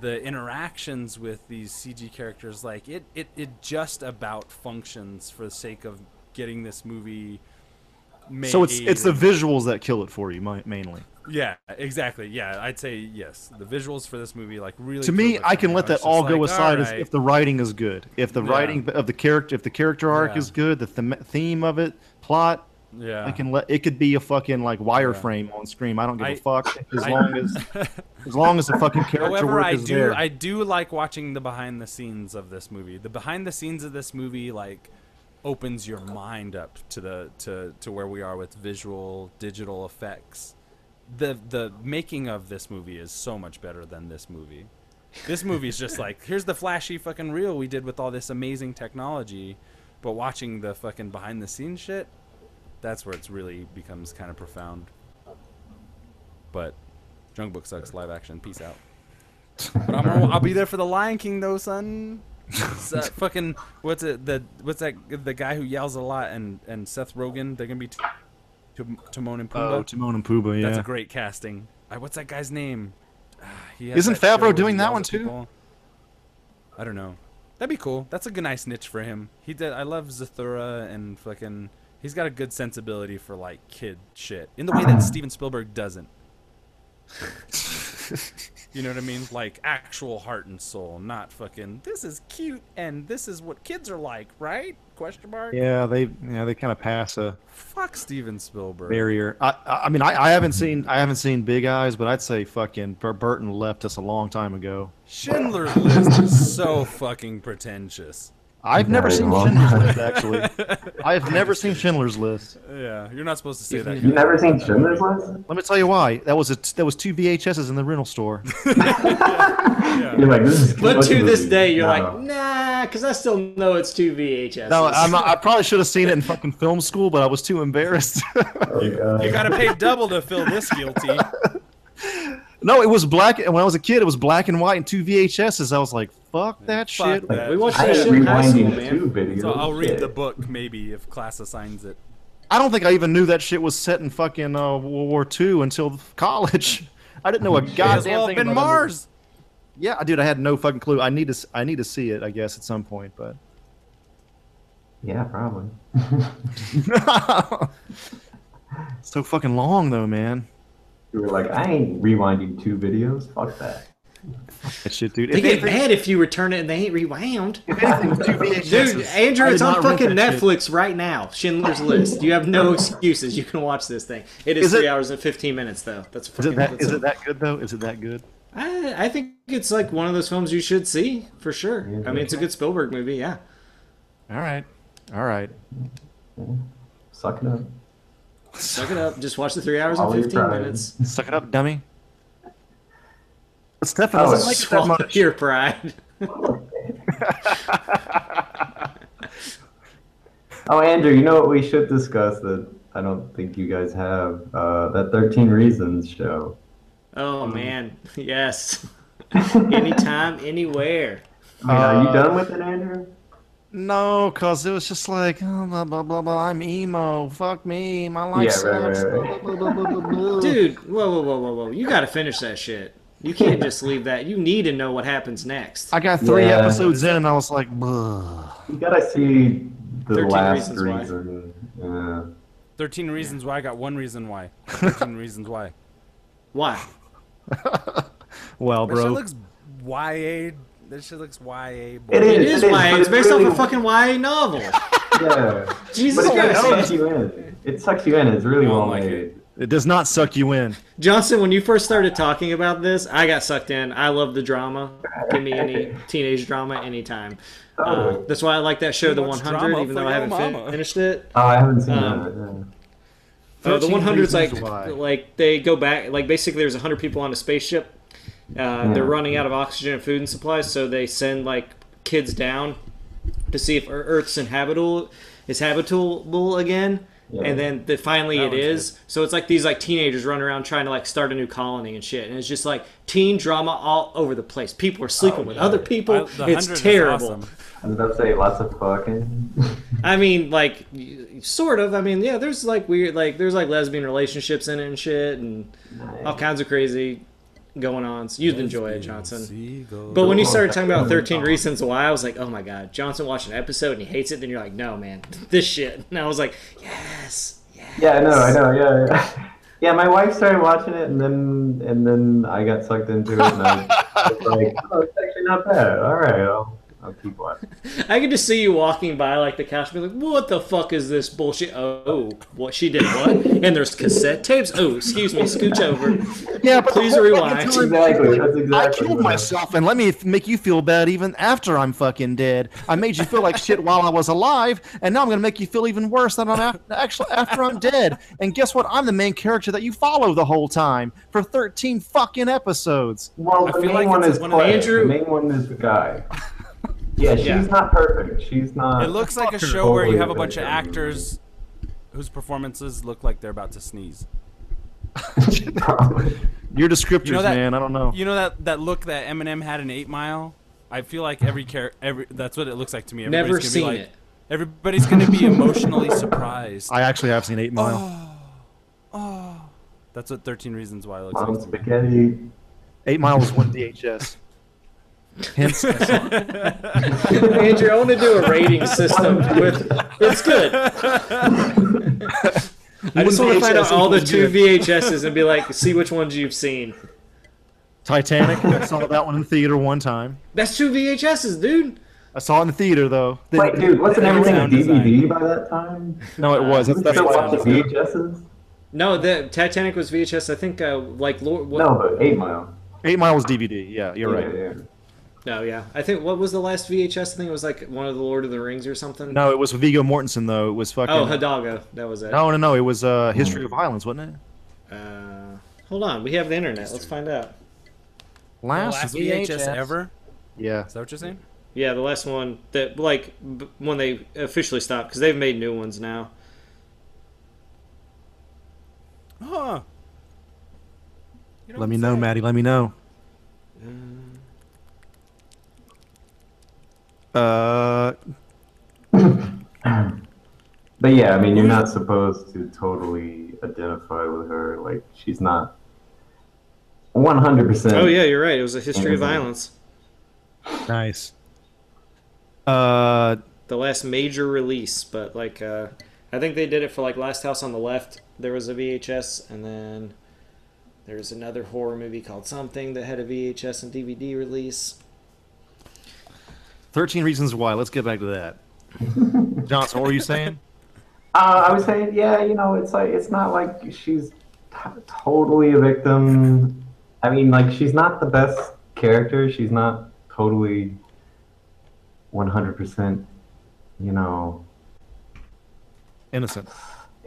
Speaker 2: the interactions with these CG characters like it it, it just about functions for the sake of getting this movie made.
Speaker 4: So it's it's the
Speaker 2: and-
Speaker 4: visuals that kill it for you mi- mainly.
Speaker 2: Yeah, exactly. Yeah, I'd say yes. The visuals for this movie like really
Speaker 4: to me,
Speaker 2: killed it
Speaker 4: I
Speaker 2: for
Speaker 4: can let
Speaker 2: was
Speaker 4: that
Speaker 2: just
Speaker 4: all
Speaker 2: like,
Speaker 4: go aside as
Speaker 2: alright.
Speaker 4: if the writing is good, if the
Speaker 2: Yeah.
Speaker 4: writing of the character, if the character arc
Speaker 2: Yeah.
Speaker 4: is good, the them theme of it, plot.
Speaker 2: yeah.
Speaker 4: I can let it could be a fucking like wireframe on screen. I don't give a
Speaker 2: I-
Speaker 4: fuck as
Speaker 2: I-
Speaker 4: long as as long as the fucking character
Speaker 2: However,
Speaker 4: work
Speaker 2: I
Speaker 4: is
Speaker 2: do
Speaker 4: there.
Speaker 2: I do like watching the behind the scenes of this movie. The behind the scenes of this movie like opens your mind up to the to to where we are with visual digital effects. The the making of this movie is so much better than this movie. This movie is just like here's the flashy fucking reel we did with all this amazing technology, but watching the fucking behind the scenes shit, that's where it's really becomes kind of profound. But Junk Book sucks live action. Peace out. But I'm, I'll be there for the Lion King though, son. It's, uh, fucking what's it? The what's that? The guy who yells a lot and and Seth Rogen. They're gonna be t- Tim- Timon and Pumbaa.
Speaker 4: oh, Timon and Pumbaa, yeah.
Speaker 2: That's a great casting. Uh, what's that guy's name? Ah, he has that
Speaker 4: Isn't
Speaker 2: show
Speaker 4: Favreau
Speaker 2: where he
Speaker 4: doing that
Speaker 2: yells
Speaker 4: one
Speaker 2: at
Speaker 4: too?
Speaker 2: people. I don't know. That'd be cool. That's a good nice niche for him. He did. I love Zathura and fucking. He's got a good sensibility for like kid shit in the way that Steven Spielberg doesn't. you know what I mean? Like actual heart and soul, not fucking. This is cute and this is what kids are like, right? Question mark.
Speaker 4: yeah, they yeah they kind of pass a
Speaker 2: Fuck Steven Spielberg.
Speaker 4: barrier. I I I mean I, I haven't seen I haven't seen Big Eyes, but I'd say fucking Bur- Burton left us a long time ago.
Speaker 2: Schindler's List is so fucking pretentious.
Speaker 4: I've never
Speaker 6: Very
Speaker 4: seen
Speaker 6: long.
Speaker 4: Schindler's List actually. I've never seen Schindler's List.
Speaker 2: Yeah, you're not supposed to say that.
Speaker 6: You've never seen Schindler's List?
Speaker 4: Let me tell you why. That was a t- that was two VHSs in the rental store.
Speaker 6: You're like, this is
Speaker 3: But
Speaker 6: what
Speaker 3: to
Speaker 6: you
Speaker 3: this
Speaker 6: do.
Speaker 3: day, you're
Speaker 6: No.
Speaker 3: like, nah, because I still know it's two VHS.
Speaker 4: No, I'm not, I probably should have seen it in fucking film school, but I was too embarrassed.
Speaker 6: Oh,
Speaker 2: You
Speaker 6: God.
Speaker 2: gotta pay double to feel this guilty.
Speaker 4: no, it was black. When I was a kid, it was black and white and two VHSs. I was like, fuck
Speaker 2: Fuck
Speaker 4: that shit.
Speaker 2: that.
Speaker 3: we watched
Speaker 6: I
Speaker 3: that
Speaker 6: had
Speaker 3: shit in high school,
Speaker 6: rewinding
Speaker 3: man.
Speaker 6: two videos.
Speaker 2: So I'll read
Speaker 6: Shit.
Speaker 2: the book maybe if class assigns it.
Speaker 4: I don't think I even knew that shit was set in fucking uh, World War II until college. I didn't know a
Speaker 2: It's
Speaker 4: goddamn
Speaker 2: all
Speaker 4: thing.
Speaker 2: been
Speaker 4: about that movie.
Speaker 2: Mars.
Speaker 4: Yeah, dude, I had no fucking clue. I need to, s- I need to see it, I guess, at some point. But
Speaker 6: Yeah, probably.
Speaker 4: so fucking long though, man.
Speaker 6: You were like, I ain't rewinding two videos. Fuck that.
Speaker 4: That shit, dude.
Speaker 3: They
Speaker 4: If
Speaker 3: get
Speaker 4: anything,
Speaker 3: mad if you return it and they ain't rewound.
Speaker 4: two VHSs.
Speaker 3: Dude, Andrew,
Speaker 4: I did
Speaker 3: it's on
Speaker 4: not rent
Speaker 3: fucking
Speaker 4: that shit.
Speaker 3: Netflix right now. Schindler's List. You have no excuses. You can watch this thing. It is,
Speaker 4: Is it-
Speaker 3: three hours and fifteen minutes, though. That's
Speaker 4: Is
Speaker 3: fucking.
Speaker 4: it that,
Speaker 3: that's
Speaker 4: is
Speaker 3: a-
Speaker 4: it that good though? Is it that good?
Speaker 3: I, I think it's like one of those films you should see for sure. I mean, it's a good Spielberg movie. Yeah.
Speaker 4: All right, all right.
Speaker 6: Suck it up.
Speaker 3: Suck it up. Just watch the three hours and
Speaker 6: While you're
Speaker 3: fifteen
Speaker 6: driving.
Speaker 3: minutes.
Speaker 4: Suck it up, dummy. But Stefan
Speaker 6: Oh,
Speaker 4: doesn't like it that
Speaker 3: Swallow
Speaker 4: much.
Speaker 3: your pride.
Speaker 6: Oh, Andrew, you know what we should discuss that I don't think you guys have? Uh, that 13 Reasons show.
Speaker 3: Oh man, yes. Anytime, Uh, anywhere.
Speaker 6: I mean, are you done with it, Andrew?
Speaker 4: No, cause it was just like oh, blah blah blah blah. I'm emo. Fuck me. My life
Speaker 6: Yeah, right, right,
Speaker 4: sucks.
Speaker 6: right.
Speaker 4: Blah, blah, blah, blah, blah, blah.
Speaker 3: Dude, whoa, whoa, whoa, whoa, whoa! You gotta finish that shit. You can't just leave that. You need to know what happens next.
Speaker 4: I got three
Speaker 6: Yeah.
Speaker 4: episodes in, and I was like, Bleh.
Speaker 6: You gotta see the
Speaker 3: 13
Speaker 6: last
Speaker 3: Reasons Why.
Speaker 6: reason. Yeah.
Speaker 2: Thirteen reasons why I got one reason why. Thirteen reasons why.
Speaker 3: Why?
Speaker 4: well,
Speaker 2: That shit
Speaker 4: bro.
Speaker 2: looks YA. That shit looks YA.
Speaker 6: It
Speaker 2: Boy.
Speaker 6: is.
Speaker 3: It is
Speaker 6: it
Speaker 3: YA.
Speaker 6: is, but
Speaker 3: It's based off
Speaker 6: really-
Speaker 3: a fucking YA novel.
Speaker 6: Yeah.
Speaker 3: Jesus
Speaker 6: But it
Speaker 3: Christ.
Speaker 6: sucks you in. It sucks you in. It's really well
Speaker 2: like
Speaker 6: made.
Speaker 4: It does not suck you in.
Speaker 3: Johnson, when you first started talking about this, I got sucked in. I love the drama. Give me any teenage drama anytime. Uh,
Speaker 6: Oh.
Speaker 3: that's why I like that show, The
Speaker 2: much
Speaker 3: 100,
Speaker 2: drama
Speaker 3: even
Speaker 2: for
Speaker 3: though I
Speaker 2: your
Speaker 3: haven't fin-
Speaker 2: mama.
Speaker 3: finished it.
Speaker 6: Oh, I haven't seen
Speaker 3: Um,
Speaker 6: that. yeah.
Speaker 3: Uh, the
Speaker 4: 13
Speaker 3: 100's like
Speaker 4: Reasons Why.
Speaker 3: like they go back like basically there's 100 people on a spaceship. Uh, They're running out of oxygen and food and supplies, so they send like kids down to see if Ear- Earth's inhabitable is habitable again. And then the, finally it is. So it's like these like teenagers running around trying to like start a new colony and shit. And it's just like teen drama all over the place. People are sleeping with other people.
Speaker 2: Oh, I- the Hundred
Speaker 3: it's
Speaker 2: is
Speaker 3: terrible.
Speaker 2: awesome.
Speaker 6: I was about to say lots of fucking.
Speaker 3: I mean, like, y- sort of. I mean, yeah, there's like weird, like, there's like lesbian relationships in it and shit, and all kinds of crazy going on. So you'd enjoy it, Johnson. But when you started talking about 13 Reasons Why, I was like, oh my god, Johnson watched an episode and he hates it, then you're like, no, man, this shit. And I was like, yes.
Speaker 6: Yeah, I know, I know, yeah, yeah. Yeah, my wife started watching it, and then and then I got sucked into it, and I was like, "Oh, it's actually not bad. All right, I'll, I'll keep watching."
Speaker 3: I could just see you walking by, like, the couch, and be like, what the fuck is this bullshit? Oh, what? She did what? And there's cassette tapes? Oh, excuse me, scooch over.
Speaker 4: Yeah, but
Speaker 3: Please rewind.
Speaker 6: Exactly, that's
Speaker 4: I
Speaker 6: exactly.
Speaker 4: killed
Speaker 6: what I-
Speaker 4: myself, and let me f- make you feel bad even after I'm fucking dead. I made you feel like shit while I was alive, and now I'm gonna make you feel even worse than I'm af- actually after I'm dead. And guess what? I'm the main character that you follow the whole time for 13 fucking episodes.
Speaker 6: Well, the
Speaker 2: feel
Speaker 6: main
Speaker 2: like
Speaker 6: one
Speaker 2: it's
Speaker 6: is
Speaker 2: one of the-
Speaker 6: Clay.
Speaker 3: Andrew-
Speaker 6: The main one is the guy. Yeah, she's
Speaker 3: Yeah.
Speaker 6: not perfect. She's not.
Speaker 2: It looks like a
Speaker 4: Fucker.
Speaker 2: show where you have a
Speaker 6: Totally
Speaker 2: bunch of
Speaker 6: right.
Speaker 2: actors whose performances look like they're about to sneeze.
Speaker 4: Your descriptors,
Speaker 2: You know that-
Speaker 4: man. I don't know.
Speaker 2: You know that, that look that Eminem had in Eight Mile? I feel like every char- every that's what it looks like to me. Everybody's
Speaker 3: Never
Speaker 2: gonna
Speaker 3: seen
Speaker 2: be like,
Speaker 3: it.
Speaker 2: Everybody's going to be emotionally surprised.
Speaker 4: I actually have seen Eight
Speaker 3: Oh.
Speaker 4: Mile.
Speaker 2: That's what 13 Reasons Why looks
Speaker 6: Mom
Speaker 2: like to me.
Speaker 6: spaghetti.
Speaker 4: Eight Mile was one DHS. Hence,
Speaker 3: Andrew, I want to do a rating system with. It's good. I just want to find out all the two VHSs and be like, see which ones you've seen.
Speaker 4: Titanic. I saw that one in the theater one time.
Speaker 3: That's two VHSs, dude.
Speaker 4: I saw it in the theater though.
Speaker 6: Wait, dude, wasn't everything
Speaker 2: sound
Speaker 6: DVD by that time?
Speaker 4: no, it was. That's,
Speaker 6: Did
Speaker 4: that's
Speaker 6: you
Speaker 4: why
Speaker 6: watch the VHSs?
Speaker 3: No, the Titanic was VHS. I think uh, like Lord. What,
Speaker 6: No, but Eight Mile.
Speaker 4: Eight Mile was DVD. Yeah, you're right.
Speaker 6: Yeah, yeah.
Speaker 3: No, yeah. I think what was the last VHS thing? It was like one of the Lord of the Rings or something.
Speaker 4: No, it was Vigo Mortensen though. It was fucking.
Speaker 3: Oh, Hidalgo. That was it.
Speaker 4: no, no, no. It was uh, History of Violence, wasn't it?
Speaker 3: Uh, hold on, we have the internet. Let's find out.
Speaker 4: Last,
Speaker 2: Last VHS ever?
Speaker 4: Yeah.
Speaker 2: Is that what you're saying?
Speaker 3: Yeah, the last one that like b- when they officially stopped because they've made new ones now.
Speaker 2: Huh.
Speaker 4: Let me know, Maddie. Let me know. Uh,
Speaker 6: But yeah, I mean, you're not supposed to totally identify with her. Like, she's not 100%.
Speaker 3: Oh yeah, you're right. It was a history of violence.
Speaker 4: nice. Uh,
Speaker 3: The last major release, but like uh, I think they did it for like Last House on the Left. There was a VHS, and then there's another horror movie called Something that had a VHS and DVD release.
Speaker 4: thirteen reasons why. Let's get back to that. Johnson, what were you saying?
Speaker 6: Uh, I was saying, yeah, you know, it's like, it's not like she's t- totally a victim. I mean, like, she's not the best character. She's not totally 100%, you know,
Speaker 4: Innocent.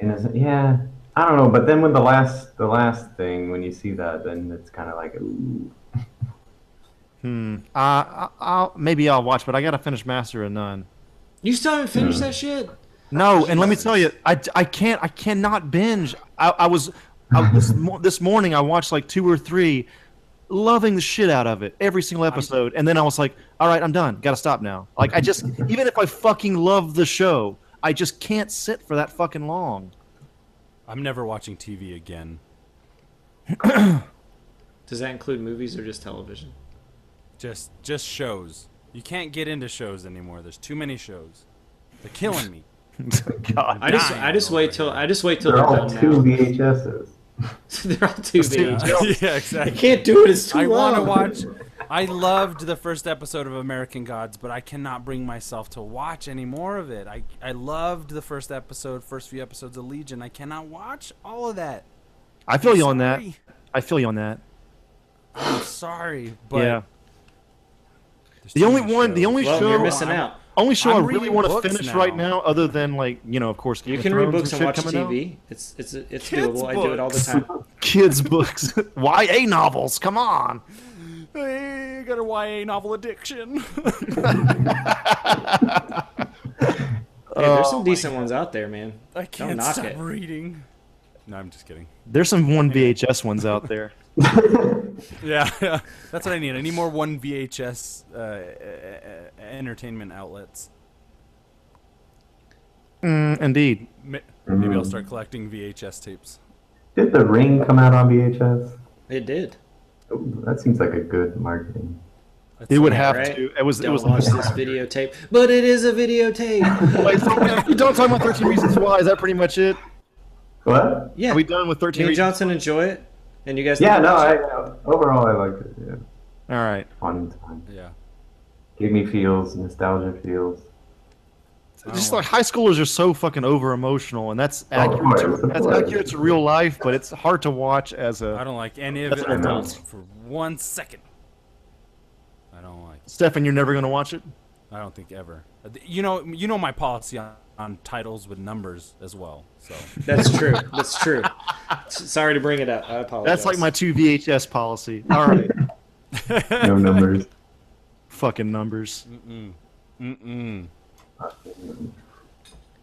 Speaker 6: innocent. Yeah, I don't know. But then when the last the last thing when you see that, then it's kind of like ooh.
Speaker 4: Uh, I, I'll maybe I'll watch, but I gotta finish Master of None.
Speaker 3: You still haven't finished that shit?
Speaker 4: No, and let me tell you, I, I can't I cannot binge. I, I was I, this mo- this morning I watched like two or three, loving the shit out of it every single episode, and then I was like, all right, I'm done. Got to stop now. Like I just even if I fucking love the show, I just can't sit for that fucking long.
Speaker 2: I'm never watching TV again.
Speaker 3: Does that include movies or just television?
Speaker 2: Just just shows. You can't get into shows anymore. There's too many shows. They're killing me.
Speaker 4: God,
Speaker 3: I just
Speaker 2: Dying
Speaker 3: I just
Speaker 2: over
Speaker 3: wait till
Speaker 2: here.
Speaker 3: I just wait till
Speaker 6: They're
Speaker 3: they're
Speaker 6: all
Speaker 3: done
Speaker 6: two
Speaker 3: now.
Speaker 6: VHSs.
Speaker 3: They're all too big.
Speaker 2: yeah,
Speaker 3: I
Speaker 2: exactly.
Speaker 3: can't do it. It's too
Speaker 2: I
Speaker 3: long.
Speaker 2: want to watch. I loved the first episode of American Gods, but I cannot bring myself to watch any more of it. I I loved the first episode, first few episodes of Legion. I cannot watch all of that.
Speaker 4: I feel you on that.
Speaker 2: Sorry.
Speaker 4: I feel you on that.
Speaker 2: I'm sorry, but
Speaker 4: yeah.
Speaker 2: there's
Speaker 4: The
Speaker 2: too
Speaker 4: only
Speaker 2: many
Speaker 4: one, the
Speaker 2: shows.
Speaker 4: only
Speaker 3: Well,
Speaker 4: show,
Speaker 3: you're missing
Speaker 2: I'm-
Speaker 3: out.
Speaker 4: only show
Speaker 2: I'm
Speaker 4: I really
Speaker 2: reading
Speaker 4: want to
Speaker 2: books
Speaker 4: finish
Speaker 2: now.
Speaker 4: right now, other than like you know, of course, Game
Speaker 3: You
Speaker 4: of
Speaker 3: can read
Speaker 4: Thrones
Speaker 3: books and watch
Speaker 4: shit coming out.
Speaker 3: TV. It's it's it's
Speaker 2: Kids'
Speaker 3: doable. I do it all the
Speaker 2: books.
Speaker 3: time.
Speaker 4: kids books ya novels come on
Speaker 2: Hey, I got a YA novel addiction.
Speaker 7: Hey, there's
Speaker 2: Oh
Speaker 7: some
Speaker 2: my
Speaker 7: decent ones out there, man.
Speaker 2: I can't
Speaker 7: knock
Speaker 2: stop
Speaker 7: it.
Speaker 2: reading. No, I'm just kidding.
Speaker 4: There's some one VHS ones out there.
Speaker 2: Yeah, yeah. that's what I need. I need more one VHS uh, uh, uh, entertainment outlets.
Speaker 4: Mm, indeed.
Speaker 2: Ma- Maybe
Speaker 4: Mm.
Speaker 2: I'll start collecting VHS tapes.
Speaker 6: Did The Ring come out on VHS?
Speaker 7: It did.
Speaker 6: Ooh, that seems like a good marketing.
Speaker 4: It would have
Speaker 7: right?
Speaker 4: to. It was.
Speaker 7: Don't
Speaker 4: it was.
Speaker 7: watch this videotape, but it is a videotape.
Speaker 4: Wait, so we- we don't talk about 13 Reasons Why. Is that pretty much it?
Speaker 6: What?
Speaker 7: Yeah,
Speaker 4: Are we done with 13
Speaker 7: me and
Speaker 4: Reasons?
Speaker 7: Johnson enjoy it, and you guys.
Speaker 6: Yeah,
Speaker 7: can
Speaker 6: no,
Speaker 7: watch
Speaker 6: I uh,
Speaker 7: it.
Speaker 6: overall I liked it. Yeah,
Speaker 4: All right.
Speaker 6: fun time.
Speaker 2: Yeah.
Speaker 6: Gave me feels, nostalgia feels.
Speaker 4: Just like high schoolers are so fucking over emotional, and that's accurate.
Speaker 6: course,
Speaker 4: To,
Speaker 6: of
Speaker 4: that's
Speaker 6: course.
Speaker 4: accurate to real life, but it's hard to watch as
Speaker 2: I
Speaker 4: a.
Speaker 2: don't like any of
Speaker 4: That's
Speaker 2: it
Speaker 4: what I
Speaker 2: at all
Speaker 6: thought.
Speaker 2: for one second. I don't like. It.
Speaker 4: Stefan, you're never gonna watch it.
Speaker 7: Oh,
Speaker 2: I don't think ever. You know, you know my policy on, on titles with numbers as well. So
Speaker 7: That's true. That's true. S- Sorry to bring it up. I apologize.
Speaker 4: That's like my two VHS policy. All right.
Speaker 6: No numbers.
Speaker 4: fucking numbers.
Speaker 2: Mm-mm.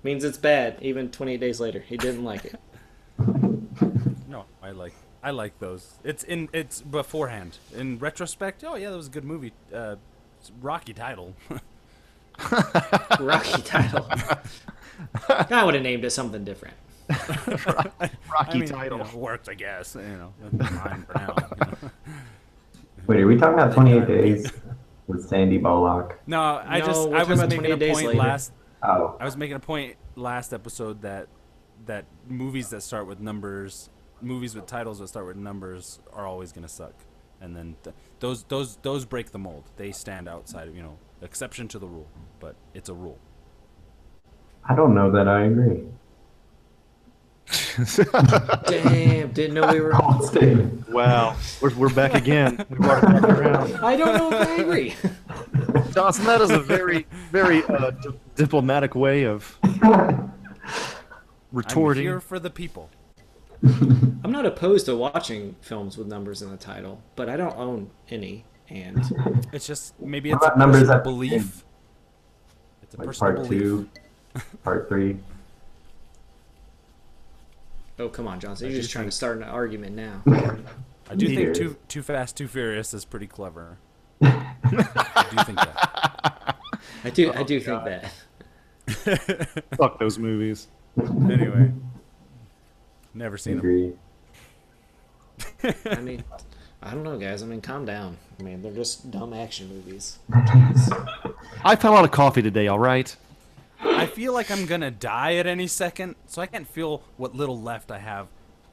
Speaker 7: means it's bad. Even 28 days later, he didn't like it.
Speaker 2: no, I like. I like those. It's in. It's beforehand. In retrospect, oh yeah, that was a good movie. Uh, it's a rocky title.
Speaker 7: Rocky title. I would have named it something different.
Speaker 4: Rocky
Speaker 2: I mean,
Speaker 4: title.
Speaker 2: you know, worked, I guess. You know, that's mine for now. you know.
Speaker 6: Wait, are we talking about 28 Days with Sandy Bullock?
Speaker 2: No, I
Speaker 7: No,
Speaker 2: just
Speaker 7: we're
Speaker 2: I
Speaker 7: talking
Speaker 2: was
Speaker 7: about
Speaker 2: making
Speaker 7: 28
Speaker 2: a
Speaker 7: days
Speaker 2: point
Speaker 7: later.
Speaker 2: last.
Speaker 6: Oh,
Speaker 2: I was making a point last episode that that movies that start with numbers, movies with titles that start with numbers, are always gonna suck. And then th- those those those break the mold. They stand outside of you know exception to the rule, but it's a rule.
Speaker 6: I don't know that I agree.
Speaker 7: Damn, didn't know we were.
Speaker 6: Bold statement.
Speaker 4: Wow. We're, we're back again. We brought it back around.
Speaker 7: I don't know if I agree.
Speaker 4: Johnson, that is a very, very uh, di- diplomatic way of
Speaker 2: I'm
Speaker 4: retorting.
Speaker 2: here for the people.
Speaker 7: I'm not opposed to watching films with numbers in the title, but I don't own any. And
Speaker 2: It's just maybe
Speaker 6: What
Speaker 2: it's a
Speaker 6: about numbers
Speaker 2: personal
Speaker 6: at the end?
Speaker 2: belief. It's a
Speaker 6: Like
Speaker 2: personal
Speaker 6: part
Speaker 2: belief.
Speaker 6: two, part three.
Speaker 7: oh, come on, Johnson, you're
Speaker 2: do
Speaker 7: just trying to
Speaker 2: think-
Speaker 7: start an argument now.
Speaker 2: I do
Speaker 6: Neither.
Speaker 2: think too too fast, too furious is pretty clever. I do think that.
Speaker 7: I do, I do
Speaker 4: Oh,
Speaker 7: think that.
Speaker 4: Fuck those movies.
Speaker 2: Anyway, never seen them.
Speaker 6: Agree.
Speaker 7: I mean, I don't know, guys. I mean, calm down. I mean, they're just dumb action movies.
Speaker 4: I've had a lot of coffee today, all right?
Speaker 2: I feel like I'm gonna die at any second, so I can't feel what little left I have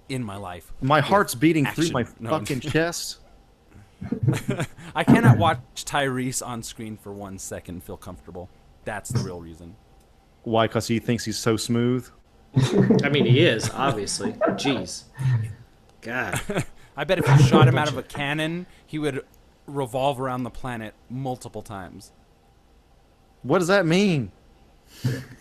Speaker 2: in my life.
Speaker 4: My heart's beating through
Speaker 2: Action.
Speaker 4: my
Speaker 2: No.
Speaker 4: fucking chest.
Speaker 2: I cannot watch Tyrese on screen for one second and feel comfortable. That's the real reason.
Speaker 4: Why? Because he thinks he's so smooth?
Speaker 7: I mean, he is obviously. Jeez, God.
Speaker 2: I bet if you shot him out of a cannon, he would revolve around the planet multiple times.
Speaker 4: What does that mean?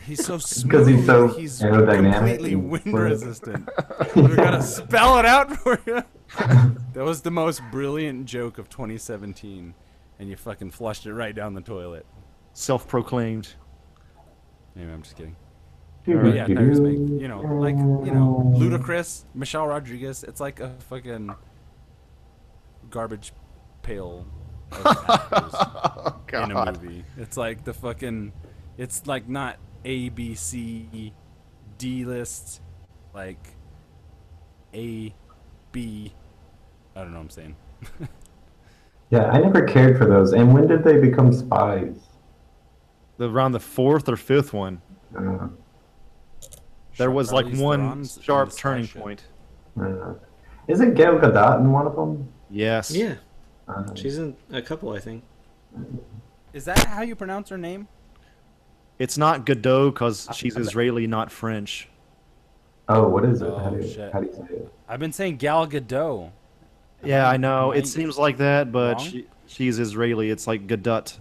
Speaker 2: He's so smooth.
Speaker 6: Because he's so
Speaker 2: he's
Speaker 6: aerodynamic
Speaker 2: completely
Speaker 6: and
Speaker 2: wind
Speaker 6: fluid.
Speaker 2: resistant. We're gonna spell it out for you. That was the most brilliant joke of 2017, and you fucking flushed it right down the toilet.
Speaker 4: Self proclaimed.
Speaker 2: Anyway, I'm just kidding. But yeah, Tyrese Mack. You know, like you know, Ludacris, Michelle Rodriguez. It's like a fucking garbage pail of actors
Speaker 4: Oh,
Speaker 2: in a movie. It's like the fucking. It's like not A B C D list, like A B. I don't know. what I'm saying.
Speaker 6: Yeah, I never cared for those. And when did they become spies?
Speaker 4: The, around the fourth or fifth one,
Speaker 6: Uh,
Speaker 4: there was like
Speaker 2: Charlize
Speaker 4: one
Speaker 2: Theron's in
Speaker 4: sharp
Speaker 2: the spy
Speaker 4: turning
Speaker 2: ship.
Speaker 4: point.
Speaker 6: uh, isn't Gail Gadot in one of them?
Speaker 4: Yes.
Speaker 7: Yeah,
Speaker 6: Uh,
Speaker 7: she's in a couple, I think.
Speaker 2: Is that how you pronounce her name?
Speaker 4: It's not Godot because she's Israeli, not French.
Speaker 6: oh, what is it?
Speaker 2: Oh,
Speaker 6: how, do you,
Speaker 2: shit.
Speaker 6: how do you say it?
Speaker 2: I've been saying Gal Gadot.
Speaker 4: Yeah, I know.
Speaker 2: Right.
Speaker 4: It seems like that, but
Speaker 2: Wrong?
Speaker 4: she, she's Israeli. It's like Gadot.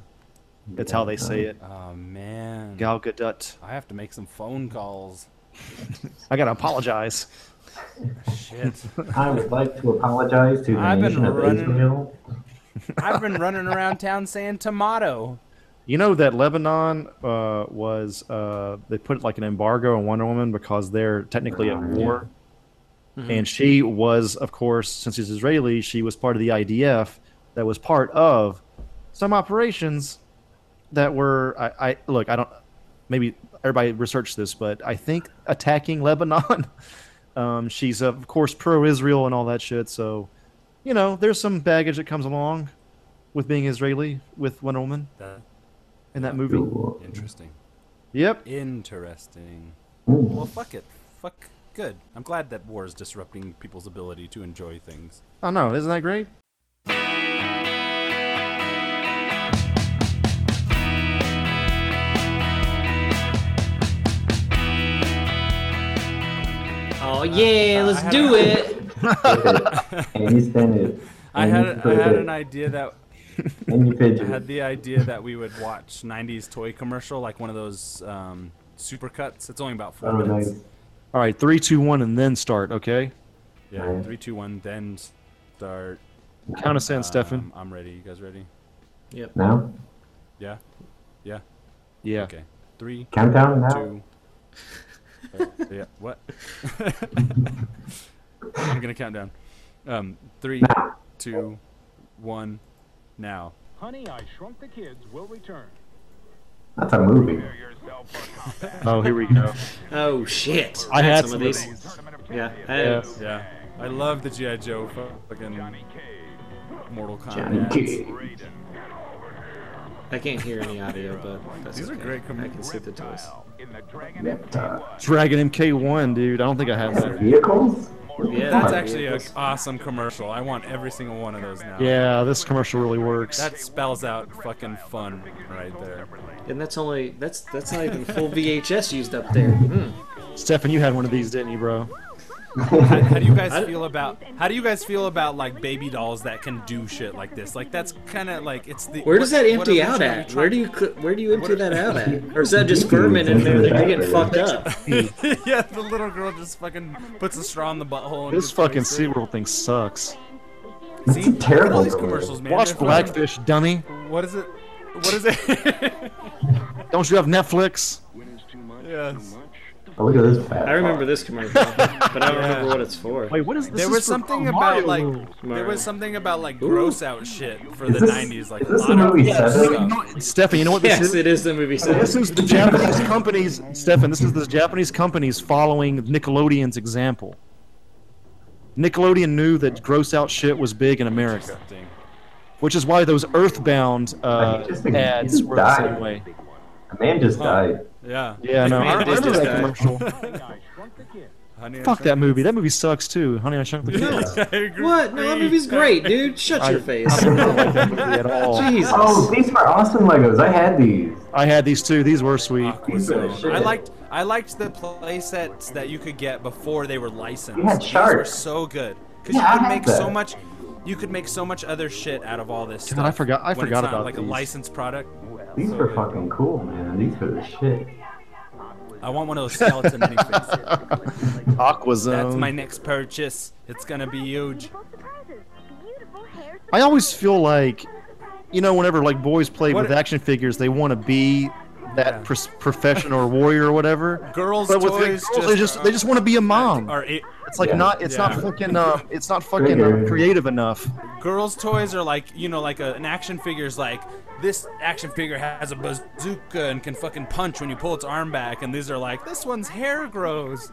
Speaker 4: That's how they say it.
Speaker 2: Oh man.
Speaker 4: Gal Gadot.
Speaker 2: I have to make some phone calls.
Speaker 4: I gotta apologize.
Speaker 2: Shit.
Speaker 6: I would like to apologize to the
Speaker 2: I've been
Speaker 6: nation of
Speaker 2: running-
Speaker 6: Israel.
Speaker 2: I've been running around town saying tomato.
Speaker 4: You know that Lebanon uh, was uh, they put like an embargo on Wonder Woman because they're technically at war, and she was, of course, since she's Israeli, she was part of the IDF that was part of some operations that were I, I look I don't maybe everybody researched this, but I think attacking Lebanon. um, she's of course pro-Israel and all that shit, so you know there's some baggage that comes along with being Israeli with Wonder Woman
Speaker 2: That-
Speaker 4: in that movie.
Speaker 6: Cool.
Speaker 2: Interesting.
Speaker 4: Yep.
Speaker 2: Interesting. Well, fuck it. Fuck. Good. I'm glad that war is disrupting people's ability to enjoy things.
Speaker 4: I know. Isn't that great?
Speaker 7: Oh yeah, let's do it.
Speaker 6: and you spin it.
Speaker 2: I
Speaker 6: and you
Speaker 2: had I
Speaker 6: flip
Speaker 2: had
Speaker 6: it,
Speaker 2: an idea that
Speaker 6: And you
Speaker 2: I
Speaker 6: fidget.
Speaker 2: had the idea that we would watch '90s toy commercial, like one of those um, supercuts. It's only about four
Speaker 6: oh,
Speaker 2: minutes.
Speaker 6: nice.
Speaker 4: All right, three, two, one, and then start. Okay.
Speaker 2: Yeah,
Speaker 6: Alright.
Speaker 2: three, two, one, then start.
Speaker 4: Count us in,
Speaker 2: Um,
Speaker 4: Stefan.
Speaker 2: I'm ready. You guys ready?
Speaker 6: Now?
Speaker 2: Yeah.
Speaker 4: Yeah.
Speaker 2: Okay. Three,
Speaker 6: Countdown now?
Speaker 2: two. uh, yeah. What? I'm gonna count down. Um, three, two, one. Now.
Speaker 10: Honey, I Shrunk the Kids will return.
Speaker 6: That's a movie.
Speaker 10: Prepare yourself for combat.
Speaker 4: Oh, here we go.
Speaker 7: Oh shit.
Speaker 4: I had
Speaker 7: some of
Speaker 4: some of
Speaker 7: these.
Speaker 10: Tournament of
Speaker 7: Yeah. I
Speaker 10: champions.
Speaker 7: had-
Speaker 2: Yeah. I love the GI Joe fucking
Speaker 10: Johnny Cage,
Speaker 2: Mortal
Speaker 6: Johnny
Speaker 2: Kombat.
Speaker 6: Cage.
Speaker 10: Raiden,
Speaker 7: I can't hear any audio, but that's
Speaker 2: These are
Speaker 7: okay.
Speaker 2: great
Speaker 7: I
Speaker 2: commercials.
Speaker 7: can see the toys.
Speaker 10: Kyle, in the Dragon
Speaker 6: Reptile.
Speaker 4: Dragon MK1, dude. I don't think I have that.
Speaker 6: uh, Vehicles?
Speaker 7: Yeah,
Speaker 2: That's
Speaker 7: my
Speaker 2: actually an
Speaker 7: vehicles.
Speaker 2: awesome commercial. I want every single one of those now.
Speaker 4: Yeah, this commercial really works.
Speaker 2: That spells out fucking fun right there.
Speaker 7: and that's only that's that's not even full VHS used up there. Hmm.
Speaker 4: Stefan, you had one of these, didn't you, bro?
Speaker 2: How, how do you guys feel about how do you guys feel about like baby dolls that can do shit like this? Like that's kind of like it's the
Speaker 7: Where does that
Speaker 2: what- what
Speaker 7: empty
Speaker 2: are we
Speaker 7: out
Speaker 2: trying
Speaker 7: at?
Speaker 2: to
Speaker 7: Where do you cl- where do you empty that out at? Or is that just vermin in there that you're getting fucked up?
Speaker 2: yeah, the little girl just fucking puts a straw in the butthole. And
Speaker 4: This
Speaker 2: just
Speaker 4: fucking
Speaker 2: drinks it.
Speaker 4: SeaWorld thing sucks.
Speaker 2: See, look at
Speaker 6: terrible
Speaker 2: all these
Speaker 6: commercial.
Speaker 2: commercials, man.
Speaker 4: Watch
Speaker 2: They're fucking-
Speaker 4: Blackfish, dummy.
Speaker 2: What is it? What is it?
Speaker 4: Don't you have Netflix?
Speaker 2: yes.
Speaker 6: Oh, look at this fat
Speaker 7: I remember this commercial, but I don't remember what it's for.
Speaker 4: Wait, what is this?
Speaker 2: There
Speaker 4: is
Speaker 2: was
Speaker 4: for-
Speaker 2: something
Speaker 4: oh,
Speaker 2: about
Speaker 4: Mario
Speaker 2: like
Speaker 4: World.
Speaker 2: there
Speaker 7: Mario.
Speaker 2: was something about like gross out shit for the
Speaker 6: this-
Speaker 2: '90s, like
Speaker 6: is this
Speaker 2: a
Speaker 6: the
Speaker 2: lot of
Speaker 6: movie
Speaker 2: stuff.
Speaker 6: Seven?
Speaker 4: Stefan, you know what this
Speaker 7: Yes,
Speaker 4: is?
Speaker 7: it is the movie set.
Speaker 4: This is the Japanese companies, Stefan. This is the Japanese companies following Nickelodeon's example. Nickelodeon knew that gross out shit was big in America, which is why those Earthbound uh,
Speaker 6: Like, just like-
Speaker 4: ads
Speaker 6: just
Speaker 4: were the same
Speaker 6: die.
Speaker 4: way.
Speaker 6: A man just died.
Speaker 2: Yeah.
Speaker 4: Yeah, no, I
Speaker 7: Disney
Speaker 4: remember that
Speaker 7: guy.
Speaker 4: commercial.
Speaker 10: I Shrunk the Kids.
Speaker 2: Honey, I
Speaker 4: Fuck
Speaker 2: Shrunk
Speaker 4: that movie. That movie sucks too. Honey, I Shrunk the Kids.
Speaker 2: the- I agree.
Speaker 7: What? No, that movie's great, dude. Shut your face.
Speaker 4: I did not like that movie at all.
Speaker 7: Jesus.
Speaker 6: Oh, these were awesome Legos. I had these.
Speaker 4: I had these two. These were sweet.
Speaker 2: Awkward
Speaker 6: Piece of
Speaker 2: zone. I
Speaker 6: shit.
Speaker 2: liked I liked the play sets that you could get before they were licensed.
Speaker 6: We had
Speaker 2: These were
Speaker 6: sharks.
Speaker 2: so good because
Speaker 6: Yeah, I
Speaker 2: you could
Speaker 6: had
Speaker 2: make so
Speaker 6: that.
Speaker 2: much. You could make so much other shit out of all this.
Speaker 4: God,
Speaker 2: stuff
Speaker 4: I forgot- I
Speaker 2: when
Speaker 4: forgot
Speaker 2: it's not
Speaker 4: about
Speaker 2: like a
Speaker 4: these.
Speaker 2: licensed product.
Speaker 6: These were fucking cool, man. These were the shit.
Speaker 2: I want one of those skeleton minifigs.
Speaker 4: Aqua
Speaker 2: That's my
Speaker 4: Zone.
Speaker 2: next purchase. It's gonna be huge.
Speaker 4: I always feel like, you know, whenever like boys play
Speaker 2: What-
Speaker 4: with action figures, they want to be that pros- profession or warrior or whatever.
Speaker 2: Girls'
Speaker 4: But with
Speaker 2: toys
Speaker 4: girls, they just they just want to be a mom.
Speaker 2: Or it,
Speaker 4: It's like
Speaker 6: Yeah.
Speaker 4: not it's
Speaker 2: Yeah.
Speaker 4: not fucking um it's not fucking um,
Speaker 6: Figure.
Speaker 4: creative enough.
Speaker 2: girls' toys are like you know like a, an action figure's like this action figure has a bazooka and can fucking punch when you pull its arm back, and these are like this one's hair grows.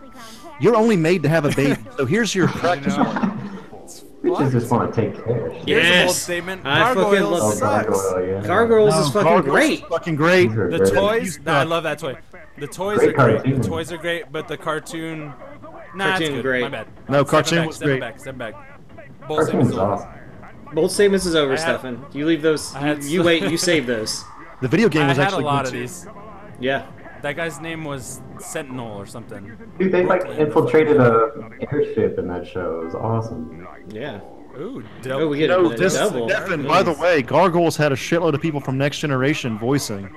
Speaker 4: You're only made to have a baby. So here's your practice.
Speaker 6: Bitches just want to take care. of shit.
Speaker 2: Here's a bold
Speaker 7: Yes.
Speaker 2: statement.
Speaker 7: I fucking
Speaker 2: Gargoyles
Speaker 7: love
Speaker 6: Oh,
Speaker 2: sucks.
Speaker 6: Gargoyle, yeah.
Speaker 7: Gargoyles is
Speaker 4: No,
Speaker 7: fucking
Speaker 4: Gargoyles
Speaker 7: great.
Speaker 4: is Fucking great.
Speaker 6: These are
Speaker 2: The
Speaker 6: very-
Speaker 2: toys, no, I love that toy. The toys
Speaker 6: Great
Speaker 2: are great.
Speaker 6: cartoon.
Speaker 2: The toys are great, but the cartoon, nah, it's
Speaker 7: Cartoon
Speaker 2: good.
Speaker 7: great.
Speaker 2: My bad.
Speaker 4: No,
Speaker 2: Step it
Speaker 4: cartoon
Speaker 2: back,
Speaker 4: was
Speaker 2: step it
Speaker 4: great.
Speaker 2: Back, step it back. Bold
Speaker 6: Cartoon
Speaker 2: statement.
Speaker 6: was awesome.
Speaker 7: Bold statements is over,
Speaker 2: had-
Speaker 7: Stefan. You leave those.
Speaker 2: I had
Speaker 7: you, you
Speaker 2: s-
Speaker 7: wait. You save those.
Speaker 4: The video game
Speaker 2: I
Speaker 4: was
Speaker 2: had a
Speaker 4: actually
Speaker 2: lot
Speaker 4: good
Speaker 2: of
Speaker 4: too.
Speaker 2: these.
Speaker 7: Yeah.
Speaker 2: That guy's name was Sentinel or something.
Speaker 6: Dude, they like infiltrated a airship in that show. It was awesome.
Speaker 7: Yeah.
Speaker 2: Ooh,
Speaker 7: Oh, we get
Speaker 4: No,
Speaker 7: the
Speaker 4: this
Speaker 7: double.
Speaker 4: Stefan, by the way, Gargoyles had a shitload of people from Next Generation voicing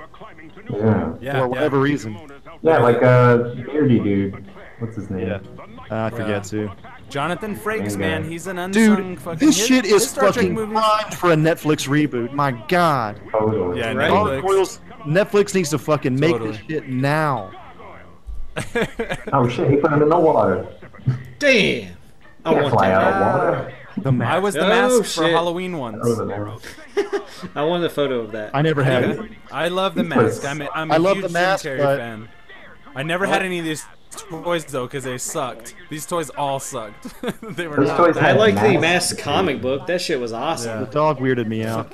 Speaker 6: Yeah.
Speaker 2: yeah,
Speaker 4: for
Speaker 2: yeah.
Speaker 4: whatever reason.
Speaker 6: Yeah, like uh, beardy dude. What's his name?
Speaker 4: Yeah. Uh, I forget too.
Speaker 2: Jonathan Frakes,
Speaker 6: Same
Speaker 2: man,
Speaker 6: guy.
Speaker 2: he's an unsung
Speaker 4: Dude,
Speaker 2: fucking.
Speaker 4: this
Speaker 2: his-
Speaker 4: shit
Speaker 2: his
Speaker 4: is
Speaker 2: Star Trek
Speaker 4: fucking
Speaker 2: movies-
Speaker 4: primed for a Netflix reboot. My God.
Speaker 6: Totally.
Speaker 2: Yeah,
Speaker 7: Right.
Speaker 2: Netflix.
Speaker 4: Gargoyles- Netflix needs to fucking make this
Speaker 2: Totally.
Speaker 4: shit now.
Speaker 6: Oh shit, he put him in the water.
Speaker 7: Damn. I
Speaker 6: Can't
Speaker 7: want
Speaker 6: fly out
Speaker 7: that.
Speaker 6: of water.
Speaker 4: The mask.
Speaker 2: I
Speaker 4: I,
Speaker 2: was the
Speaker 7: Oh,
Speaker 2: mask for
Speaker 7: shit.
Speaker 2: Halloween
Speaker 6: That was
Speaker 2: once.
Speaker 6: an arrow.
Speaker 7: I wanted a photo of that.
Speaker 4: never had it.
Speaker 2: I love the mask. I'm a, I'm a
Speaker 4: I love
Speaker 2: huge
Speaker 4: the mask,
Speaker 2: Jim Carrey
Speaker 4: but-
Speaker 2: fan. I never
Speaker 7: Oh.
Speaker 2: had any of these toys though, because they sucked. These toys all sucked. they were
Speaker 6: Those
Speaker 2: not.
Speaker 6: toys
Speaker 7: I
Speaker 6: had
Speaker 7: like the
Speaker 6: masks.
Speaker 7: masked comic book. That shit was awesome.
Speaker 4: The dog weirded me out.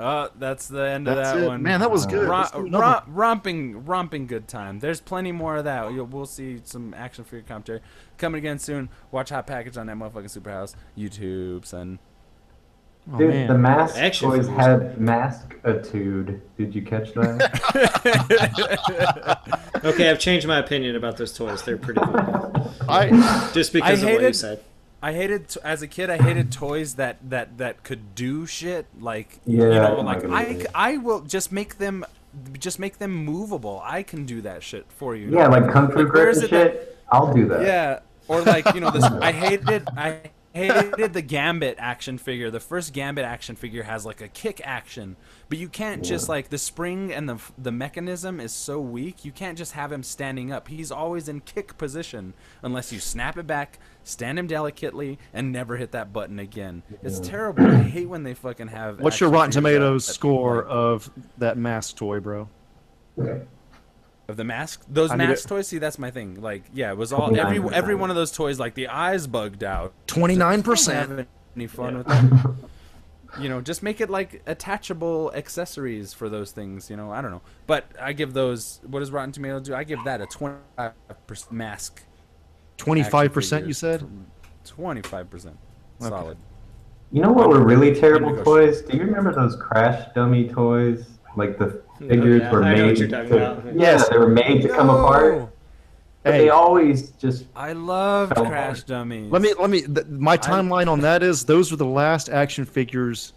Speaker 2: Uh, that's the end of
Speaker 4: That's
Speaker 2: that
Speaker 4: it.
Speaker 2: one.
Speaker 4: Man, that was good.
Speaker 2: Ro-
Speaker 4: Let's do another
Speaker 2: ro- romping, romping good time. There's plenty more of that. You'll, we'll see some action for your commentary coming again soon. Watch Hot Package on that motherfucking Superhouse YouTube, son.
Speaker 4: one. Oh,
Speaker 6: Dude,
Speaker 4: man.
Speaker 6: the mask
Speaker 7: Action
Speaker 6: toys
Speaker 7: figures.
Speaker 6: had maskitude. Did you catch that?
Speaker 7: Okay, I've changed my opinion about those toys. They're pretty cool.
Speaker 4: I,
Speaker 7: Just because
Speaker 2: I
Speaker 7: of what you
Speaker 2: hated-
Speaker 7: said.
Speaker 2: I hated t- as a kid. I hated toys that that that could do shit. Like you
Speaker 6: Yeah,
Speaker 2: know,
Speaker 6: I'm
Speaker 2: like
Speaker 6: not gonna
Speaker 2: I
Speaker 6: do
Speaker 2: c-
Speaker 6: that.
Speaker 2: I will just make them, just make them movable. I can do that shit for you.
Speaker 6: yeah, like kung fu
Speaker 2: Like, where
Speaker 6: grip
Speaker 2: is it
Speaker 6: and
Speaker 2: that-
Speaker 6: shit. I'll do that.
Speaker 2: Yeah, or like you know this. I hated I hated the Gambit action figure. The first Gambit action figure has like a kick action, but you can't just like the spring and the f- the mechanism is so weak. You can't just have him standing up. He's always in kick position unless you snap it back, stand him delicately, and never hit that button again. It's terrible. I hate when they fucking have.
Speaker 4: what's your
Speaker 2: action
Speaker 4: Rotten
Speaker 2: figures
Speaker 4: Tomatoes
Speaker 2: that-
Speaker 4: score of that mask toy, bro?
Speaker 2: of the mask those
Speaker 4: I need
Speaker 2: mask
Speaker 4: it.
Speaker 2: toys see that's my thing like yeah it was all
Speaker 6: Yeah.
Speaker 2: every every one of those toys like the eyes bugged out
Speaker 4: 29%.
Speaker 2: having any fun with that. you know, just make it like attachable accessories for those things. You know, I don't know, but I give those. What does Rotten Tomato do? I give that a twenty-five percent mask.
Speaker 4: 25%, you said?
Speaker 2: Twenty-five percent, solid.
Speaker 6: You know what were really terrible
Speaker 2: Indigo
Speaker 6: toys? Do you remember those crash dummy toys? Like the figures
Speaker 7: yeah,
Speaker 6: were
Speaker 7: I
Speaker 6: made.
Speaker 7: know what you're talking
Speaker 6: to,
Speaker 7: about.
Speaker 6: Yeah, they were made to come apart. But
Speaker 4: Hey.
Speaker 6: they always just
Speaker 2: I love
Speaker 6: Fell
Speaker 2: Crash
Speaker 6: apart.
Speaker 2: Dummies.
Speaker 4: Oh. Let me let me. Th- my timeline on that is those were the last action figures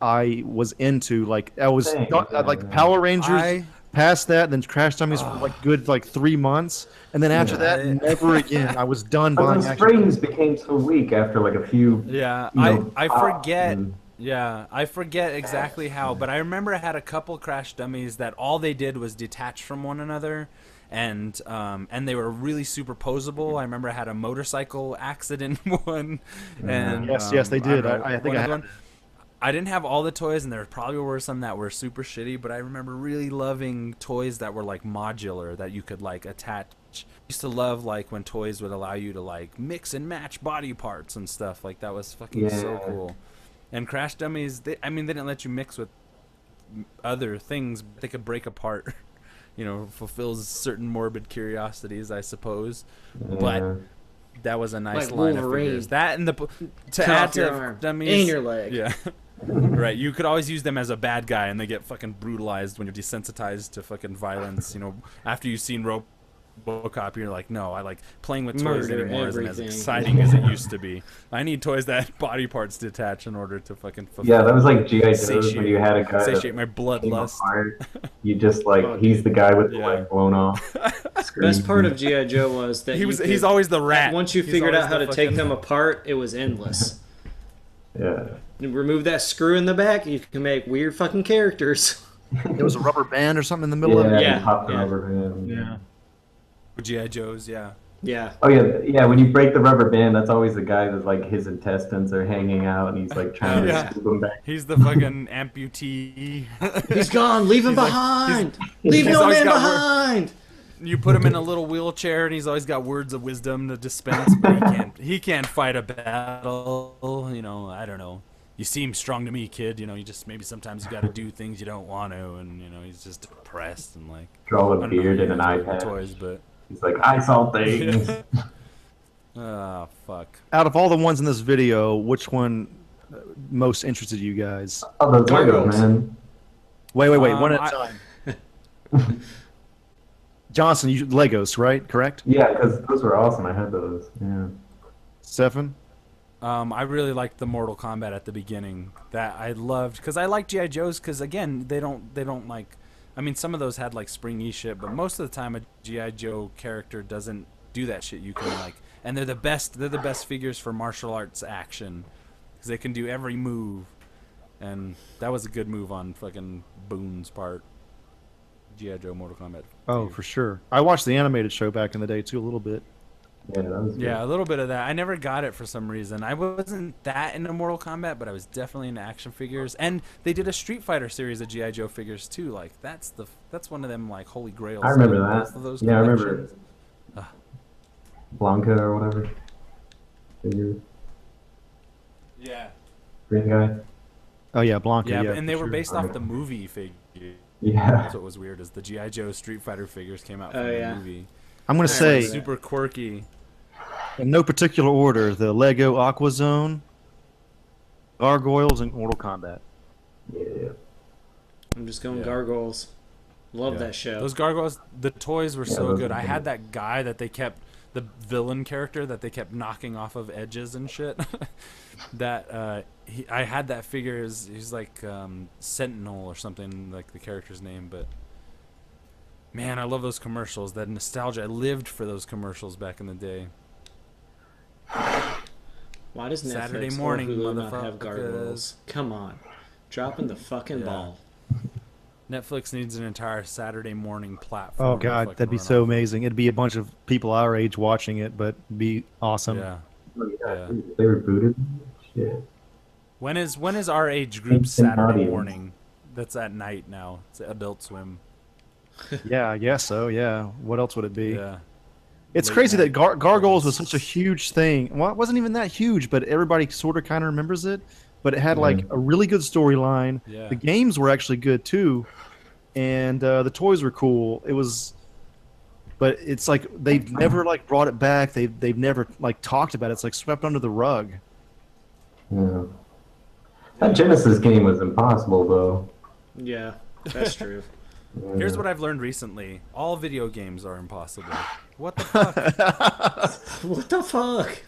Speaker 4: I was into. Like I was
Speaker 6: Same,
Speaker 4: not,
Speaker 6: yeah,
Speaker 4: like
Speaker 6: yeah.
Speaker 4: Power Rangers.
Speaker 2: I-
Speaker 4: Past that, then Crash Dummies for like good like three months, and then after that,
Speaker 2: I-
Speaker 4: never again. I was done
Speaker 6: but
Speaker 4: buying
Speaker 6: the
Speaker 4: action.
Speaker 6: springs became so weak after like a few
Speaker 2: Yeah,
Speaker 6: you
Speaker 2: I
Speaker 6: know,
Speaker 2: I
Speaker 6: pop
Speaker 2: forget.
Speaker 6: and-
Speaker 2: Yeah, I forget exactly how, but I remember I had a couple crash dummies that all they did was detach from one another, and um, and they were really superposable. I remember I had a motorcycle accident one,
Speaker 6: Mm-hmm.
Speaker 2: and
Speaker 4: Yes, yes,
Speaker 2: um,
Speaker 4: they did.
Speaker 2: don't know,
Speaker 4: I- I think
Speaker 2: one
Speaker 4: I
Speaker 2: other
Speaker 4: had
Speaker 2: one. I didn't have all the toys, and there probably were some that were super shitty. But I remember really loving toys that were like modular that you could like attach. I used to love like when toys would allow you to like mix and match body parts and stuff. Like that was fucking so
Speaker 6: Yeah.
Speaker 2: cool. And crash dummies, they, I mean, they didn't let you mix with m- other things. But they could break apart. You know, fulfills certain morbid curiosities, I suppose.
Speaker 6: Yeah.
Speaker 2: But that was a nice
Speaker 7: Like
Speaker 2: line of
Speaker 7: Wolverine.
Speaker 2: figures. That and the p- to
Speaker 7: Cut
Speaker 2: add
Speaker 7: off
Speaker 2: to
Speaker 7: your arm
Speaker 2: dummies
Speaker 7: and your leg.
Speaker 2: Yeah, right. You could always use them as a bad guy, and they get fucking brutalized when you're desensitized to fucking violence. You know, after you've seen RoboCop, you're like, no, I like playing with toys
Speaker 7: Murder
Speaker 2: anymore isn't as
Speaker 7: everything."
Speaker 2: exciting as it used to be. I need toys that body parts detach in order to fucking fulfill.
Speaker 6: yeah, that was like GI Joe's when
Speaker 2: Satiate-
Speaker 6: you had a guy that
Speaker 2: satiate my
Speaker 6: came
Speaker 2: bloodlust.
Speaker 6: apart. You just like he's the guy with
Speaker 2: Yeah.
Speaker 6: the leg blown off.
Speaker 7: Best part of GI Joe was that
Speaker 2: He
Speaker 7: you
Speaker 2: was.
Speaker 7: could-
Speaker 2: He's always the rat.
Speaker 7: Once you
Speaker 2: He's
Speaker 7: figured
Speaker 2: always
Speaker 7: out how
Speaker 2: the
Speaker 7: to take
Speaker 2: fucking-
Speaker 7: them apart, it was endless.
Speaker 6: yeah.
Speaker 7: You remove that screw in the back, you can make weird fucking characters.
Speaker 4: There was a rubber band or something in the middle
Speaker 6: Yeah,
Speaker 4: of it.
Speaker 7: Yeah,
Speaker 6: yeah, popped
Speaker 7: yeah.
Speaker 6: over him. Yeah.
Speaker 2: GI Joes. Yeah.
Speaker 7: Yeah.
Speaker 6: Oh yeah, yeah. When you break the rubber band, that's always the guy that's like his intestines are hanging out, and he's like trying
Speaker 2: Yeah.
Speaker 6: to scoop them back.
Speaker 2: He's the fucking amputee.
Speaker 7: He's gone. Leave him behind. Leave
Speaker 2: he's
Speaker 7: no
Speaker 2: always
Speaker 7: man
Speaker 2: got work.
Speaker 7: behind.
Speaker 2: You put him in a little wheelchair, and he's always got words of wisdom to dispense. But he can't. He can't fight a battle. You know. I don't know. You seem strong to me, kid. You know. You just maybe sometimes you got to do things you don't want to, and you know he's just depressed and like.
Speaker 6: Draw
Speaker 2: I
Speaker 6: a
Speaker 2: don't know,
Speaker 6: beard
Speaker 2: he
Speaker 6: and an
Speaker 2: has
Speaker 6: iPad.
Speaker 2: Toys, but
Speaker 6: He's like, I saw things.
Speaker 2: ah, fuck.
Speaker 4: Out of all the ones in this video, which one uh, most interested you guys?
Speaker 6: oh, those Legos,
Speaker 7: Gargoyles.
Speaker 6: man.
Speaker 4: Wait, wait, wait.
Speaker 2: Um,
Speaker 4: one at
Speaker 2: I-
Speaker 4: a time. Johnson, you Legos, right? Correct.
Speaker 6: Yeah, because those were awesome. I had those. Yeah.
Speaker 4: Stefan.
Speaker 2: Um, I really liked the Mortal Kombat at the beginning. That I loved because I like GI Joes because again they don't they don't like. I mean some of those had like springy shit, but most of the time a GI Joe character doesn't do that shit. You can like and they're the best. They're the best figures for martial arts action because they can do every move, and that was a good move on fucking Boone's part. GI Joe Mortal Kombat.
Speaker 4: Oh, for sure. I watched the animated show back in the day too, a little bit.
Speaker 6: Yeah, that was
Speaker 2: Yeah, a little bit of that. I never got it for some reason. I wasn't that into Mortal Kombat, but I was definitely into action figures. And they did a Street Fighter series of GI Joe figures too. Like that's the that's one of them like holy grails.
Speaker 6: I remember
Speaker 2: of
Speaker 6: that.
Speaker 2: both of those
Speaker 6: yeah, I remember.
Speaker 2: collections.
Speaker 6: Blanca or whatever. Figure,
Speaker 2: Yeah,
Speaker 6: green guy.
Speaker 4: Oh yeah, Blanca.
Speaker 2: yeah,
Speaker 4: Yeah,
Speaker 2: and they
Speaker 4: for
Speaker 2: were
Speaker 4: sure.
Speaker 2: based off the movie figure.
Speaker 6: Yeah.
Speaker 2: That's what was weird is the GI Joe Street Fighter figures came out from
Speaker 7: Oh,
Speaker 2: the
Speaker 7: yeah.
Speaker 2: movie.
Speaker 4: I'm gonna
Speaker 2: Like,
Speaker 4: say
Speaker 2: super quirky.
Speaker 4: in no particular order: the Lego Aqua Zone, Gargoyles, and Mortal Kombat.
Speaker 6: Yeah.
Speaker 7: I'm just going
Speaker 2: Yeah.
Speaker 7: gargoyles. Love that show.
Speaker 2: Those gargoyles, the toys were so
Speaker 6: those
Speaker 2: good.
Speaker 6: are
Speaker 2: I
Speaker 6: good.
Speaker 2: had that guy that they kept, the villain character that they kept knocking off of edges and shit. that uh, he, I had that figure. He's, he's like um, Sentinel or something, like the character's name. But man, I love those commercials. That nostalgia. I lived for those commercials back in the day.
Speaker 7: Why does Netflix
Speaker 2: Saturday
Speaker 7: or
Speaker 2: morning,
Speaker 7: Hulu not have
Speaker 2: motherfuckers.
Speaker 7: gargoyles? Come on, dropping the fucking
Speaker 2: Yeah.
Speaker 7: ball.
Speaker 2: Netflix needs an entire Saturday morning platform.
Speaker 4: Oh
Speaker 2: to
Speaker 4: god,
Speaker 2: fucking
Speaker 4: that'd be
Speaker 2: run
Speaker 4: so
Speaker 2: off.
Speaker 4: amazing. It'd be a bunch of people our age watching it, but be awesome.
Speaker 2: Yeah.
Speaker 6: Oh, yeah.
Speaker 2: Yeah.
Speaker 6: They rebooted. Shit.
Speaker 2: When is when is our age group
Speaker 6: Instant
Speaker 2: Saturday
Speaker 6: audience.
Speaker 2: morning? That's at night now. It's Adult Swim.
Speaker 4: Yeah, I guess so. Yeah. What else would it be?
Speaker 2: Yeah.
Speaker 4: It's
Speaker 2: Late
Speaker 4: crazy
Speaker 2: night
Speaker 4: that Gar- Gargoyles was such a huge thing. Well, it wasn't even that huge, but everybody sort of kind of remembers it. But it had like a really good storyline.
Speaker 2: Yeah.
Speaker 4: The games were actually good too, and uh, the toys were cool. It was, but it's like they've never like brought it back. They've they've never like talked about it. It's like swept under the rug.
Speaker 6: Yeah. That Genesis game was impossible though.
Speaker 7: Yeah, that's true.
Speaker 2: Here's what I've learned recently: all video games are impossible. What the fuck?
Speaker 7: what the fuck?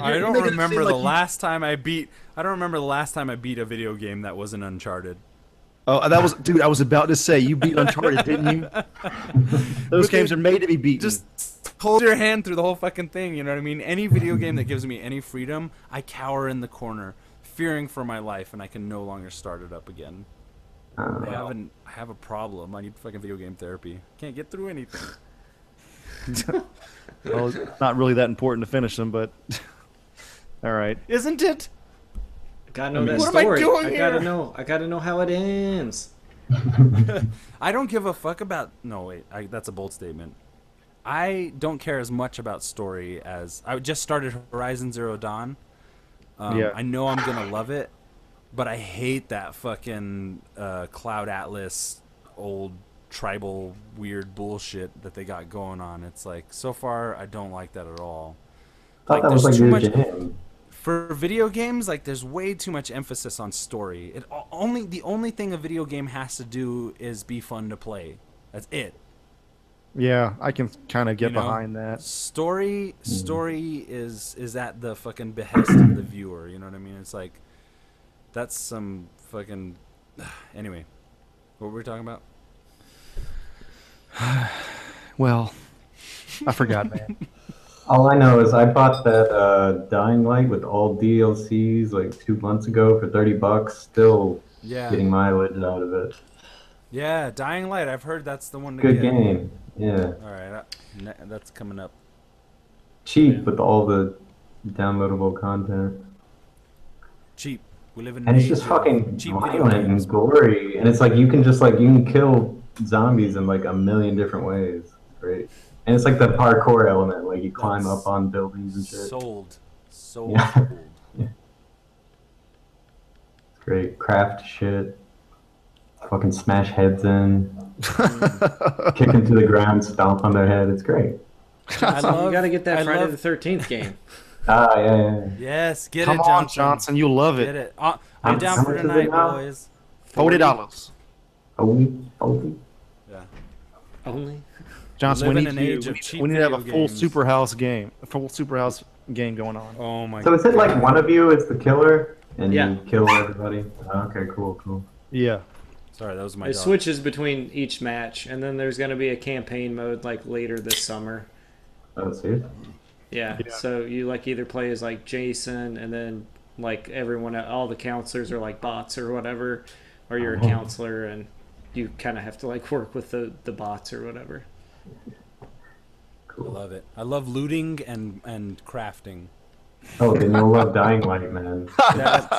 Speaker 2: I don't remember the last time I beat. I don't remember the last time I beat a video game that wasn't Uncharted.
Speaker 4: Oh, that was dude. I was about to say you beat Uncharted, didn't you? Those games are made to be beaten.
Speaker 2: Just hold your hand through the whole fucking thing. You know what I mean? Any video game that gives me any freedom, I cower in the corner, fearing for my life, and I can no longer start it up again. I have an, I have a problem. I need fucking video game therapy. Can't get through anything.
Speaker 4: well, it's not really that important to finish them, but all right.
Speaker 2: Isn't it?
Speaker 7: Gotta know that
Speaker 2: what am I
Speaker 7: story.
Speaker 2: doing
Speaker 7: gotta
Speaker 2: here?
Speaker 7: know. I gotta know how it ends.
Speaker 2: I don't give a fuck about. No, wait. I, that's a bold statement. I don't care as much about story as I just started Horizon Zero Dawn. Um,
Speaker 4: Yeah.
Speaker 2: I know I'm gonna love it, but I hate that fucking uh, Cloud Atlas old tribal weird bullshit that they got going on. It's like so far I don't like that at all.
Speaker 6: I
Speaker 2: Like,
Speaker 6: thought that was
Speaker 2: there's
Speaker 6: like
Speaker 2: too
Speaker 6: your
Speaker 2: much-
Speaker 6: jam.
Speaker 2: for video games like there's way too much emphasis on story it o- only the only thing a video game has to do is be fun to play that's it
Speaker 4: Yeah, I can kind of get
Speaker 2: You know?
Speaker 4: behind that.
Speaker 2: story
Speaker 6: Hmm.
Speaker 2: story is is at the fucking behest of the viewer you know what i mean it's like that's some fucking anyway what were we talking about
Speaker 4: Well, I forgot, man.
Speaker 6: All I know is I bought that uh, Dying Light with all DLCs like two months ago for thirty bucks. Still
Speaker 2: yeah
Speaker 6: getting mileage out of it.
Speaker 2: yeah dying light i've heard that's the one to
Speaker 6: Good
Speaker 2: get
Speaker 6: game. Yeah,
Speaker 2: all right uh, ne- that's coming up
Speaker 6: cheap with all the downloadable content,
Speaker 2: cheap we live in
Speaker 6: and
Speaker 2: an
Speaker 6: it's just
Speaker 2: age of
Speaker 6: fucking
Speaker 2: cheap video
Speaker 6: violent
Speaker 2: games.
Speaker 6: and gory. And it's like you can just like you can kill zombies in like a million different ways. Great. And it's like the parkour element, like you climb
Speaker 2: That's
Speaker 6: up on buildings and shit.
Speaker 2: sold sold,
Speaker 6: Yeah.
Speaker 2: sold.
Speaker 6: Great craft shit. Fucking smash heads in, kick them to the ground, stomp on their head. It's great.
Speaker 2: I love,
Speaker 7: you gotta get that
Speaker 2: I
Speaker 7: Friday
Speaker 2: love-
Speaker 7: the Thirteenth game.
Speaker 6: Ah, yeah, yeah, yeah.
Speaker 2: Yes, get
Speaker 4: Come
Speaker 2: it,
Speaker 4: on,
Speaker 2: Johnson.
Speaker 4: Johnson, you'll love
Speaker 2: Get
Speaker 4: it.
Speaker 2: it. Uh, I'm
Speaker 6: How
Speaker 2: down
Speaker 6: much
Speaker 2: for
Speaker 6: is it
Speaker 2: tonight,
Speaker 6: now?
Speaker 2: boys.
Speaker 4: Forty dollars,
Speaker 6: Oh, we, oh, we.
Speaker 2: Yeah.
Speaker 7: Only.
Speaker 4: Johnson. We
Speaker 2: Live
Speaker 4: need,
Speaker 2: in an
Speaker 4: you-
Speaker 2: age
Speaker 4: we
Speaker 2: of
Speaker 4: need-
Speaker 2: cheap
Speaker 4: we need to have a
Speaker 2: video
Speaker 4: full
Speaker 2: games.
Speaker 4: super house game, a full super house game going on.
Speaker 2: Oh my.
Speaker 6: So is it like one of you is the killer and
Speaker 7: Yeah.
Speaker 6: you kill everybody? Okay, cool, cool.
Speaker 4: Yeah,
Speaker 2: Sorry, that was my.
Speaker 7: It
Speaker 2: Dog.
Speaker 7: switches between each match, and then there's gonna be a campaign mode like later this summer.
Speaker 6: Oh, seriously?
Speaker 7: Yeah. So you like either play as like Jason, and then like everyone, all the counselors are like bots or whatever, or you're a counselor, and you kind of have to like work with the the bots or whatever.
Speaker 2: I love it. I love looting and and crafting.
Speaker 6: Oh, then you'll love Dying Light, man. Half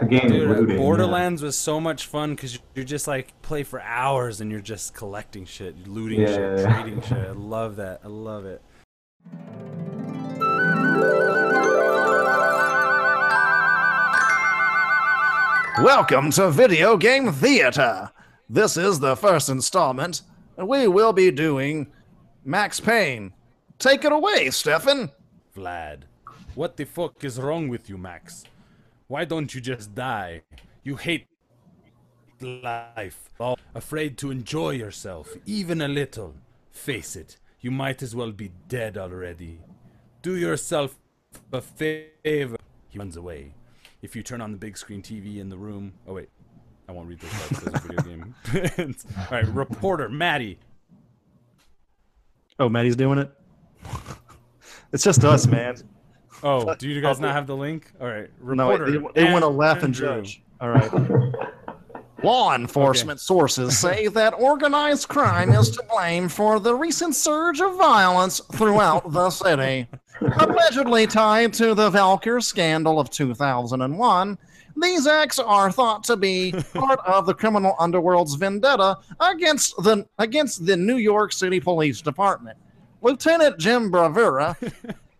Speaker 6: the game is
Speaker 2: Dude,
Speaker 6: looting. yeah.
Speaker 2: Borderlands was so much fun because you're just like play for hours and you're just collecting shit, looting shit,
Speaker 6: Yeah.
Speaker 2: trading shit. I love that. I love it.
Speaker 4: Welcome to Video Game Theater. This is the first installment, and we will be doing Max Payne. Take it away, Stefan.
Speaker 2: Vlad, what the fuck is wrong with you, Max? Why don't you just die? You hate life, are afraid to enjoy yourself, even a little. Face it, you might as well be dead already. Do yourself a favor. He runs away. If you turn on the big screen TV in the room. Oh, wait. I won't read this part 'cause it's a video game. All right, reporter Maddie.
Speaker 4: Oh, Maddie's doing it. it's just us, man.
Speaker 2: Oh, do you guys not have the link? All right,
Speaker 4: No,
Speaker 2: reporter.
Speaker 4: they, they want to laugh and
Speaker 2: Andrew.
Speaker 4: judge. All right. Law enforcement sources say that organized crime is to blame for the recent surge of violence throughout the city. Allegedly tied to the Valkyr scandal of 2001, these acts are thought to be part of the criminal underworld's vendetta against the against the New York City Police Department. Lieutenant Jim Bravura,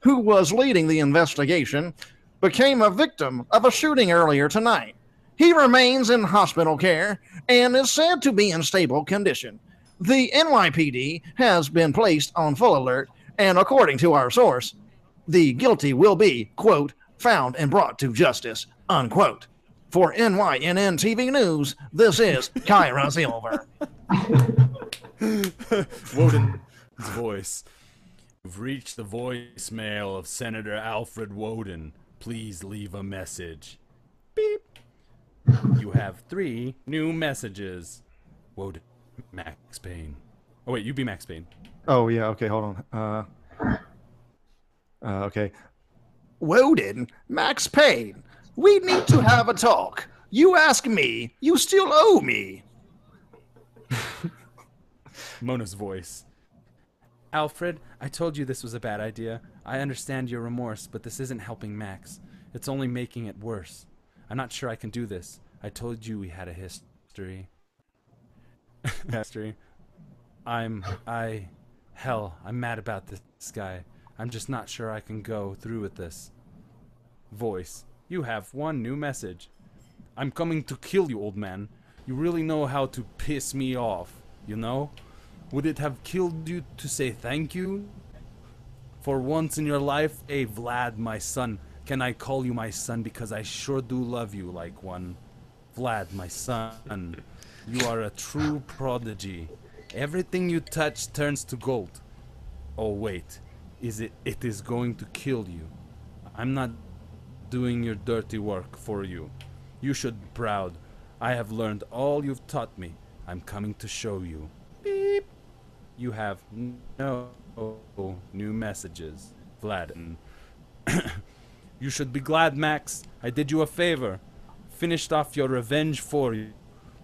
Speaker 4: who was leading the investigation, became a victim of a shooting earlier tonight. He remains in hospital care and is said to be in stable condition. The NYPD has been placed on full alert, and according to our source, the guilty will be, quote, found and brought to justice, unquote. For NYNN TV News, this is Kyra Silver.
Speaker 2: Woden's voice. You've reached the voicemail of Senator Alfred Woden. Please leave a message. Beep. You have three new messages. Woden, Max Payne. Oh wait, you be Max Payne.
Speaker 4: Oh yeah. Okay. Hold on. Uh, uh, okay. Woden, Max Payne. We need to have a talk. You ask me. You still owe me.
Speaker 2: Mona's voice. Alfred, I told you this was a bad idea. I understand your remorse, but this isn't helping Max. It's only making it worse. I'm not sure I can do this. I told you we had a history. history. I'm I hell, I'm mad about this guy. I'm just not sure I can go through with this. Voice. You have one new message. I'm coming to kill you, old man. You really know how to piss me off, you know? Would it have killed you to say thank you? For once in your life, hey Vlad, my son, can I call you my son because I sure do love you like one. Vlad, my son, you are a true prodigy. Everything you touch turns to gold. Oh wait, is it it is going to kill you. I'm not doing your dirty work for you. You should be proud. I have learned all you've taught me. I'm coming to show you. Beep. You have no new messages, Vlad. you should be glad, Max. I did you a favor. Finished off your revenge for you.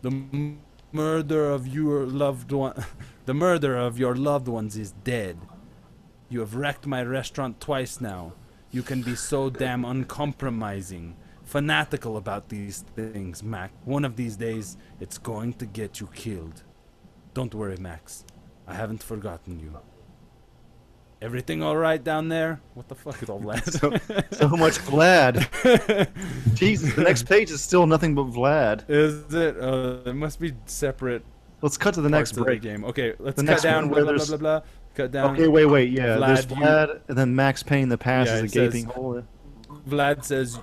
Speaker 2: The m- murder of your loved one, the murder of your loved ones is dead. You have wrecked my restaurant twice now. You can be so damn uncompromising, fanatical about these things, Mac. One of these days, it's going to get you killed. Don't worry, Max. I haven't forgotten you. Everything all right down there? What the fuck is all that?
Speaker 4: So much Vlad. Jesus. The next page is still nothing but Vlad.
Speaker 2: is it? Uh, it must be separate
Speaker 4: Let's cut to the
Speaker 2: parts
Speaker 4: next
Speaker 2: of
Speaker 4: break.
Speaker 2: the game. Okay, let's
Speaker 4: The
Speaker 2: cut
Speaker 4: next
Speaker 2: down.
Speaker 4: one
Speaker 2: Blah
Speaker 4: where
Speaker 2: blah blah
Speaker 4: there's-
Speaker 2: blah. blah. Cut down.
Speaker 4: Okay. Wait. Wait. Yeah. there's
Speaker 2: Vlad, you-
Speaker 4: Vlad, and then Max Payne. The pass
Speaker 2: Yeah,
Speaker 4: is a
Speaker 2: it says-
Speaker 4: gaping hole.
Speaker 2: Vlad says,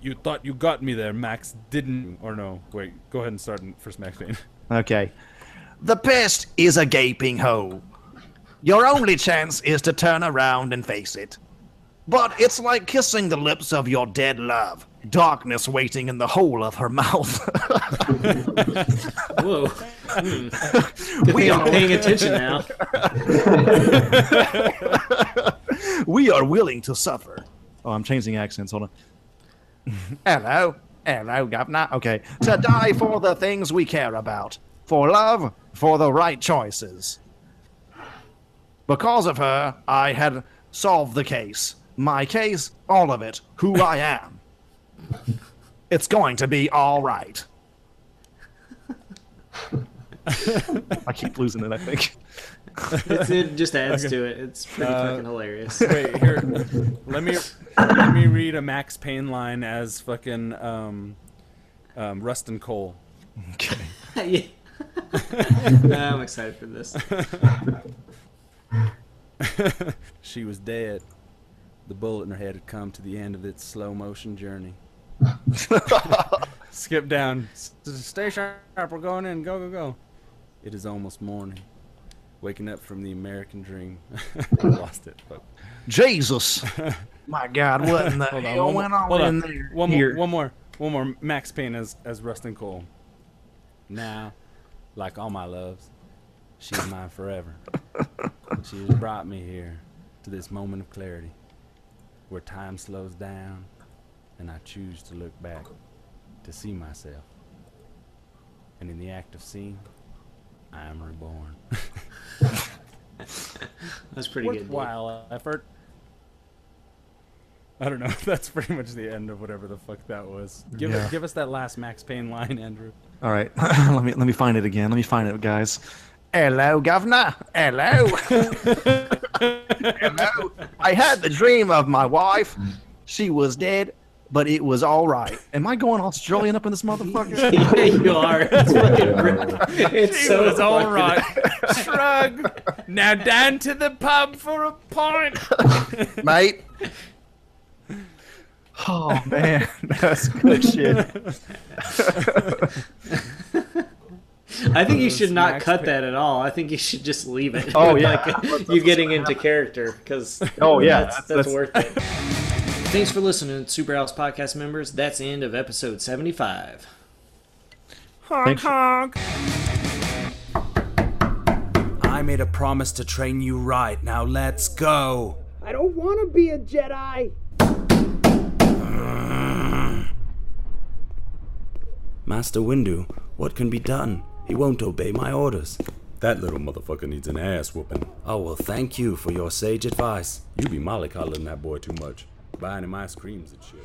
Speaker 2: "You thought you got me there, Max. Didn't you?" or no? Wait, go ahead and start in first, Max Payne.
Speaker 4: Okay. The pest is a gaping hole. Your only chance is to turn around and face it. But it's like kissing the lips of your dead love. Darkness waiting in the hole of her mouth.
Speaker 7: Whoa!
Speaker 4: we
Speaker 7: I'm
Speaker 4: are
Speaker 7: paying attention now.
Speaker 4: We are willing to suffer. Oh, I'm changing accents. Hold on. Hello. Hello, governor. Okay. To die for the things we care about. For love, for the right choices. Because of her, I had solved the case. My case, all of it, who I am. it's going to be all right. I keep losing it, I think.
Speaker 7: It's, it just adds to it. It's pretty fucking hilarious.
Speaker 2: Wait, here. let me let me read a Max Payne line as fucking um, um, Rustin Cole.
Speaker 4: Okay.
Speaker 7: Yeah. I'm excited for this.
Speaker 2: she was dead. The bullet in her head had come to the end of its slow motion journey. Skip down. S- Stay sharp. We're going in. Go, go, go. It is almost morning. Waking up from the American dream. I lost it. Fuck.
Speaker 4: Jesus. My God, what in the
Speaker 2: Hold on,
Speaker 4: hell
Speaker 2: one,
Speaker 4: went
Speaker 2: more-
Speaker 4: on
Speaker 2: hold
Speaker 4: in
Speaker 2: on.
Speaker 4: there?
Speaker 2: One
Speaker 4: Here.
Speaker 2: more, one more, one more. Max Payne as as Rustin Cole. Now, like all my loves, she's mine forever. she has brought me here to this moment of clarity, where time slows down, and I choose to look back to see myself. And in the act of seeing, I am reborn.
Speaker 7: That's pretty good. dude.
Speaker 2: Worthwhile effort. I don't know. That's pretty much the end of whatever the fuck that was. Give
Speaker 4: Yeah.
Speaker 2: give us that last Max Payne line, Andrew.
Speaker 4: All right, let me let me find it again. Let me find it, guys. Hello, governor. Hello. Hello. I had the dream of my wife. She was dead, but it was all right. Am I going Australian up in this motherfucker?
Speaker 7: Yeah, you are. It's fucking great. It's so
Speaker 2: It's all
Speaker 7: fucking-
Speaker 2: right. Shrug. Now down to the pub for a pint.
Speaker 4: mate. Oh man, that's good shit.
Speaker 7: I think you should not
Speaker 2: Max
Speaker 7: cut
Speaker 2: Payne.
Speaker 7: that at all. I think you should just leave it.
Speaker 4: Oh, yeah.
Speaker 7: like, you getting into character because
Speaker 4: Oh, yeah.
Speaker 7: that's, that's, worth it. Thanks for listening, Super House Podcast members. That's the end of episode seventy-five.
Speaker 4: Thanks for-
Speaker 5: I made a promise to train you right. Now let's go.
Speaker 1: I don't want to be a Jedi.
Speaker 5: Master Windu, what can be done? He won't obey my orders. That little motherfucker needs an ass whooping. Oh, well, thank you for your sage advice. You be molly coddling that boy too much, buying him ice creams and shit.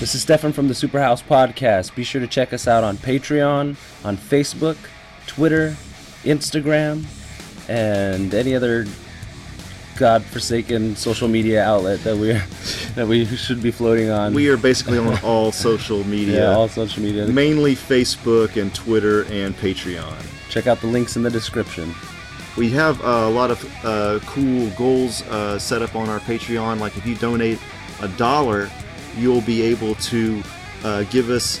Speaker 11: This is Stefan from the Superhouse Podcast. Be sure to check us out on Patreon, on Facebook, Twitter, Instagram, and any other godforsaken social media outlet that we that we should be floating on.
Speaker 12: We are basically on all social media,
Speaker 11: yeah, all social media.
Speaker 12: mainly Facebook and Twitter and Patreon.
Speaker 11: Check out the links in the description.
Speaker 12: We have uh, a lot of uh, cool goals uh, set up on our Patreon. Like if you donate a dollar, you'll be able to uh, give us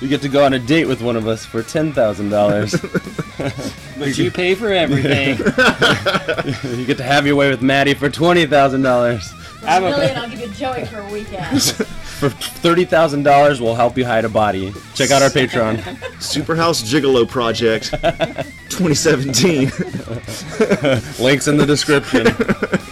Speaker 11: You get to go on a date with one of us for ten thousand dollars.
Speaker 7: But you pay for everything.
Speaker 11: You get to have your way with Maddie for twenty thousand dollars.
Speaker 7: I'm a-
Speaker 13: Million, I'll give you Joey for a weekend.
Speaker 11: For thirty thousand dollars, we'll help you hide a body. Check out our Patreon.
Speaker 12: Superhouse Gigolo Project 2017.
Speaker 11: Links in the description.